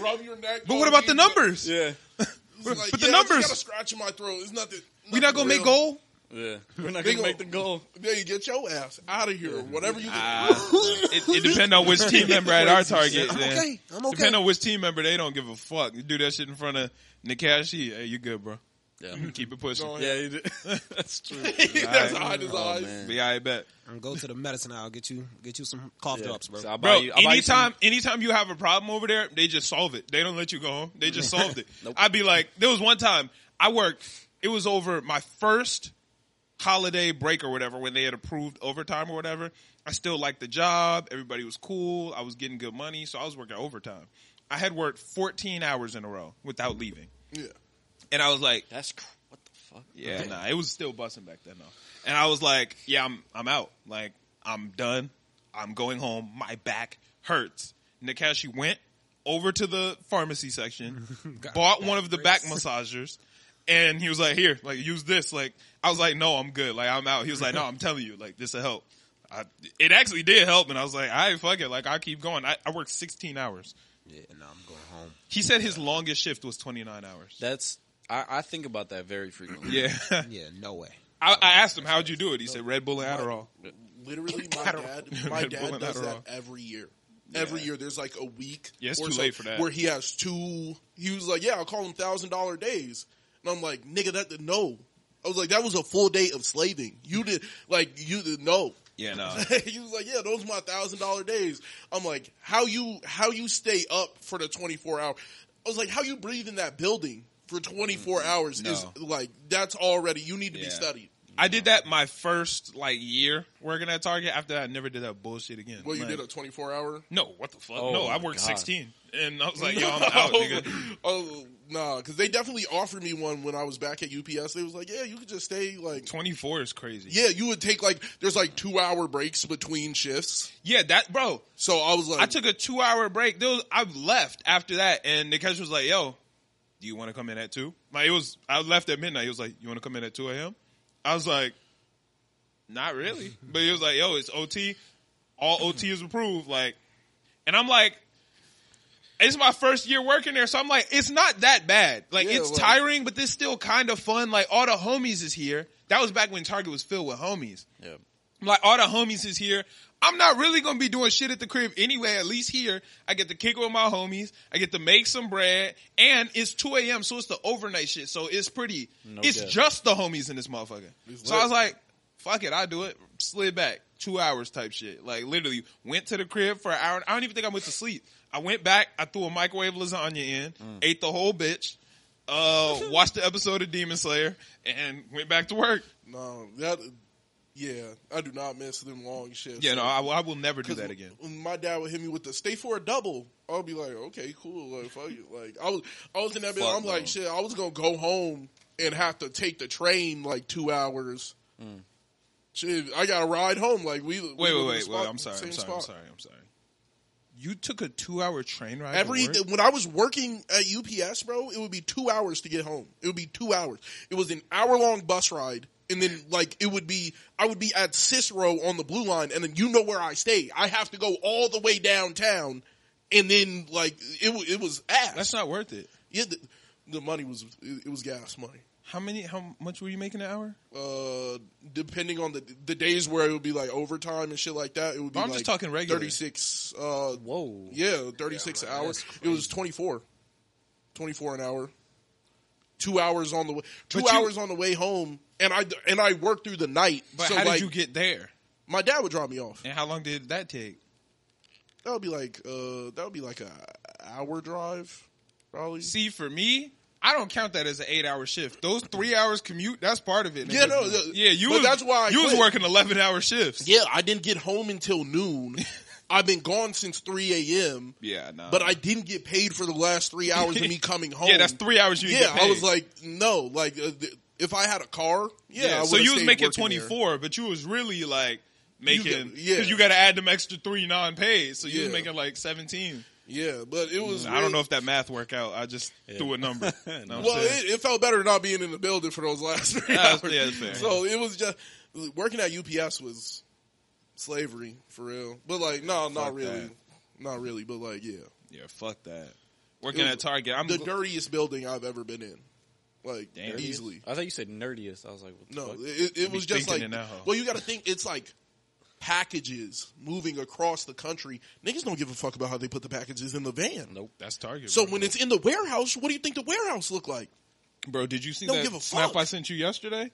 rub your neck.
But what about the numbers?
Yeah,
Like,
But the
yeah, You
numbers.
gotta scratch in my throat. It's nothing.
We not gonna
nothing
make
real.
goal.
yeah. We're not
They
gonna
gonna-
make the goal. Ah,
Yeah, you get your ass out of here. Whatever you.
It, it depends on which team member at our target.
I'm
then.
okay. I'm okay.
Depending on which team member, they don't give a fuck. You do that shit in front of Nakashi. Hey, you good, bro?
Yeah,
Keep it pushing.
Go
yeah. You did. That's true.
That's high as
Oh
eyes.
man.
Yeah, I bet,
And go to the medicine aisle. Get you. Get you some cough drops, bro.
So I'll buy
bro.
you- I'll buy you some-
anytime, anytime you have a problem over there, they just solve it. They don't let you go home. They just solved it.
Nope.
I'd be like, there was one time I worked. It was over my first holiday break or whatever when they had approved overtime or whatever. I still liked the job. Everybody was cool. I was getting good money, so I was working overtime. I had worked 14 hours in a row without leaving,
Yeah.
and I was like,
That's cr- what the fuck.
Yeah, nah, it was still busting back then though. And I was like, yeah, I'm I'm out. Like I'm done. I'm going home. My back hurts. Nakashi went over to the pharmacy section, bought one of the back massagers, and he was like, "Here, like use this." Like I was like, "No, I'm good. Like I'm out." He was like, "No, I'm telling you, like this will help." I, it actually did help, and I was like, "I fuck it. Like I keep going. I, I worked 16 hours."
Yeah, no, I'm going home.
He said his longest shift was 29 hours.
That's I, I think about that very frequently.
Yeah,
Yeah, no way.
I, I asked him, "How'd you do it?" He said, "Red Bull and Adderall."
Literally, my dad,
Adderall.
my
Red Bull
dad
and
does that
Adderall.
every year. Every year, there's like a week.
Yeah, it's
or
too late for that.
Where he has two. He was like, "Yeah, I'll call him thousand dollar days," and I'm like, "Nigga, that no." I was like, "That was a full day of slaving. You did like you did no."
Yeah, no.
he was like, "Yeah, those are my thousand dollar days." I'm like, "How you how you stay up for the 24 hour?" I was like, "How you breathe in that building for 24 hours is
No.
like that's already you need to be
Yeah.
studied."
I did that my first like year working at Target. After that, I never did that bullshit again.
Well, you
Like,
did a 24 hour.
no, what the fuck?
Oh
no, I
my
worked
God.
sixteen, and I was like, yo, I'm out, nigga.
oh nah, because they definitely offered me one when I was back at UPS. They was like, yeah, you could just stay like.
Twenty four is crazy.
Yeah, you would take like there's like two hour breaks between shifts.
yeah, that bro.
So I was like,
I took a two hour break. There was, I left after that, and the coach was like, "Yo, do you want to come in at 2? Like it was. I left at midnight. He was like, "You want to come in at two a.m.?" I was like, "Not really," but he was like, "Yo, it's OT. All OT is approved." Like, and I'm like. It's my first year working there, so I'm like, it's not that bad. Like,
Yeah,
it's
like-
tiring, but it's still kind of fun. Like, all the homies is here. That was back when Target was filled with homies.
Yeah.
I'm like all the homies is here. I'm not really gonna be doing shit at the crib anyway. At least here, I get to kick it with my homies. I get to make some bread, and it's 2 a.m. So it's the overnight shit. So it's pretty.
No
it's
doubt.
just the homies in this motherfucker. So I was like, fuck it, I do it. Slid back two hours type shit. Like literally went to the crib for an hour. I don't even think I went to sleep. I went back. I threw a microwave lasagna in,
Mm.
ate the whole bitch, uh, watched the episode of Demon Slayer, and went back to work.
no, that, yeah, I do not miss them long shifts.
Yeah, no, I, I will never do
'Cause
that again.
When my dad would hit me with the stay for a double, I'll be like, okay, cool, like fuck it. Like I was, I was in that bed.
Fuck
I'm like,
no.
shit, I was gonna go home and have to take the train like two hours. Shit, I got to ride home. Like we we
Mm. Wait,
live
wait,
in the
wait,
spot-
wait! I'm sorry,
same
I'm sorry, I'm
spot.
sorry, I'm sorry. You took a two-hour train ride.
Every
to work?
when I was working at UPS, bro, it would be two hours to get home. It would be two hours. It was an hour long bus ride, and then like it would be I would be at Cicero on the blue line, and then you know where I stay. I have to go all the way downtown, and then like it wa- it was ass.
that's not worth it.
yeah, the, the money was it, it was gas money.
How many? How much were you making an hour?
Uh, depending on the the days where it would be like overtime and shit like that, it would be.
I'm just
like,
talking regular.
Thirty six. Uh,
Whoa.
Yeah, 36
Yeah,
an
right.
hour.
That's
It was 24. 24 an hour. 2 hours on the way 2
But you-
hours on the way home and I and I worked through the night.
But
so
how
like
did you get there?
my dad would drop me off.
And how long did that take?
That would be like uh that would be like a hour drive probably.
See, for me, I don't count that as an eight-hour shift. Those three hours commute, that's part of it.
Yeah,
nigga.
no, the-
yeah, you.
but
was,
that's why I
you was
quit.
working eleven-hour shifts.
Yeah, I didn't get home until noon. I've been gone since 3 a.m.
Yeah, no.
But I didn't get paid for the last three hours of me coming home.
yeah, that's three hours. You didn't
Yeah,
get paid.
I was like, no, like uh, th- if I had a car, yeah. I
so
would've
you was
stayed
making
working
twenty
there.
four, but you was really like making
get- yeah.
because you got to add them extra three non-paid, so you was
Yeah.
making like seventeen.
Yeah, but it was.
Mm, I don't
really-
know if that math work out. I just threw a number. Know what I'm
Well,
saying?
it, it felt better not being in the building for those last three
That's-
hours.
yeah, that's fair.
So it was just working at UPS was slavery for real. But like, no, not
Fuck
really,
that.
not really. But like, yeah,
yeah, fuck that. Working
It-
at Target, I'm
the
gl-
dirtiest building I've ever been in, like
Damn.
easily.
I thought you said nerdiest. I was like, what the
No,
fuck?
it, it
be
was just
thinking
like.
in that hole.
Well, you got to think it's like packages moving across the country. Niggas don't give a fuck about how they put the packages in the van.
Nope.
that's Target.
So
bro.
when it's in the warehouse, what do you think the warehouse look like?
bro, did you see
Don't
that
give a
snap
fuck.
I sent you yesterday?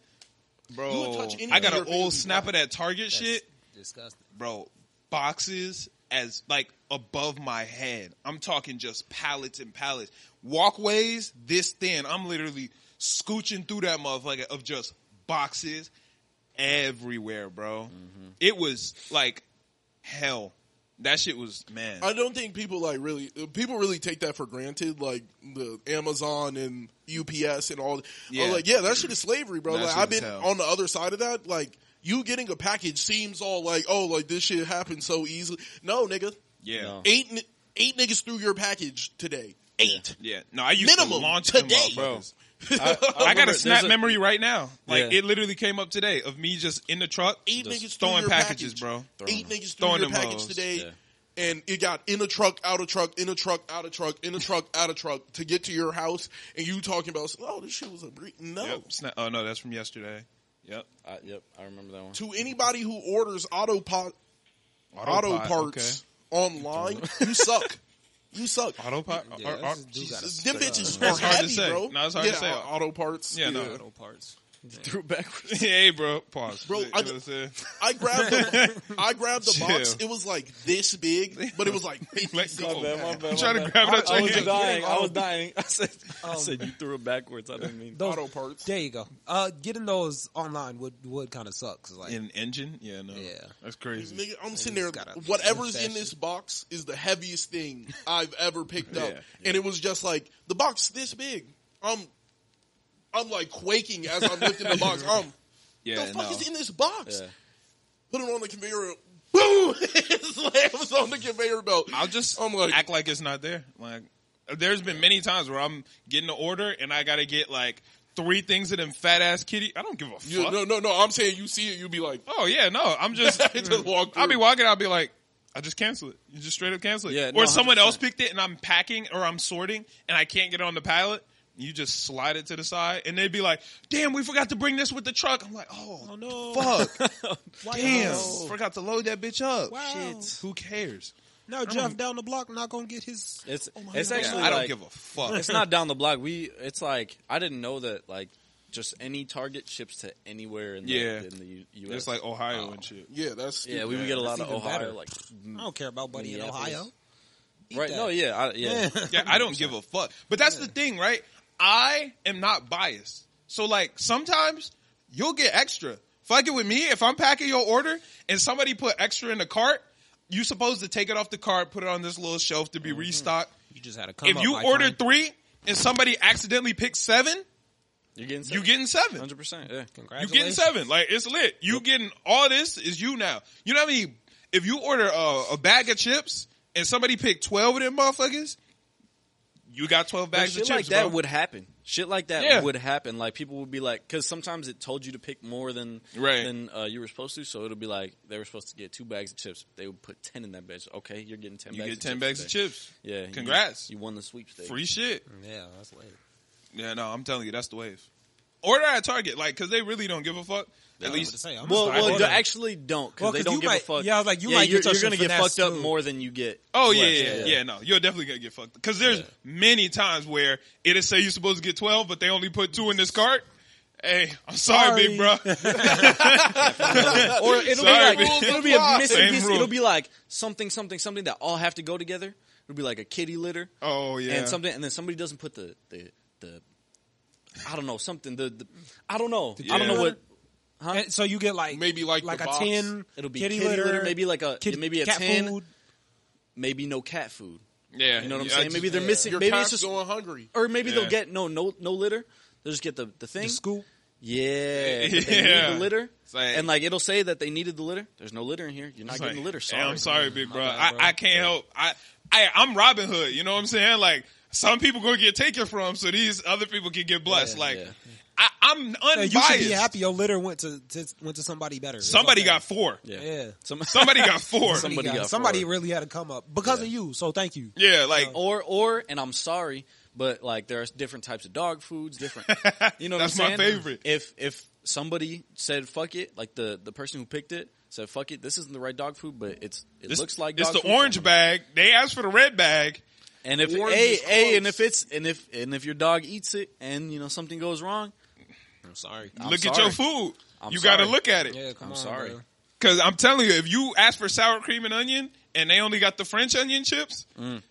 You
Bro,
would touch any
I got
of
an
your
old
babies,
snap
bro.
of that Target shit,
Disgusting.
bro. Boxes as like above my head. I'm talking just pallets and pallets. Walkways this thin. I'm literally scooching through that motherfucker of just boxes everywhere, bro.
Mm-hmm.
It was like hell. That shit was man.
I don't think people like really uh, people really take that for granted, like the Amazon and UPS and all. Yeah,
Yeah.
like yeah, that shit is slavery, bro.
That
Like
shit
I've
is
been
hell.
on the other side of that. Like you getting a package seems all like oh, like this shit happened so easily. No, nigga,
yeah.
No.
eight ni- eight niggas threw your package today. Eight
Yeah, no, I used
minimum
to launch them
today,
motherfuckers. I,
I,
got
remember
a snap
there's
memory right now. Like
Yeah.
it literally came up today of me just in the truck,
Eight
just
niggas threw
throwing
your
packages,
package.
bro.
Eight
them.
niggas threw
Throwing
your
them
package
hoes.
today.
Yeah.
And it got in a truck, out of truck, in a truck, out of truck, in a truck, out of truck to get to your house, and you talking about oh this shit was a bre-. no.
Yep. Sna- oh no, that's from yesterday. Yep.
I, yep, I remember that one.
to anybody who orders auto po- auto
Autopilot,
parts online, you suck. You suck.
Okay. Autopilot.
Yeah,
or- or-
this dude got a
Them bitches
That's
are
hard to
heavy,
say.
bro.
No, it's hard to
Yeah,
say.
Auto parts.
Yeah, no.
Auto parts.
threw it backwards.
hey, bro. Pause.
Bro,
You know
I
what I'm saying?
I grabbed the I grabbed the box.
Chill.
It was like this big, but it was like
Let go.
My bad, my bad,
I'm
my
trying to
bad.
grab it
I-
out
I,
your
was
hand.
dying. I
Getting
was
all-
dying. I said, I
Um,
said you threw it backwards. I didn't mean.
Those-
auto parts.
There you go. Uh, getting those online would would kind of suck. 'cause, like,
In engine? Yeah, no.
Yeah.
That's crazy.
Nigga, I'm sitting there.
just gotta
Whatever's
finish
in
that
this
shit.
box is the heaviest thing I've ever picked up,
Yeah,
and it was just like the box this big. I'm, I'm like quaking as I'm lifting the box. Um,
Yeah,
the fuck
no.
is in this box?
Yeah.
Put it on the conveyor. Boom! it slams on the conveyor belt.
I'll just
I'm like-
act like it's not there. Like there's been many times where I'm getting an order and I gotta get like three things of them fat ass kitty. I don't give a fuck.
You- no, no, no. I'm saying you see it, you be like,
Oh yeah, no. I'm just,
Just walk
I'll be
through.
walking. I'll be like, I just cancel it. You just straight up cancel it.
Yeah,
or
no,
someone
100%.
else picked it, and I'm packing or I'm sorting, and I can't get it on the pallet. You just slide it to the side, and they'd be like, "Damn, we forgot to bring this with the truck." I'm like, "Oh, no, fuck, damn, forgot to load that bitch up."
Wow. Shit.
Who cares?
no, Jeff down the block not gonna get his.
It's
my
it's
God.
actually
I don't
like-
give a fuck.
it's not down the block. We it's like I didn't know that like just any Target ships to anywhere in the,
Yeah.
in the U- U.S.
It's like Ohio
Oh.
and shit.
yeah, that's
yeah,
stupid.
we would get a lot
That's
of
even
Ohio
better.
like
I don't care about Buddy in
Minneapolis.
Ohio. Eat
right.
that.
No, yeah, I, yeah.
Yeah, I don't give a fuck. But that's the thing, right? I am not biased. So like sometimes you'll get extra. Fuck it with me. If I'm packing your order and somebody put extra in the cart, you supposed to take it off the cart, put it on this little shelf to be restocked.
You just had to come.
if you order three and somebody accidentally picks seven,
You're getting
you getting seven.
hundred percent. Yeah,
You getting seven. Like it's lit. You getting all this is you now. You know what I mean? If you order a, a bag of chips and somebody picked twelve of them motherfuckers, you got twelve
But
bags
shit
of chips.
like that
bro.
would happen. Shit like that
Yeah.
would happen. Like people would be like, because sometimes it told you to pick more than
Right.
than uh, you were supposed to. So it'll be like they were supposed to get two bags of chips. They would put ten in that bitch. Okay, you're getting ten.
You
bags
get ten
of
bags
chips
of chips.
today. Yeah, you-
Congrats.
You, won the sweepstakes.
Free shit.
Yeah, that's later.
Yeah, no, I'm telling you, that's the wave. Order at Target, like, because they really don't give a fuck. At
I was
least,
gonna say, I'm
Well,
just like,
well
order.
they actually don't because
Well,
they
'cause
don't
you
give a
might-
fuck.
yeah, I was like, you might get
you're,
your
you're
shit
gonna get
finessed
fucked up
too.
more than you get.
oh yeah,
less.
yeah, yeah, no, you're definitely gonna get fucked. Because there's many times where it'll say you're supposed to get twelve, but they only put two in this cart. Hey, I'm sorry, big bro.
or it'll
Sorry,
be
man.
like it'll be a
Same
missing piece.
rule.
It'll be like something, something, something that all have to go together. It'll be like a kitty litter.
oh yeah,
and something, and then somebody doesn't put the the the I don't know something the, the I don't know I don't know
Yeah.
what Huh?
And so you get like
Maybe like
like
the
a
box.
tin.
it'll be
kitty, litter,
maybe like a
kitty,
maybe a
cat
tin,
food.
maybe no cat food.
yeah,
You know what I'm
I
saying?
just-
maybe they're missing.
Your
maybe
cat's
it's just
going hungry.
or maybe
Yeah.
they'll get no no no litter. They'll just get the the thing.
The scoop.
Yeah, but they
Yeah.
need the litter,
It's like-
and like it'll say that they needed the litter. There's no litter in here. You're not
It's
getting
like,
the litter.
"Hey,
Sorry.
I'm sorry, big bro.
bad, bro."
I, I can't help. I, I, I'm Robin Hood. You know what I'm saying? Like some people gonna get taken from, so these other people can get blessed.
Yeah,
like
yeah.
I, I'm
Hey,
unbiased.
you should be happy your litter went to, to went to somebody better. It's
Somebody
okay.
got four.
Yeah.
Yeah.
Some-
Somebody got four.
Somebody got four.
somebody really had to come up because of you. So thank you.
yeah, like
or or and I'm sorry, but like there's different types of dog foods, different. You know, what
That's
I'm
my
saying?
favorite.
If if somebody said fuck it, like the the person who picked it said fuck it, this isn't the right dog food, but it's it
it's,
looks like
it's
dog
the
food.
orange bag. They asked for the red bag.
And if
Orange
hey
is
hey, and
close.
if it's and if and if your dog eats it, and you know something goes wrong,
I'm sorry.
I'm
look at
sorry.
your food.
I'm
you
sorry.
got to look at it.
Yeah, come
I'm
on,
sorry.
bro.
Because I'm telling you, if you ask for sour cream and onion and they only got the French onion chips,
Mm.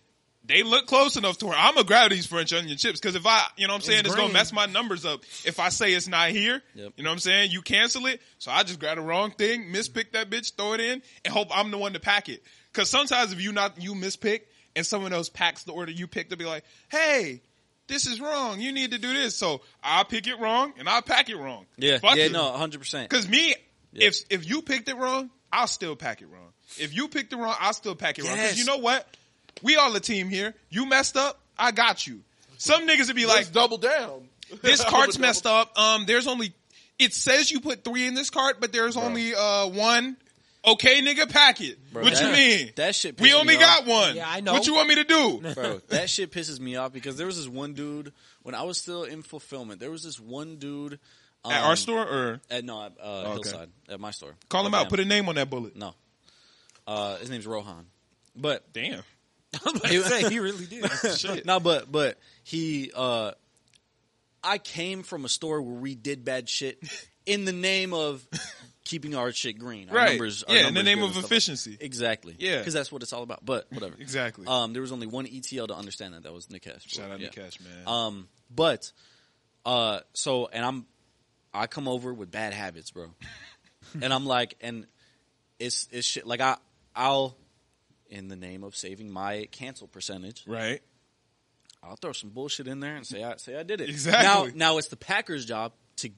they look close enough to where I'm going to grab these French onion chips. Because if I, you know what I'm saying, it's, going
green.
to mess my numbers up. If I say it's not here,
Yep.
you know what I'm saying, you cancel it. So I just grab the wrong thing, mispick that bitch, throw it in, and hope I'm the one to pack it. Because sometimes if you not, you mispick and someone else packs the order you picked, they'll be like, hey, this is wrong. You need to do this. So I'll pick it wrong and I'll pack it wrong.
yeah
Fuck
yeah
it.
no 100 percent
Because me,
Yeah.
if if you picked it wrong, I'll still pack it wrong. If you picked it wrong, I'll still pack it wrong. Because
Yes.
you know what? We all a team here. You messed up, I got you. Some niggas would be
Like
like,
double down.
this
I would
cart's
double-
messed up. Um, there's only it says you put three in this cart, but there's only uh one. Okay, nigga, pack it. what
that-
you mean?
that shit
We
pissed
only
me
got
off.
one.
Yeah, I know.
What you want me to do?
bro. That shit pisses me off because there was this one dude when I was still in fulfillment. There was this one dude um,
At our store or
At, no, at uh,
Oh, okay.
Hillside at my store.
call him
Oh,
out.
damn.
Put a name on that bullet.
No, uh, his name's Rohan, but
Damn.
I'm about to say he really did.
Shit.
no, but but he. uh I came from a store where we did bad shit in the name of keeping our shit green. Our
Right.
numbers, our
Yeah, in the
numbers
name
good
of
and stuff like-
efficiency.
exactly.
Yeah.
Because that's what it's all about. But whatever.
Exactly.
Um, there was only one ETL to understand that. That was Nikesh.
Shout out
Yeah.
to Cash, man.
Um, but uh, so and I'm I come over with bad habits, bro, and I'm like, and it's it's shit. Like I I'll in the name of saving my cancel percentage,
right.
I'll throw some bullshit in there and say I say I did it.
Exactly.
Now now it's the Packers' job to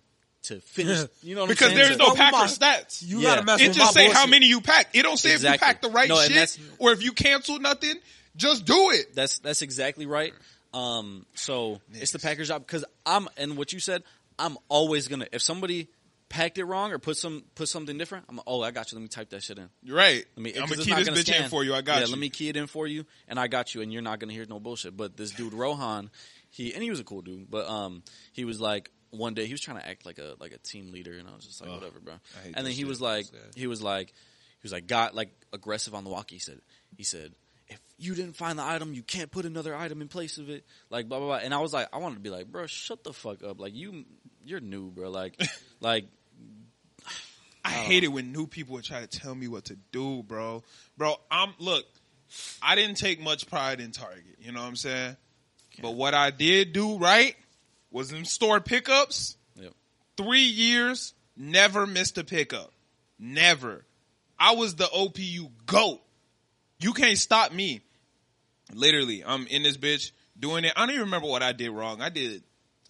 to finish. You know what
Because
I'm saying?
there's
To-
no
Fuck with
Packer
my-
stats.
You
Yeah.
gotta mess
it
with
just
my
say how
bullshit.
many you pack. It don't say if
Exactly.
you pack the right
No, and
shit
that's-
or if you cancel nothing. Just do it.
That's that's exactly right. Um, so it's the Packers' job because I'm and what you said, I'm always gonna if somebody packed it wrong or put some put something different. I'm oh I got you. Let me type that shit in.
You're right.
Let me.
I'm
'cause
gonna
it's
key
not
this bitch in
scan.
for you. I got
yeah,
you.
Let me key it in for you, and I got you, and you're not gonna hear no bullshit. But this dude Rohan, he and he was a cool dude, but um, he was like one day he was trying to act like a like a team leader, and I was just like whatever, bro.
I hate
And then
that
he
shit.
was like
That's sad.
he was like he was like got like aggressive on the walkie. He said he said if you didn't find the item, you can't put another item in place of it. Like blah blah blah. And I was like, I wanted to be like, bro, shut the fuck up. Like you, you're new, bro. Like like
I
Oh.
hate it when new people try to tell me what to do, bro. Bro, I'm look. I didn't take much pride in Target. You know what I'm saying? But what I did do right was in store pickups.
Yep.
Three years, never missed a pickup. Never. I was the OPU goat. You can't stop me. Literally, I'm in this bitch doing it. I don't even remember what I did wrong. I did,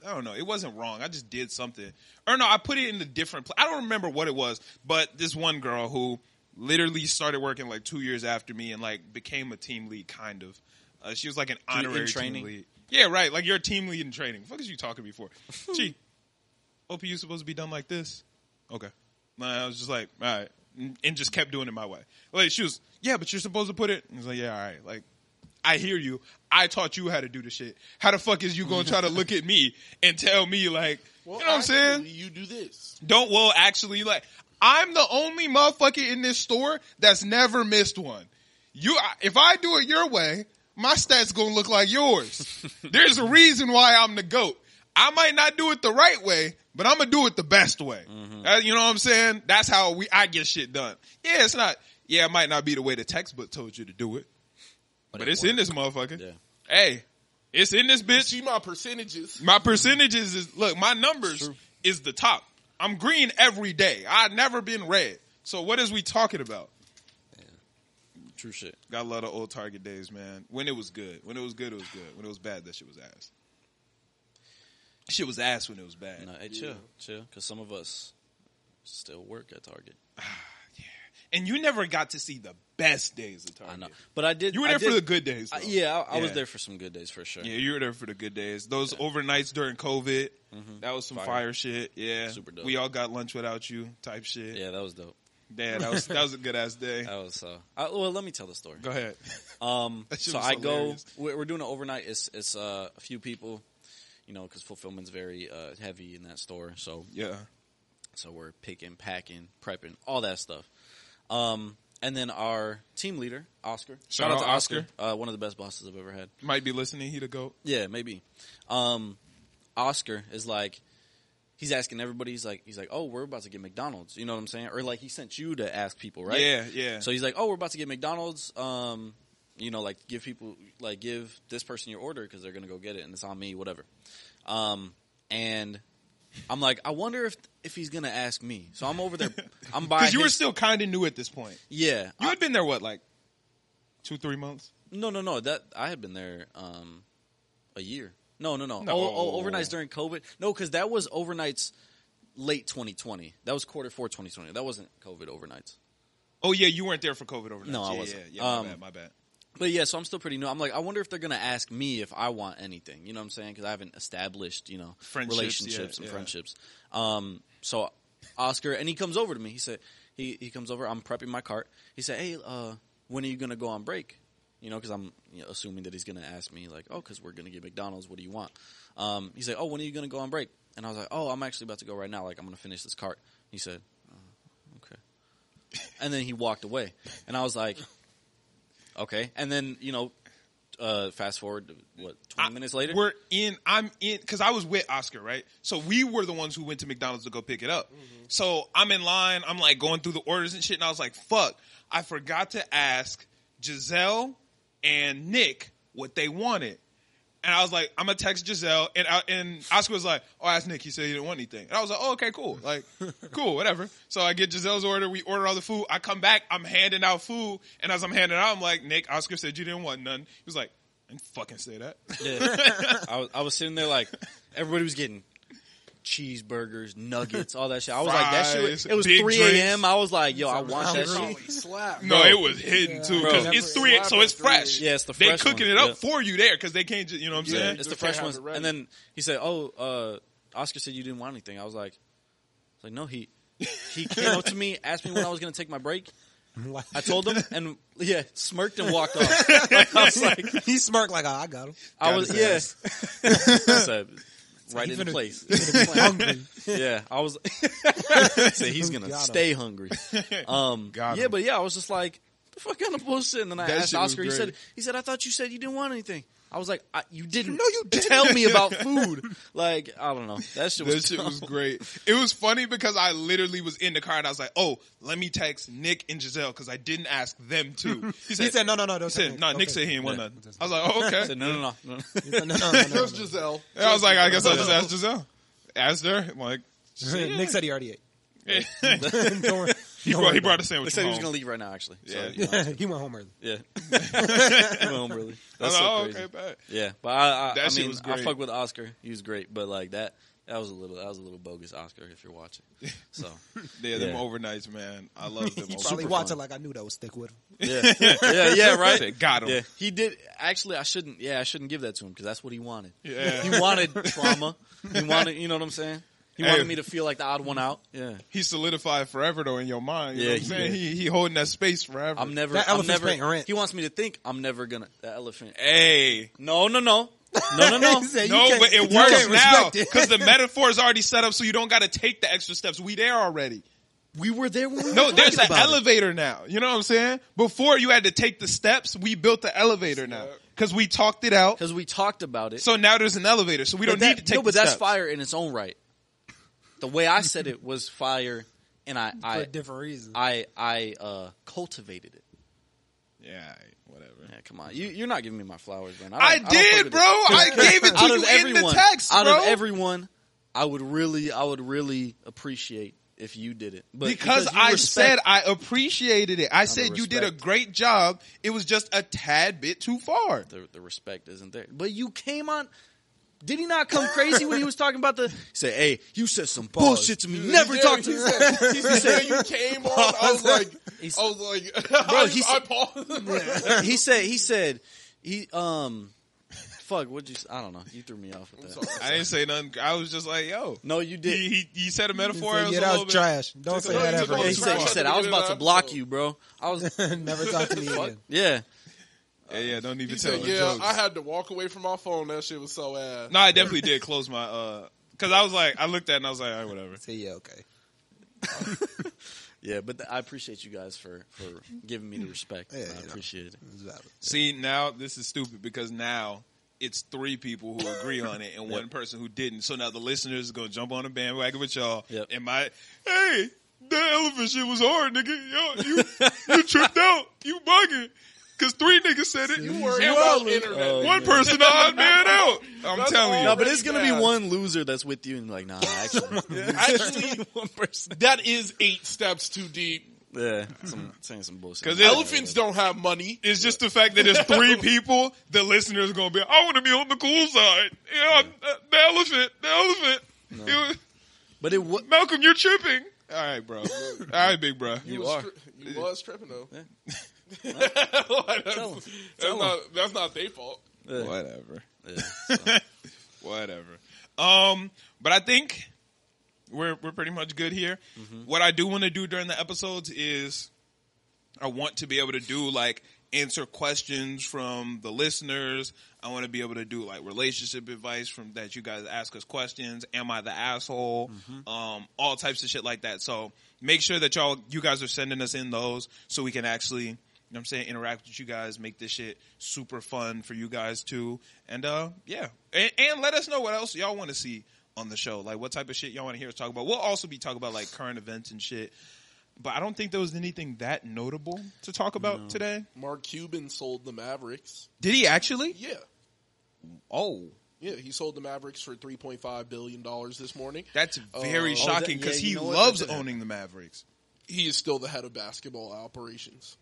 I don't know. It wasn't wrong. I just did something. Or no, I put it in a different place. I don't remember what it was, but this one girl who literally started working like two years after me and like became a team lead, kind of. Uh, she was like an honorary
training?
team lead. Yeah, right. Like you're a team lead in training. Fuck is you talking before? She, OPU supposed to be done like this. Okay. And I was just like, all right. And- And just kept doing it my way. Like, she was, yeah, but you're supposed to put it. And I was like, yeah, all right. Like, I hear you. I taught you how to do the shit. How the fuck is you going to try to look at me and tell me, like,
Well,
you know what I'm saying?
actually, You do this.
Don't, well, actually, like, I'm the only motherfucker in this store that's never missed one. You, I- if I do it your way, my stats gonna look like yours. There's a reason why I'm the goat. I might not do it the right way, but I'm gonna do it the best way.
Mm-hmm.
Uh, you know what I'm saying? That's how we I get shit done. Yeah, it's not. Yeah, it might not be the way the textbook told you to do it, but,
it
it's in this motherfucker.
Yeah.
Hey, it's in this bitch.
See my percentages.
My percentages is look, my numbers is the top. I'm green every day. I've never been red. So what is we talking about?
true shit.
Got a lot of old Target days, man. When it was good. When it was good, it was good. When it was bad, that shit was ass. Shit was ass when it was bad.
No, hey, chill, chill, because some of us still work at Target.
And you never got to see the best days of Target.
I know, but I did.
You were
I
there for
did-
the good days.
I-
though.
yeah, I, I was
Yeah.
there for some good days for sure.
Yeah, you were there for the good days. Those overnights during COVID, that was some fire.
Mm-hmm. Fire.
shit. Yeah.
Super dope.
We all got lunch without you type shit.
Yeah, that was dope.
Yeah, that was that was a good ass day.
That was. Uh, I, well, let me tell the story.
Go ahead.
Um,
That shit
so
was
I
hilarious.
go. We're, we're doing an overnight. It's it's uh, a few people, you know, because fulfillment's very uh, heavy in that store. So
Yeah.
So we're picking, packing, prepping, all that stuff. Um, and then our team leader, Oscar.
Shout out Oscar.
uh, one of the best bosses I've ever had.
might be listening. He the goat.
Yeah, maybe. Um, Oscar is like, he's asking everybody. He's like, he's like, oh, we're about to get McDonald's. You know what I'm saying? Or like he sent you to ask people, right?
Yeah, yeah.
So he's like, oh, we're about to get McDonald's. Um, you know, like give people, like give this person your order because they're gonna go get it, and it's on me, whatever. Um, and I'm like, I wonder if if he's gonna ask me. So I'm over there. I'm by.
Because you were
his-
still kind of new at this point.
yeah.
You
I-
had been there what, like two, three months?
no, no, no. That I had been there um, a year. No, no, no.
No.
Oh, oh, overnights during COVID. No, because that was overnights late 2020. That was quarter four 2020. That wasn't COVID overnights.
Oh yeah, you weren't there for COVID overnight.
No, I
yeah,
wasn't.
Yeah, yeah my
Um,
bad. My bad.
But yeah, so I'm still pretty new. I'm like, I wonder if they're gonna ask me if I want anything. You know what I'm saying? Because I haven't established, you know,
Friendships,
relationships
yeah,
and
yeah.
friendships. Um, so Oscar, and he comes over to me. He said, he he comes over. I'm prepping my cart. He said, hey, uh, when are you gonna go on break? You know, because I'm you know, assuming that he's gonna ask me like, oh, because we're gonna get McDonald's. What do you want? Um, he's like, oh, when are you gonna go on break? And I was like, oh, I'm actually about to go right now. Like, I'm gonna finish this cart. He said, oh, okay and then he walked away. And I was like, okay. And then you know, uh, fast forward to, what twenty
I-
minutes later.
We're in. I'm in because I was with Oscar, right? So we were the ones who went to McDonald's to go pick it up. So I'm in line. I'm like going through the orders and shit, and I was like, "Fuck!" I forgot to ask Giselle and Nick what they wanted. And I was like, I'm gonna text Giselle, and I, and Oscar was like, "Oh, ask Nick. He said he didn't want anything." And I was like, "Oh, okay, cool, like, cool, whatever." So I get Giselle's order. We order all the food. I come back. I'm handing out food, and as I'm handing out, I'm like, "Nick, Oscar said you didn't want none." He was like, "I didn't fucking say that."
Yeah. I, was, I was sitting there like everybody was getting cheeseburgers, nuggets, all that shit. I was like, that shit.
Fries,
Was, it was
big
three
drinks.
a.m. I was like, yo, I want that
Hungry.
shit.
Holy slap.
No,
Bro.
it was hidden too
Bro.
because it's three, so it's fresh.
Yeah, it's the
they
fresh
cooking
one.
it up
Yeah.
for you there because they can't. Just, you know what I'm
Yeah.
saying?
It's
Just
the fresh
can't
ones.
have it ready.
And then he said, "Oh, uh, Oscar said you didn't want anything." I was like, I was like no, he he came up to me, asked me when I was going to take my break.
Like,
I told him, and yeah, smirked and walked off. Like, I was like,
he smirked like, oh, I got him.
I was
Got
yeah,
his
I said, right in
finna-
place.
Hungry.
yeah, I was. so he's gonna
Got him.
stay hungry. Um,
Got
yeah,
him.
but yeah, I was just like, the fuck kind of bullshit. And then I
That
asked
shit was
Oscar. He
great.
said, he said, I thought you said you didn't want anything. I was like, I, you didn't.
No, you didn't.
tell me about food. Like I don't know. That shit was.
That shit
dumb.
was great.
It was funny because I literally was in the car and I was like, "Oh, let me text Nick and Giselle because I didn't ask them too." He said,
He said, no, no, no. Don't
he said, "No, Nick said he didn't want
Yeah.
nothing." I was like, "Oh,
I
okay."
said, no, no, no, no, no.
no, no, no, no,
Just
no.
Giselle.
And I was like, "I guess I'll just ask Giselle." Asked her, I'm like,
Nick said he already ate.
he
Don't worry. Don't
brought
worry
he brought a
about
They
sandwich.
said he
from
was gonna
home.
leave right now. Actually, so,
Yeah.
you know,
it. he went home early.
yeah. Come on, really.
I was
That's so
like, "Oh,
crazy.
okay, bad."
Yeah, but I, I,
That
I
shit
mean,
was
I
great.
fuck with Oscar. He was great, but like that, that was a little, that was a little bogus Oscar. If you're watching, so
Yeah, them
Yeah.
overnights, man. I love them.
He
overnights.
probably
super
watched it
fun.
like I knew that would stick with him.
yeah, yeah, yeah, right.
Said, "Got him."
Yeah, he did. Actually, I shouldn't. Yeah, I shouldn't give that to him because that's what he wanted.
Yeah.
he wanted trauma. He wanted, you know what I'm saying. He
Hey.
wanted me to feel like the odd one out. Yeah,
He solidified forever though in your mind. You
Yeah,
know what I'm
he
saying
did.
he he holding that space forever.
I'm never.
That
I'm
elephant's paying
never.
rent.
He wants me to think I'm never gonna. The elephant. eh,
hey,
No, no, no, no, no, no.
He said,
no,
"You can't-
but
you
it works
can't
now
respect it."
because the metaphor is already set up, so you don't got to take the extra steps. We there already.
we were there when we
No,
were
there's
talking
an
about it.
elevator now. You know what I'm saying? Before you had to take the steps, we built the elevator now because we talked it out.
because we talked about it.
So now there's an elevator, so we don't
But that-
need to take.
no, but
the
that's
steps.
fire in its own right. The way I said it was fire, and I,
for
I,
different reasons.
I, I uh, cultivated it.
Yeah, all right, whatever.
Yeah, come on, you, you're not giving me my flowers, man.
I,
don't- don't fuck
did,
with
bro.
it.
I gave it to
Out
you
of
in
everyone,
the text,
out
bro.
of everyone, I would really, I would really appreciate if you did it, but
because,
you
I
respect-
said I appreciated it. I said you did a
respect.
great job. It was just a tad bit too far.
the, the respect isn't there. But you came on. Did he not come crazy when he was talking about the? He said, "Hey, you said some bullshit to me. Never
Yeah,
talk to
he
me."
said- He said you came on. I was like,
He's-
I was like, I,
he's-
I paused.
he said he said he um fuck what you s- I don't know you threw me off with that.
sorry.
I didn't say nothing. I was just like, yo.
No, you
He,
did. He,
he, he said a metaphor.
He
it
said,
was
yeah,
a
that
little
was
bit-
trash. Don't say
a-
that
he took
ever.
a-
he
he
said he
tried
said
to
I
get
was
it
about to
out,
block
so-
you, bro. I was
Never talk to me again.
yeah.
Yeah, yeah, don't even
He
tell
said,
the
yeah,
jokes.
I had to walk away from my phone. That shit was so ass.
No, I definitely did close my uh because I was like I looked at it and I was like, all right, whatever.
Say yeah, okay.
Yeah, but th- I appreciate you guys for for giving me the respect. I
Yeah, you know.
appreciate it.
Exactly.
See, now this is stupid because now it's three people who agree on it and one person who didn't. So now the listeners is gonna jump on the bandwagon with y'all.
Yep.
And my hey, that elephant shit was hard, nigga. Yo, you you tripped out. You bugging. Cause three niggas said it.
You were
and
well
one,
internet.
Oh,
one person the odd man out. I'm
That's
telling you.
No,
all.
but it's gonna be
Yeah.
one loser that's with you and like nah. Actually,
Actually,
one person.
that is eight steps too deep.
Yeah, some, saying some bullshit.
'Cause
Yeah,
Elephants
yeah,
don't have money.
It's just the fact that there's three people. The listeners gonna be. I want to be on the cool side. Yeah, uh, the elephant. The elephant. You-
yeah. But it was
Malcolm, you're tripping. All right, bro. All right, big bro.
You, was, tri- you was tripping though. Like, that's,
Tell 'em.
that's
Tell 'em.
not that's not their fault.
Whatever.
yeah.
Whatever. Um, but I think we're we're pretty much good here. What I do want to do during the episodes is I want to be able to do like answer questions from the listeners. I want to be able to do like relationship advice from that you guys ask us questions. Am I the asshole? Um, all types of shit like that. So make sure that y'all you guys are sending us in those so we can actually You know what I'm saying? Interact with you guys, make this shit super fun for you guys too. And uh yeah. And, and let us know what else y'all want to see on the show. Like what type of shit y'all want to hear us talk about. We'll also be talking about like current events and shit. But I don't think there was anything that notable to talk about today.
Mark Cuban sold the Mavericks.
Did he actually?
Yeah.
Oh.
Yeah, he sold the Mavericks for three point five billion dollars this morning.
That's very
Oh, that-
shocking because
yeah, you
he
know what?
loves
That's it.
owning the Mavericks.
He is still the head of basketball operations.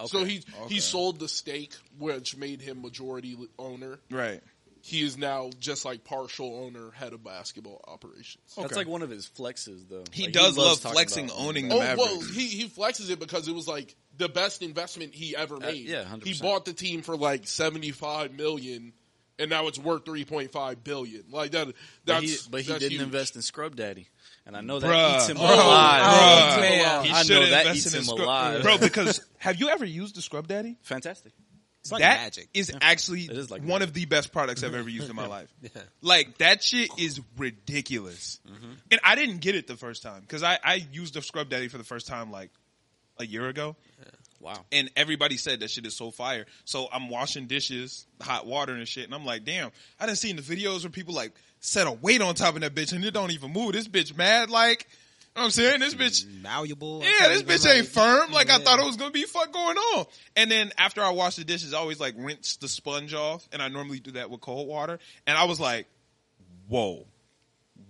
Okay.
So he
Okay.
he sold the stake, which made him majority li- owner.
Right.
He is now just like partial owner, head of basketball operations.
That's
Okay.
like one of his flexes, though.
He
Like,
does
loves
love
talking
flexing
about
owning the
Oh
Mavericks.
well, he he flexes it because it was like the best investment he
Uh,
ever made.
yeah, 100%.
he bought the team for like seventy five million, and now it's worth three point five billion. Like that. That's
But he, but he
that's
didn't
huge.
invest in Scrub Daddy, and I know that
Bruh.
eats him
Oh,
alive.
bruh.
Eats him
Damn.
alive.
He
uh, I
should
know
have
that eats
invested
him
in scrub,
alive,
bro. Because have you ever used the Scrub Daddy?
Fantastic.
It's like
That
magic.
is actually
It is like
one
magic.
of the best products I've ever used in my life. Like that shit is ridiculous,
Mm-hmm.
and I didn't get it the first time because I, I used the Scrub Daddy for the first time like a year ago,
Wow.
and everybody said that shit is so fire. So I'm washing dishes, hot water and shit, and I'm like, damn, I didn't seen the videos where people like set a weight on top of that bitch and it don't even move. This bitch mad like. You know what I'm saying this bitch
malleable. I
yeah,
can't
this
even,
bitch
like-
ain't firm. Like I
Yeah.
thought it was gonna be fuck going on. And then after I wash the dishes, I always like rinse the sponge off, and I normally do that with cold water. And I was like, whoa,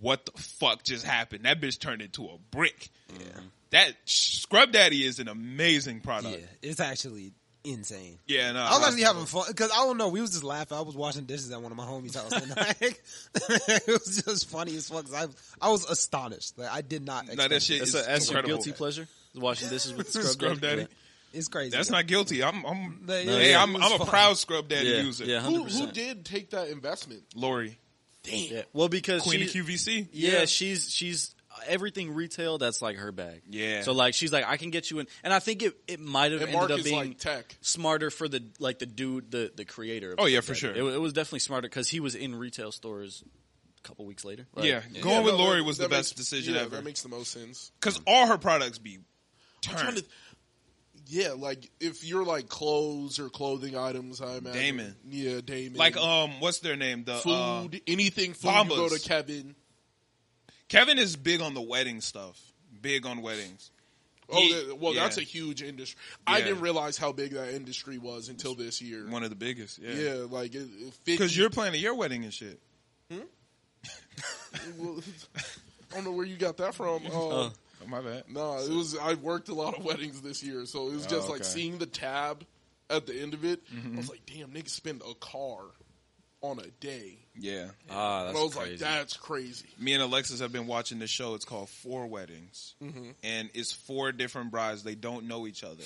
what the fuck just happened? That bitch turned into a brick. Yeah. That Scrub Daddy is an amazing product.
Yeah, it's actually insane.
Yeah, no,
I was
I-
actually having fun because I don't know. We was just laughing. I was washing dishes at one of my homies' house, and like, it was just funny as fuck. 'cause I I was astonished. Like I did not.
No, that
expect
shit
it.
is
That's, a, that's your
incredible.
guilty pleasure. is Washing dishes with the Scrub,
Scrub Daddy.
It's crazy.
That's not guilty. I'm, I'm,
No, yeah,
hey,
it
I'm,
was
I'm a
fun.
proud Scrub Daddy
Yeah,
user.
yeah,
Who who
100%.
did take that investment?
Lori,
Damn.
Yeah. Well, because
Queen
she,
of QVC.
Yeah,
Yeah.
she's she's everything retail. That's like her bag.
Yeah.
So like she's like I can get you in, and I think it it might have
And
ended
Mark
up
is
being
like tech.
smarter for the like the dude the the creator. Of
Oh,
Scrub
yeah, for
Daddy.
sure.
It, wa- it was definitely smarter because he was in retail stores a couple weeks later. Like,
yeah, going
Yeah,
with
no,
Lori
that-
was
that
the
makes-
best decision
yeah,
ever.
That makes the most sense.
Because all her products be
I'm trying
turned.
to- yeah, like if you're like clothes or clothing items, I imagine.
Damon.
Yeah, Damon.
Like um, what's their name? The uh,
food, anything food. You go
Bombas.
to Kevin.
Kevin is big on the wedding stuff. Big on weddings.
Oh,
He-
that- well,
yeah.
that's a huge industry. I
Yeah.
didn't realize how big that industry was until this year.
One of the biggest.
yeah.
Yeah.
like it, it
Because
50
you're planning your wedding and shit.
well, I don't know where you got that from. Uh,
Oh, my bad.
No, it was. I worked a lot of weddings this year, so it was just like
Oh, okay. Mm-hmm.
seeing the tab at the end of it. I was like, damn, niggas spend a car on a day.
Yeah.
Ah,
And
that's
I was
crazy.
like, that's crazy.
Me and Alexis have been watching this show. It's called Four Weddings, and it's four different brides. They don't know each other,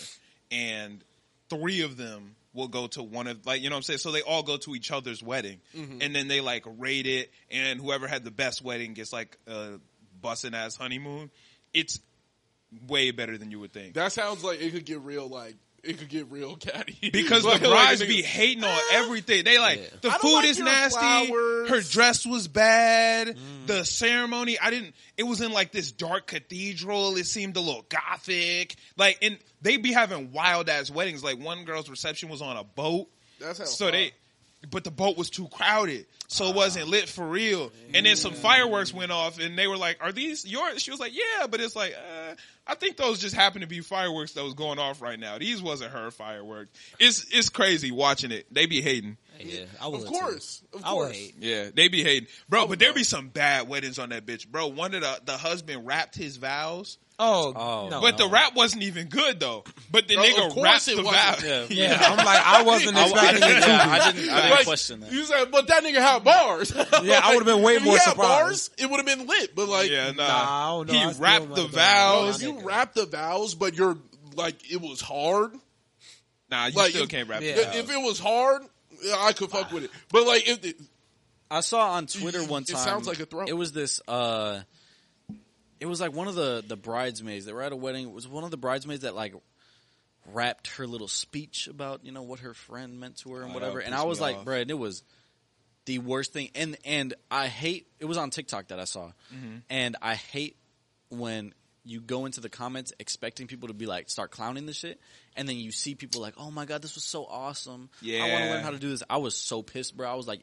and three of them will go to one of like you know what I'm saying. So they all go to each other's wedding, and then they like rate it, and whoever had the best wedding gets like a bussin' ass honeymoon. It's way better than you would think.
That sounds like it could get real. Like it could get real catty
Because
Like,
the
like,
brides
niggas-
be hating on everything. They like
Yeah.
the
I don't
food
like
is
your
nasty.
flowers."
Her dress was bad. The ceremony, I didn't. It was in like this dark cathedral. It seemed a little gothic. Like, and they be having wild ass weddings. Like one girl's reception was on a boat.
That sounds
so
fun.
they, but the boat was too crowded, so it wasn't lit for real. And then some fireworks went off, and they were like, "Are these yours?" She was like, "Yeah," but it's like, uh, I think those just happened to be fireworks that was going off right now. These wasn't her fireworks. It's it's crazy watching it. They be hating.
Yeah, I would
Of
too.
course, of
I would
course.
hate.
Yeah, they be hating, bro. but there
no.
be some bad weddings on that bitch, bro. One of the the husband wrapped his vows,
Oh,
Oh,
no.
but the rap wasn't even good though. But the
Bro, of
nigga
course
wrapped
it
the vow.
wasn't.
Yeah.
yeah, I'm like I wasn't
I, I
expecting
didn't,
it to.
yeah,
be.
I didn't, I didn't
Like,
question that.
You said, but that nigga had bars. yeah,
I would've been way
if he
more
had
surprised.
Bars, it would have been lit, but like,
Yeah, nah.
Nah, I don't know.
He
I still
wrapped
might
the
have been like,
vows.
bro,
nah,
if you
nigga.
wrap the vows, but you're like, it was hard.
Nah, you
Like,
still
if-
can't wrap.
yeah.
the vows.
If it was hard, I could fuck with it. But like, if it,
I saw on Twitter one
It
time.
sounds like a throw.
It was this. uh It was like one of the the bridesmaids that were at a wedding. It was one of the bridesmaids that like wrapped her little speech about you know what her friend meant to her and
Oh,
whatever.
that
And I
pissed
was
me
like,
off.
bruh, and it was the worst thing. And and I hate. It was on TikTok that I saw, and I hate when you go into the comments expecting people to be like start clowning the shit, and then you see people like, "Oh my god, this was so awesome! I want to
Yeah.
learn how to do this." I was so pissed, bro. I was like,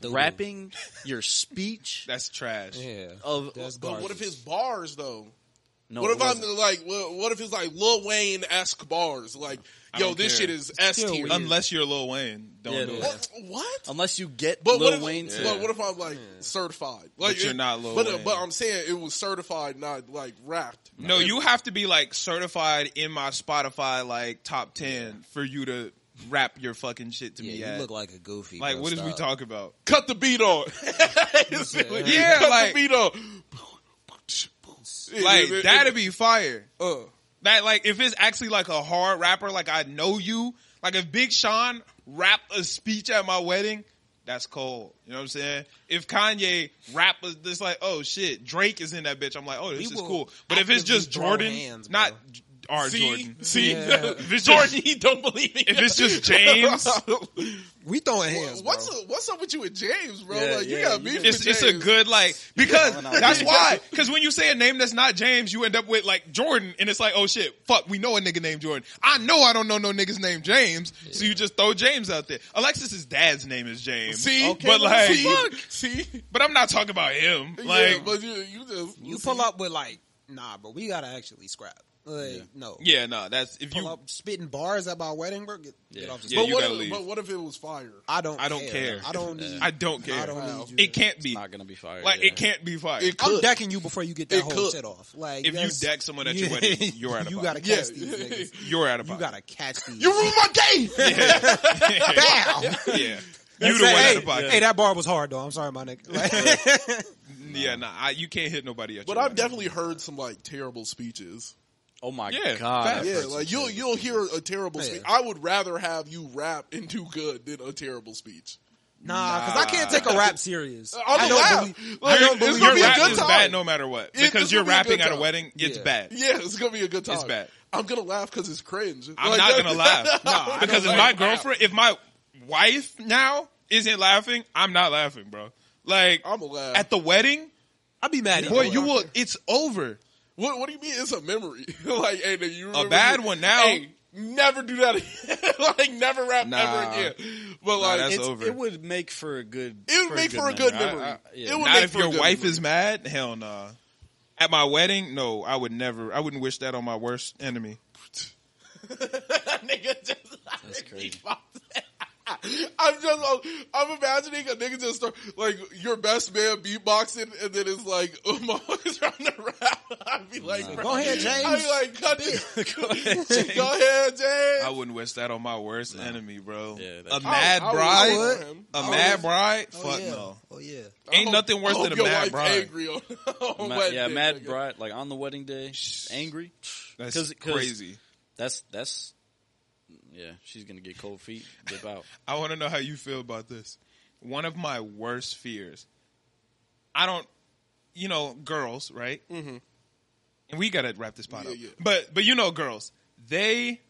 dope.
rapping your speech
That's trash.
Yeah.
of
That's
But what
garbage.
if his bars though?
no.
what
it
if I'm
wasn't.
like, what, what if it's like Lil Wayne esque bars? Like,
I
yo,
don't
this
care.
shit is S
still
tier.
weird.
Unless you're Lil Wayne, don't
Yeah,
do
yeah.
it.
What? what?
unless you get
But
Lil
what if,
Wayne to
but what if I'm like certified? Like
you're
it-
not Lil
but,
Wayne.
But I'm saying it was certified, not like wrapped.
No, you have to be like certified in my Spotify like top ten for you to rap your fucking shit to
Yeah,
me.
you
at.
look like a goofy.
like
bro,
what is we
stop.
talking about?
Cut the beat on.
Yeah,
cut
like-
the beat on.
Like
It- it-
that'd be fire.
uh,
That like if it's actually like a hard rapper, like I know you. Like if Big Sean rapped a speech at my wedding, that's cold. You know what I'm saying? If Kanye rap was just like, oh shit, Drake is in that bitch. I'm like, oh, this
We
is
will
cool. But if it's just
actively throw
Jordan,
hands, bro.
not our
see,
Jordan.
see,
Yeah.
If it's
Jordan,
Jordan,
he don't believe me.
if it's just James,
We throwing hands.
what's
bro.
up, what's up with you with James, bro?
Yeah,
like you
yeah,
got
you
beef
got-
with
it's, it's a
James.
good like because
calling out
that's
James.
why because when you say a name that's not James, you end up with like Jordan, and it's like oh shit, fuck, we know a nigga named Jordan. I know I don't know no niggas named James, so you just throw James out there. Alexis's dad's name is James,
See,
Okay,
but
well,
like,
see, see,
but I'm not talking about him. Like,
yeah, but you, you just
You pull up with like, nah, but we gotta actually scrap. Like, no.
yeah, no, that's if
Pull
you.
up spitting bars at my wedding, bro. Get, get
Yeah.
off the
Yeah,
but
you
what
gotta
if,
leave.
but what if it was fire?
I don't.
I don't care.
I don't need.
I don't care.
I don't need you.
it can't be
not gonna be fired.
like
yeah.
it can't be fire.
It
I'm
could.
decking you before you get that
It
whole
could.
shit off. Like
If you
that's-
deck someone at your wedding, you're out of
You
pocket.
gotta
Yeah.
catch these niggas.
You're out of
You
pocket.
gotta catch these.
You ruined my day.
Bam!
yeah.
That's
You the
it.
one out
hey,
of pocket.
hey, that bar was hard though. I'm sorry, my nigga. Like,
Yeah, nah, I, you can't hit nobody at
But
your
I've
wedding.
definitely heard some like terrible speeches.
Oh my
Yeah,
god!
facts.
I've
Yeah,
heard some
like you'll
shit.
you'll hear a terrible
Yeah.
speech. I would rather have you rap and do good than a terrible speech.
nah, because I can't take a rap serious.
I'm
I don't
laugh.
believe.
Like,
I don't
it's
believe
gonna
your
be a
rap
good
is
time.
bad no matter what
It-
because
this
you're
will be a
rapping
good
at a
time.
wedding. It's
Yeah.
bad.
Yeah, it's gonna be a good time.
It's bad.
I'm gonna laugh because it's cringe.
I'm
Like,
not
that-
gonna laugh
I
because
don't
if my
like laugh.
girlfriend, if my wife now isn't laughing, I'm not laughing, bro. Like
I'ma laugh.
at the wedding,
I'd be mad.
boy,
either
you
way.
will. It's over.
What What do you mean? It's a memory. like, hey, do you remember
bad
you-
one now.
Hey, never do that. Again. like, never rap
Nah.
ever again. But like,
that's
it's-
over.
It would make for a good.
it would make for a good memory.
I- I- yeah.
It would
Not
make
if
for a
your
good
wife
memory.
is mad. Hell nah. At my wedding, no, I would never. I wouldn't wish that on my worst enemy.
that nigga just.
That's crazy.
I'm just, I'm imagining a nigga just start, like, your best man beatboxing, and then it's like, Umar is trying to rap. I'd be like, bro.
Go ahead, James.
I'd be like, cut this. Go ahead,
I
James.
wouldn't wish that on my worst enemy, bro.
Yeah,
a
that's-
mad
I would- I would.
bride,
I
a
would.
mad bride.
Oh,
Fuck
yeah.
no.
Oh yeah.
Ain't
I hope-
nothing worse
I hope
than a
your
mad
wife's
bride.
Angry on, on
Ma-
wedding,
yeah, Mad
nigga.
Bright, like on the wedding day, angry.
That's
'Cause- 'cause
crazy.
That's that's. Yeah, she's gonna get cold feet. Dip out.
I want to know how you feel about this. One of my worst fears. I don't, you know, girls, right? Mm-hmm. And we gotta wrap this pot
Yeah,
up.
yeah.
But but you know, girls, they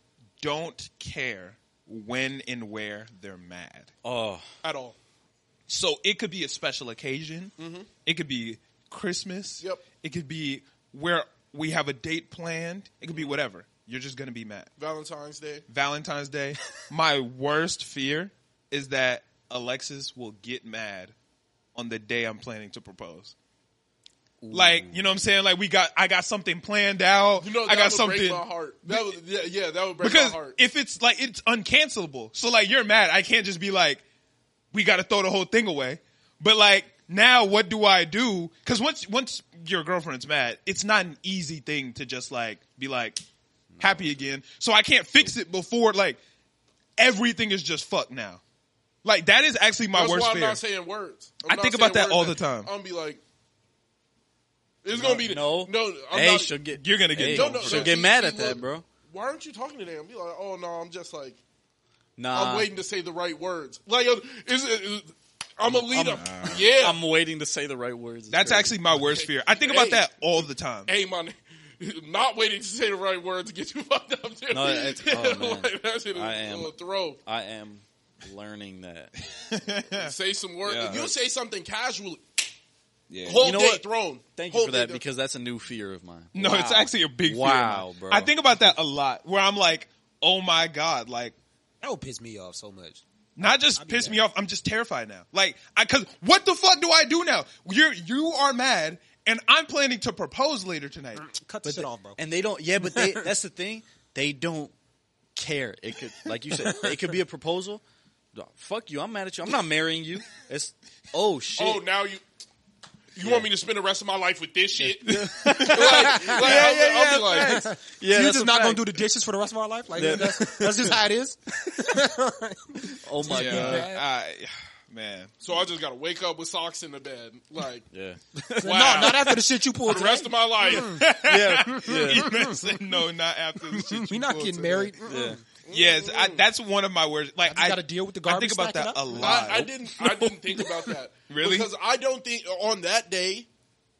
don't care when and where they're mad.
Oh,
At all. Mm-hmm.
So it could be a special occasion. It could be Christmas.
Yep.
It could be where we have a date planned. It could be whatever. You're just gonna be mad.
Valentine's Day.
Valentine's Day. My worst fear is that Alexis will get mad on the day I'm planning to propose. Like, you know what I'm saying? Like we got I got something planned out.
You know, that
I got
would
something
break my heart. That would, yeah, yeah, that would break
because
my heart.
if it's like it's uncancelable. So like you're mad. I can't just be like we got to throw the whole thing away. But like now what do I do? Cuz once once your girlfriend's mad, it's not an easy thing to just like be like happy again. So I can't fix it before like everything is just fucked now. Like that is actually my
That's
worst
why I'm
fear.
not saying words. I'm
I
not
think about
saying
that all
words.
the time.
I'm gonna be like, it's gonna be
no,
no. I'm
hey,
not,
she'll get.
You're gonna get
hey,
No, no,
she'll
no,
get
see-
mad
see,
at that,
look,
bro.
Why aren't you talking to them? Be like, oh no, I'm just like,
Nah,
I'm waiting to say the right words. Like, uh, is it? Is, I'm a leader. yeah.
I'm waiting to say the right words. It's
That's
crazy.
actually my worst fear. I think about
Hey.
that all the time.
hey, man. Not waiting to say the right words to get you fucked up. Dude.
No, it's- oh, man.
like, that shit is
I am.
gonna throw.
I am learning that.
Say some words.
Yeah.
If you say something casually,
Yeah.
Whole
You know
day
what?
thrown.
Thank
Whole
you for
day
that
thrown.
because that's a new fear of mine.
No, it's actually a big fear.
Wow, bro.
I think about that a lot. Where I'm like, oh my god, like
That would piss me off so much.
not just piss me off. I'm just terrified now. Like, I cause what the fuck do I do now? You're you are mad, and I'm planning to propose later tonight.
Cut the shit off, bro.
and they don't. Yeah, but they, that's the thing. They don't care. It could, like you said, it could be a proposal. Dog, Fuck you! I'm mad at you. I'm not marrying you. It's oh shit.
oh, now you. You want me to spend the rest of my life with this shit? yeah,
yeah,
I'll be like,
yeah,
you
that's
just
a
not
fact.
gonna do the dishes for the rest of our life? Like that's, that's just how it is.
Oh my
Yeah,
god.
I, man.
So I just gotta wake up with socks in the bed. Like,
Yeah.
wow.
No, Oh, not after the shit you pulled.
the rest of my life.
Mm.
Yeah. yeah.
Even said, no, not after the shit.
We
you
not
pulled
getting
today."
married.
yeah.
Yes, I, that's one of my words. Like
I
I
got to deal with the
I
garbage.
think about
stack it
that a
up.
lot.
I, I didn't. I didn't think about that.
Really?
Because I don't think on that day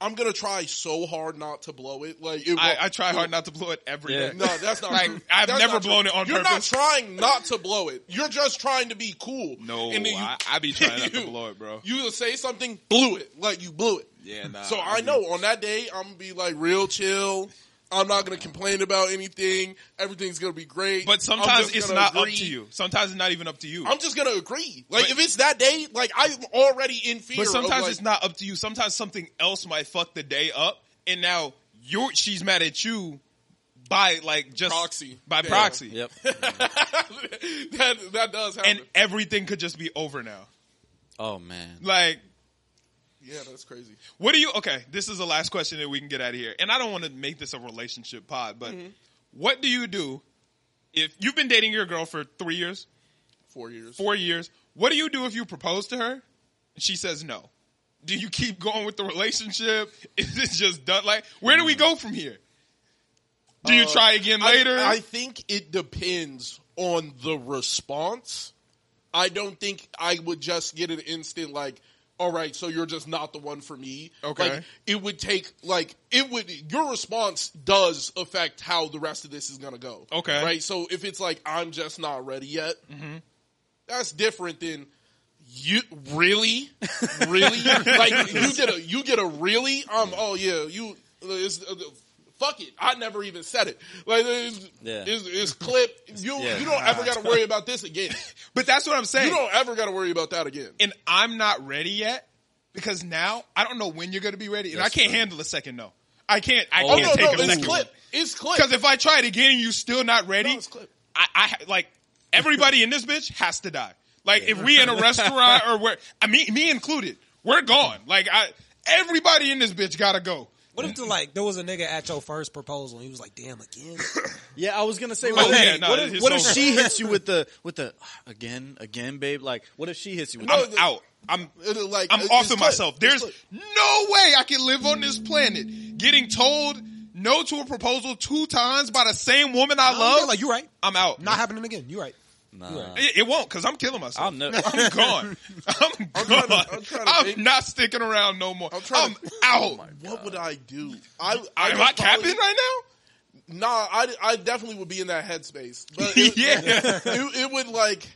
I'm gonna try so hard not to blow it. Like, it
I,
won't-
I try hard not to blow it every day.
Yeah.
No, that's not
Like,
true.
I've
That's
never
not true.
blown it on
You're
purpose.
not trying not to blow it. You're just trying to be cool.
No,
and then you,
I, I be trying not to blow it, bro.
you say something, blew it, like you blew it.
Yeah, nah,
So
I
I,
do.
know on that day I'm gonna be like real chill. I'm not gonna complain about anything. Everything's gonna be great. I'm
But sometimes
just
it's
gonna
not
agree.
up to you. Sometimes it's not even up to you.
I'm just gonna agree. Like
But-
if it's that day, like I'm already in fear.
but
of,
sometimes
like-
it's not up to you. Sometimes something else might fuck the day up, and now you're she's mad at you by like just
Proxy.
by
Yeah.
proxy,
Yep.
that that does happen.
and everything could just be over now.
Oh man.
Like,
yeah, that's crazy.
what do you? Okay, this is the last question that we can get out of here, and I don't want to make this a relationship pod,
Mm-hmm.
but what do you do if you've been dating your girl for three years?
Four years.
four years. What do you do if you propose to her? And she says no. Do you keep going with the relationship? Is it just done? Like, where do we go from here? Do you
Mm. Uh,
try again
I-
later?
I, think it depends on the response. I don't think I would just get an instant like, all right, so you're just not the one for me.
Okay.
Like, it would take like it would your response does affect how the rest of this is gonna go.
Okay.
Right? So if it's like I'm just not ready yet, that's different than you really, really like you get a you get a really um oh yeah you it's, uh, fuck it I never even said it like it's,
Yeah.
it's, it's clip you
Yeah.
you don't ever got to worry about this again
but that's what I'm
you
saying.
don't ever got to worry about that again
And I'm not ready yet because now I don't know when you're going to be ready, and I
That's
can't
true.
handle a second no. I can't. I
Oh,
oh
can't
no
take
no
a
it's
second
clip it's clip
Because if I try it again, you still not ready.
No, it's clip.
I, I like everybody in this bitch has to die. Like if we in a restaurant or where, I mean, me included, we're gone. Like I, everybody in this bitch gotta go.
What if the, like there was a nigga at your first proposal and he was like, "Damn again."
Yeah, I was gonna say.
Oh,
What, if,
yeah, no,
what, if,
it's
what if
over.
she hits you with the with the again again, babe? Like, what if she hits you with?
No,
the,
I'm
the-
out. I'm
It'll, like
I'm
Oh, it's
offing
clip.
myself.
It's
There's
clip.
no way I can live on this planet getting told no to a proposal two times by the same woman I
I'm
love.
like you right.
I'm out.
Not happening again. You right.
nah.
It, it won't because I'm killing myself.
I'm never.
I'm gone. I'm gone. I'm,
trying to- I'm trying to think.
not sticking around no more. I'm,
I'm trying to-
out.
what would I do I I
Oh Am
would
I
probably-
capping right
Nah, I, I definitely would be in that headspace. But
now?
it,
yeah.
it, it would like.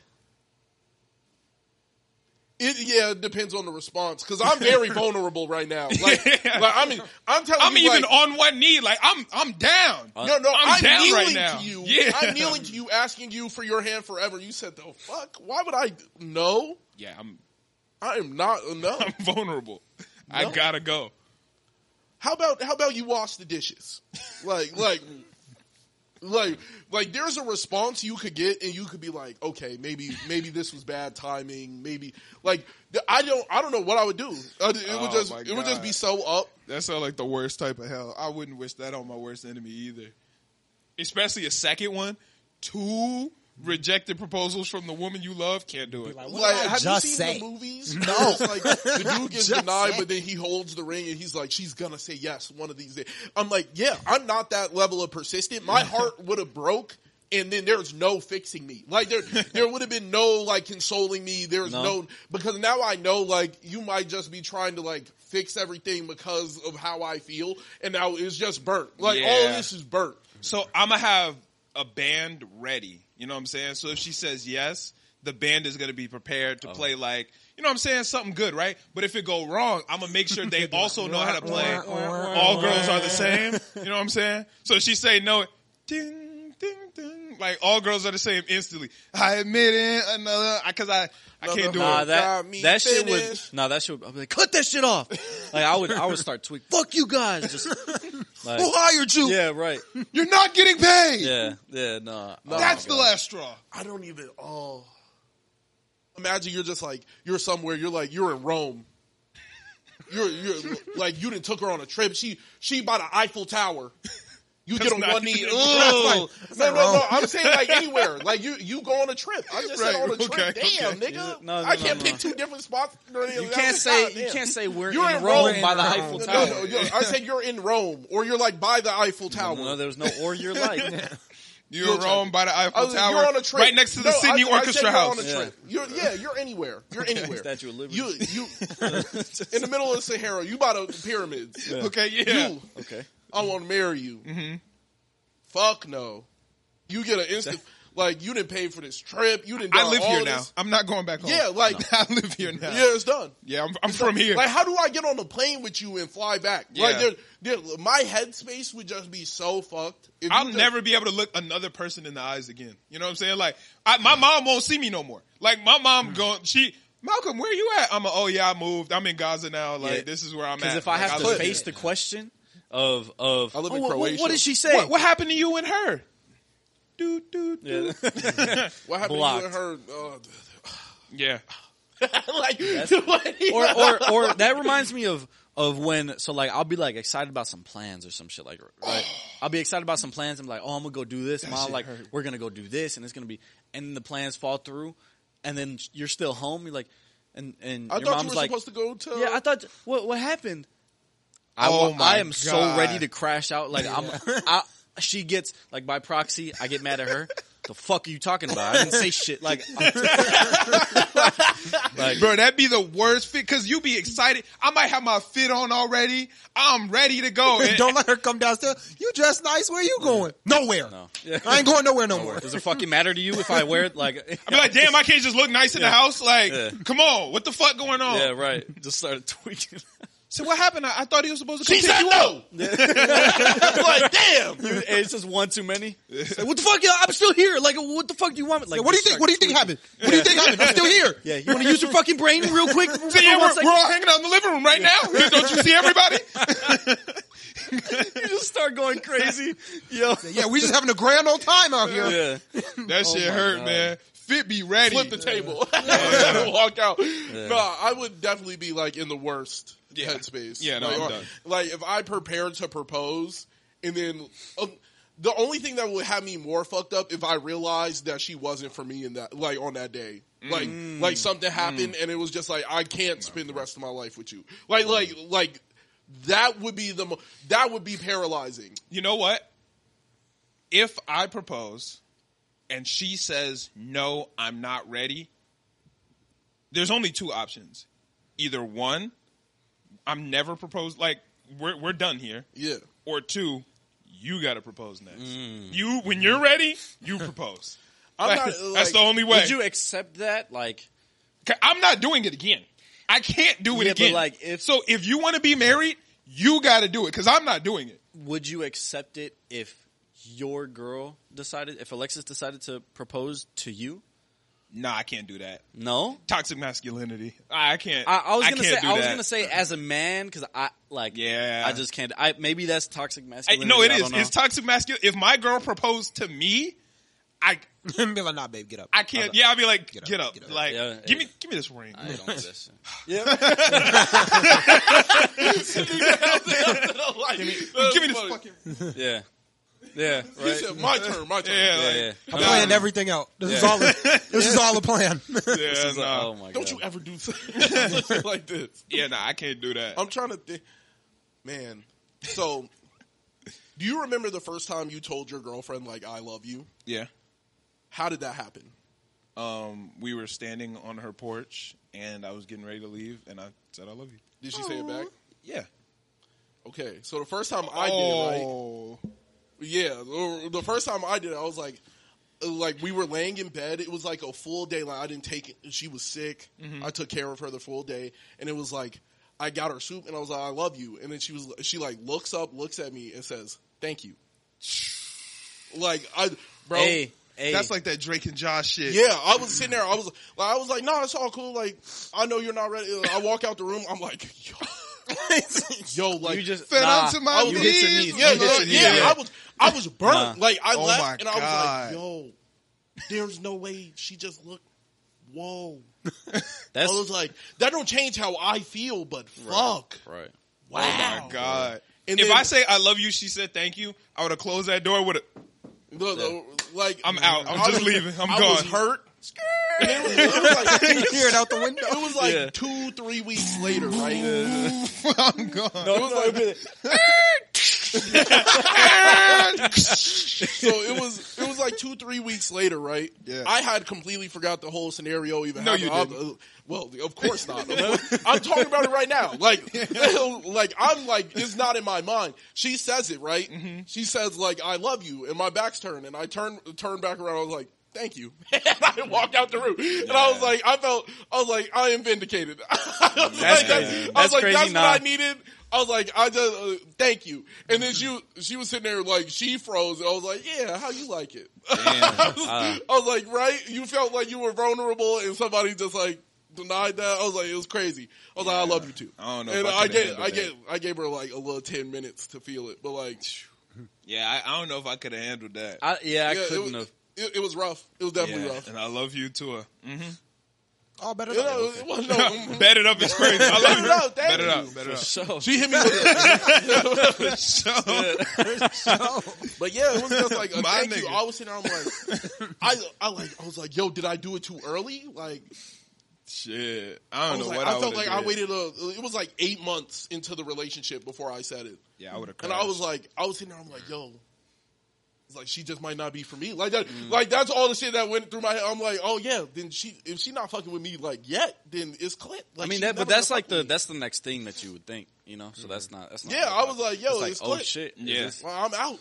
It yeah it depends on the response because I'm very vulnerable right now. Like,
Yeah.
like I mean, I'm telling
I'm
you,
even
like,
on one knee. Like I'm, I'm down.
no, no,
I'm
I'm,
down
kneeling
right now.
to you.
Yeah.
I'm kneeling to you, asking you for your hand forever. You said the fuck? Why would I? d- No,
yeah, I'm,
I am not. No.
I'm vulnerable. I
No.
gotta go.
How about how about you wash the dishes? Like like like like there's a response you could get and you could be like, okay, maybe maybe this was bad timing, maybe like th- I don't I don't know what I would do. Uh, It would
Oh,
just
my
it would just
God.
be so up.
That sounds like the worst type of hell. I wouldn't wish that on my worst enemy either. Especially a second one, two rejected proposals from the woman you love. Can't do it.
Like, what
Like
did I
have
just
you seen
say?
the movies? No, it's like the dude gets
Just
denied,
say.
but then he holds the ring and he's like, she's gonna say yes one of these days. I'm like, yeah, I'm not that level of persistent. My heart would have broke. And then there's no fixing me. Like there, there would have been no like consoling me. There's
No.
no. because now I know like you might just be trying to like fix everything because of how I feel, and now it's just burnt. Like all
Yeah.
this is burnt.
So I'm gonna have a band ready. You know what I'm saying? So if she says yes, the band is going to be prepared to play like you know what I'm saying something good, right? But if it go wrong, I'm gonna make sure they also know how to play.
Oh,
All girls are the same. You know what I'm saying? So she say no. Ding ding ding. Like all girls are the same instantly. I admit it. Another because I I can't do
Nah,
it.
that
got me
that shit was
finished.
nah, that shit. I'd be like, cut that shit off. Like I would, I would start tweaking. Fuck you guys. Just like,
Who hired you?
yeah, right.
You're not getting paid.
Yeah, yeah, nah. Oh,
That's the
God.
last straw.
I don't even. Oh, imagine you're just like you're somewhere. You're like you're in Rome. You're you're like you didn't took her on a trip. She she by the Eiffel Tower. You get on
not
one knee.
even-
Ugh.
That's
no, no, no. I'm saying like anywhere. Like you, you go on a trip. I just
Right,
said on a trip.
okay,
Damn,
okay.
nigga.
Yeah, no, no,
I can't
no,
pick
no.
two different spots.
You can't say you can't say we're
You're
in
in
Rome
Rome.
by the Eiffel
No,
Tower.
no, no, you're- I said you're in Rome, or you're like by the Eiffel Tower.
No, there was no or you're like.
You're
You're
wrong by the
I
Eiffel
was like,
Tower.
Oh, you're on a trip
Right next to the
No, I-
Sydney
I said
Orchestra
you're
House.
On a
Yeah.
trip. You're, yeah, you're anywhere. You're anywhere.
Statue of Liberty.
You, you, in the middle of the Sahara. You by the pyramids.
Okay, yeah.
You,
okay.
I want to marry you. Mm-hmm. Fuck no. You get an instant. Like you didn't pay for this trip. You didn't.
I
done
live
all
here
this.
now. I'm not going
Oh,
back home.
Yeah, like
I live here now.
yeah, it's done.
Yeah, I'm, I'm from here.
Like, how do I get on the plane with you and fly back? Like,
Yeah.
there- there- my headspace would just be so fucked. If you
I'll
just-
never be able to look another person in the eyes again. You know what I'm saying? Like, I, my mom won't see me no more. Like, my
Hmm.
mom going, she, Malcolm, where you at? I'm a, oh yeah, I moved. I'm in Gaza now. Like,
Yeah.
this is where I'm at.
Because if I
Like,
have to
live
face
here.
the question of of
I live in
"Oh, what- what,
Croatia."
what did she say?
what, what happened to you and her? Do, do, do.
Yeah.
What happened
blocked.
to you and her? oh,
Yeah.
Uh, like,
or or or that reminds me of of when so like I'll be like excited about some plans or some shit like right. I'll be excited about some plans. I'm like, oh, I'm gonna go do this. Mom,
shit
like
hurt.
we're gonna go do this, and it's gonna be, and the plans fall through, and then you're still home. You're like, and and
I
your
thought
mom's
you were
like,
supposed to go to.
yeah, I thought what what happened. I,
Oh
wa-
my
I am so
God.
ready to crash out. Like I'm, I, she gets like by proxy. I get mad at her. The fuck are you talking about? I didn't say shit. Like, like
Bro, that'd be the worst fit because you be excited. I might have my fit on already. I'm ready to go. And-
Don't let her come downstairs. You dress nice. Where you going? Nowhere.
No. Yeah.
I ain't going nowhere no more.
Does it fucking matter to you if I wear it? Like,
I'd be like, damn, I can't just look nice in the house. Like,
Yeah.
come on, what the fuck going on?
yeah, right. Just started tweaking.
So what happened? I, I thought he was supposed to come
She
pick
said
you up.
no. like damn.
it's just one too many. It's like, what the fuck? Yeah, I'm still here. Like, what the fuck do you want? me- Like,
What do you think? What do you think happened? What do you think happened? I'm still here.
Yeah, you want to use your fucking brain real quick?
So yeah, we're, we're all hanging out in the living room right now. Don't you see everybody?
you just start going crazy. Yo,
Yeah, we just having a grand old time out here.
yeah.
That shit
Oh my
hurt,
God.
man. Fit be ready.
Flip the table. Walk out. No, I would definitely be like in the worst
Yeah.
headspace.
Yeah, no,
like,
I'm
or-
done.
like if I prepared to propose and then um, the only thing that would have me more fucked up if I realized that she wasn't for me in that like on that day. Like like something happened and it was just like I can't spend the rest of my life with you. Like like like that would be the mo- that would be paralyzing.
You know what? If I propose and she says, no, I'm not ready, there's only two options. Either one, I'm never proposed. Like, we're, we're done here.
Yeah.
Or two, you got to propose next.
Mm.
You, when you're ready, you propose.
I'm
Like,
not,
that's
like-
the only way.
Would you accept that? Like,
'Cause I'm not doing it again. I can't do it
Yeah, but,
again.
like, if-
so if you want to be married, you got to do it because I'm not doing it.
would you accept it if your girl decided, if Alexis decided to propose to you?
Nah, I can't do that.
No.
Toxic masculinity. I can't.
I, I was gonna
can't
say
do
I was
that.
gonna say as a man because I like
Yeah.
I just can't I maybe that's toxic
I-
masculinity.
no, it
I
is.
don't know.
It's toxic masculinity. If my girl proposed to me, I
be like, nah, babe, get up.
I can't. Yeah, I'd be like, get up,
up, get up.
like
Yeah,
give
yeah.
me give me this ring.
I don't listen.
like,
give me this
funny.
fucking.
yeah, yeah,
He
right.
said, my turn, my turn.
Yeah,
Yeah,
like,
yeah.
I'm
No,
playing
no,
everything out. This is all. This is all a plan.
yeah,
no.
nah.
oh my god!
Don't you ever do something like this.
yeah, nah, I can't do that.
Oh.
I'm trying to think. Man, so do you remember the first time you told your girlfriend, like, I love you?
yeah.
How did that happen?
Um, we were standing on her porch, and I was getting ready to leave, and I said, "I love you."
Did she say it back?
Yeah.
Okay,
Oh.
so Oh. the first time I did it, right? Yeah, the- the first time I did it, I was like, uh, like we were laying in bed. It was like a full day. Like I didn't take it. She was sick.
Mm-hmm.
I took care of her the full day, and it was like I got her soup, and I was like, "I love you." And then she was she like looks up, looks at me, and says, "Thank you." Like I, bro.
hey, hey,
That's like that Drake and Josh shit.
Yeah, I was sitting there. I was like, I was like, no, it's all cool. Like, I know you're not ready. I walk out the room. I'm like, yo, yo like,
you just
Fed
nah,
onto my
you
knees.
hit your knees.
yeah,
you hit
yeah,
your knees.
yeah, I was, I was burnt.
Nah.
Like, I
Oh my
left and I was
God.
like, yo, there's no way she just looked. Whoa, I
That's
was like, that don't change how I feel, but fuck,
right.
wow,
Oh my god.
And
if
then-
I say I love you, she said thank you. I would have closed that door with a
Look, like,
I'm out. I'm
I
just
was-
leaving. I'm
I
gone.
was hurt. And it was, it was like,
You hear it out the window.
it was like
Yeah.
two, three weeks later, right?
I'm gone.
No, no, it-
So it was it was like two three weeks later, right?
Yeah.
I had completely forgot the whole scenario even.
No,
happened.
you
I'm-
didn't.
uh, well, of course not. Of course- I'm talking about it right now. Like, like I'm like it's not in my mind. She says it right.
Mm-hmm.
She says like I love you, and my back's turned, and I turn turn back around. I was like. Thank you. And I walked out the room, and I was like, I felt, I was like, I am vindicated. I was
That's
like,
crazy.
I was
That's
like,
crazy,
that's what
nah.
I needed. I was like, I just uh, thank you. And then she she was sitting there like she froze, and I was like, yeah, how you like it? I, was,
Uh.
I was like, right? You felt like you were vulnerable, and somebody just like denied that. I was like, it was crazy. I was like, I love you too.
I don't know if
And
I
I,
coulda
gave
handled
I
that.
gave I gave her like a little ten minutes to feel it, but like,
Yeah, I, I don't know if I could have handled that.
I, yeah, I
yeah, it was,
couldn't have.
It, it was rough. It was definitely
yeah,
rough.
and I love you too. Uh, mm-hmm.
All better.
You
than-
know, it was- no,
bet it up is crazy. I love
Bet it up,
you.
thank
Bet it
you.
up. Bet it up.
So
she hit me with
So,
Oh.
But yeah, it was just like a
My
thank you.
nigga.
I was sitting there, I'm like, I, I like, I was like, yo, did I do it too early? Like,
shit. I
I,
don't
was
know
like,
what
I
I,
felt
would've
like
did.
I waited a, it was like eight months into the relationship before I said it,
Yeah, I would have.
and I was like, I was sitting there, I'm like, yo, it's like she just might not be for me. Like that,
Mm.
like that's all the shit that went through my head. I'm like, oh yeah, then she, if she not fucking with me like yet, then it's clip.
I
Like,
mean
she
that, but
never gonna
that's like
fuck with
the
me.
that's the next thing that you would think, you know. So that's not that's not.
Yeah,
how
I
it
was
got.
like, yo,
like,
it's
oh
click.
shit, is
Yeah.
this-
Well, I'm out.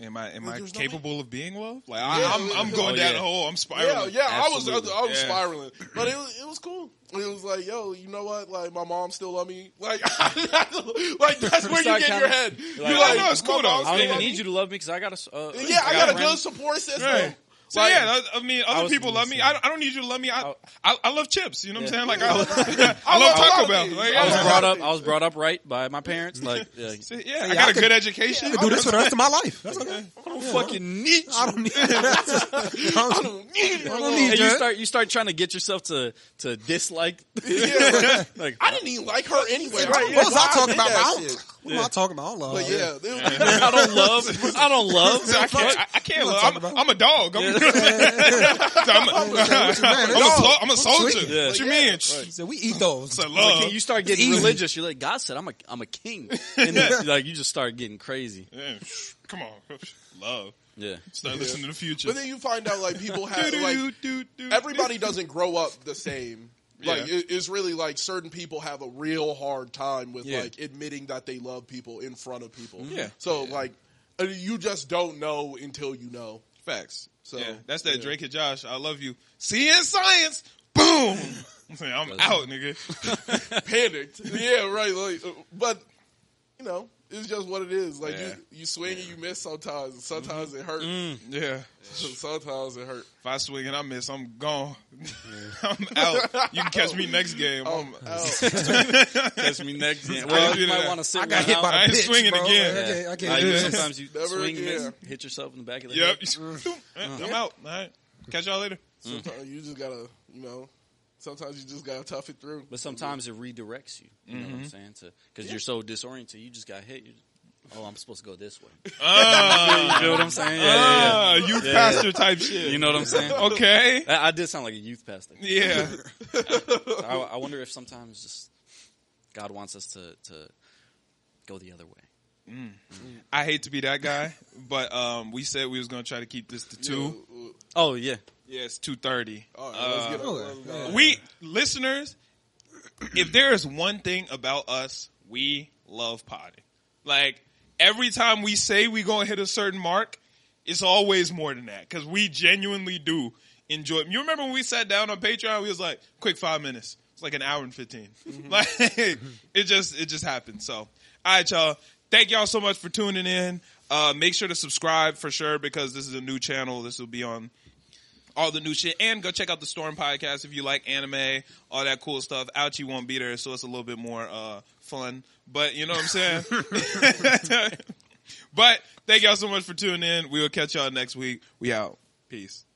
am I am I
There's no
capable of being loved? Like
Yeah.
I, I'm I'm going
Oh,
down
yeah.
a hole. I'm
Yeah,
spiraling.
yeah, I was, I was,
Absolutely.
I was
Yeah.
spiraling, but it was, it was cool. It was like, yo, you know what? Like, my mom still love me. Like, like that's where you
Start
get in
counting-
your head.
You're
You're
like,
like,
"Oh, no, it's
my
cool, though.
mom
I
I don't
still
even
love
need
me."
you to love me because I got a. Uh,
Yeah, I got a
friend.
good support system.
Right. So
Like,
yeah, I, I mean, other
was
people love me. I, don't- I don't need you to love me. I, I I love chips. You know what I'm saying? Like I, I
I
love
love a lot
Taco
of
Bell.
things.
Like,
I was
yeah.
brought up. I was brought up right by my parents. Like, yeah,
So, yeah, I
Yeah,
got a
I could-
good education.
I could do this for the rest of my life. That's okay.
I don't fucking need you.
I don't need. I don't
don't need your
I don't
love.
need
And you
Jared.
start you start trying to get yourself to to dislike.
Yeah.
like,
I didn't even like her anyway. Right?
What was
Why
I talking
did
about?
that
I
shit?
don't, what am I talking about? I don't love.
But
her.
yeah, it was-
I don't love. I don't love.
I can't. I, I can't. Look, I'm, I'm a dog. I'm, So I'm a-
man,
I'm a
dog.
sol- I'm a soldier.
sweet.
Yeah.
What you mean?
He said we eat those.
So
Like,
love.
you start getting
easy.
religious. You're like, God said, I'm a I'm a king, and then, like you just start getting crazy.
Yeah, Come on, love.
Yeah,
Start listening to the future.
but then you find out like people have like
Everybody.
everybody doesn't grow up the same. Like
Yeah.
it, it's really like certain people have a real hard time with
Yeah.
like admitting that they love people in front of people.
Yeah.
So like uh, you just don't know until you know.
Facts. So
So,
yeah, that's that
yeah.
Drake and Josh. I love you. See you in science. Boom. I'm out, nigga.
Panicked. yeah, right. Like, uh, but you know, it's just what it is. Like
Yeah. Mm-hmm. Mm.
you, you swing and you miss sometimes. and Sometimes it hurt.
Yeah.
Sometimes it hurt.
If I swing and I miss, I'm gone. I'm out. You can catch me next game.
Um, ow.
Mm.
catch me next. Yeah.
I
Well,
did
you might
that.
want to sit.
I got
one
hit
out.
by the
I ain't
pitch,
swinging
bro.
again.
I can't, I can't
Like,
do
you-
this.
sometimes you
Never
swing, miss,
again.
hit yourself in the back of the
yep.
head.
I'm out. All right. Catch y'all later.
sometimes you just gotta, you know. Sometimes you just gotta tough it through.
But sometimes it redirects you. You know what I'm saying? Because you're so disoriented, you just got hit. You oh, I'm supposed to go this way. you feel what I'm saying? Yeah, yeah,
Ah, youth
Yeah.
pastor type
yeah.
shit.
You know what I'm saying?
Okay.
I, I did sound like a youth pastor.
Yeah.
I, I wonder if sometimes just God wants us to to go the other way.
I hate to be that guy, but um, we said we was gonna try to keep this to two.
Yeah, Oh, uh,
Oh yeah,
Yeah, it's two thirty.
All right, let's get
Uh,
on.
okay.
We listeners, if there is one thing about us, we love potting. Like every time we say we gonna hit a certain mark, It's always more than that because we genuinely do enjoy. You remember when we sat down on Patreon? We was like, quick five minutes. It's like an hour and 15 Like it just it just happened. So, all right, y'all. Thank y'all so much for tuning in. Uh, make sure to subscribe for sure because this is a new channel. This will be on all the new shit. And go check out the Storm podcast if you like anime, all that cool stuff. Ouchie won't be there, so it's a little bit more uh, fun. But you know what I'm saying? but thank y'all so much for tuning in. We will catch y'all next week. We out. Peace.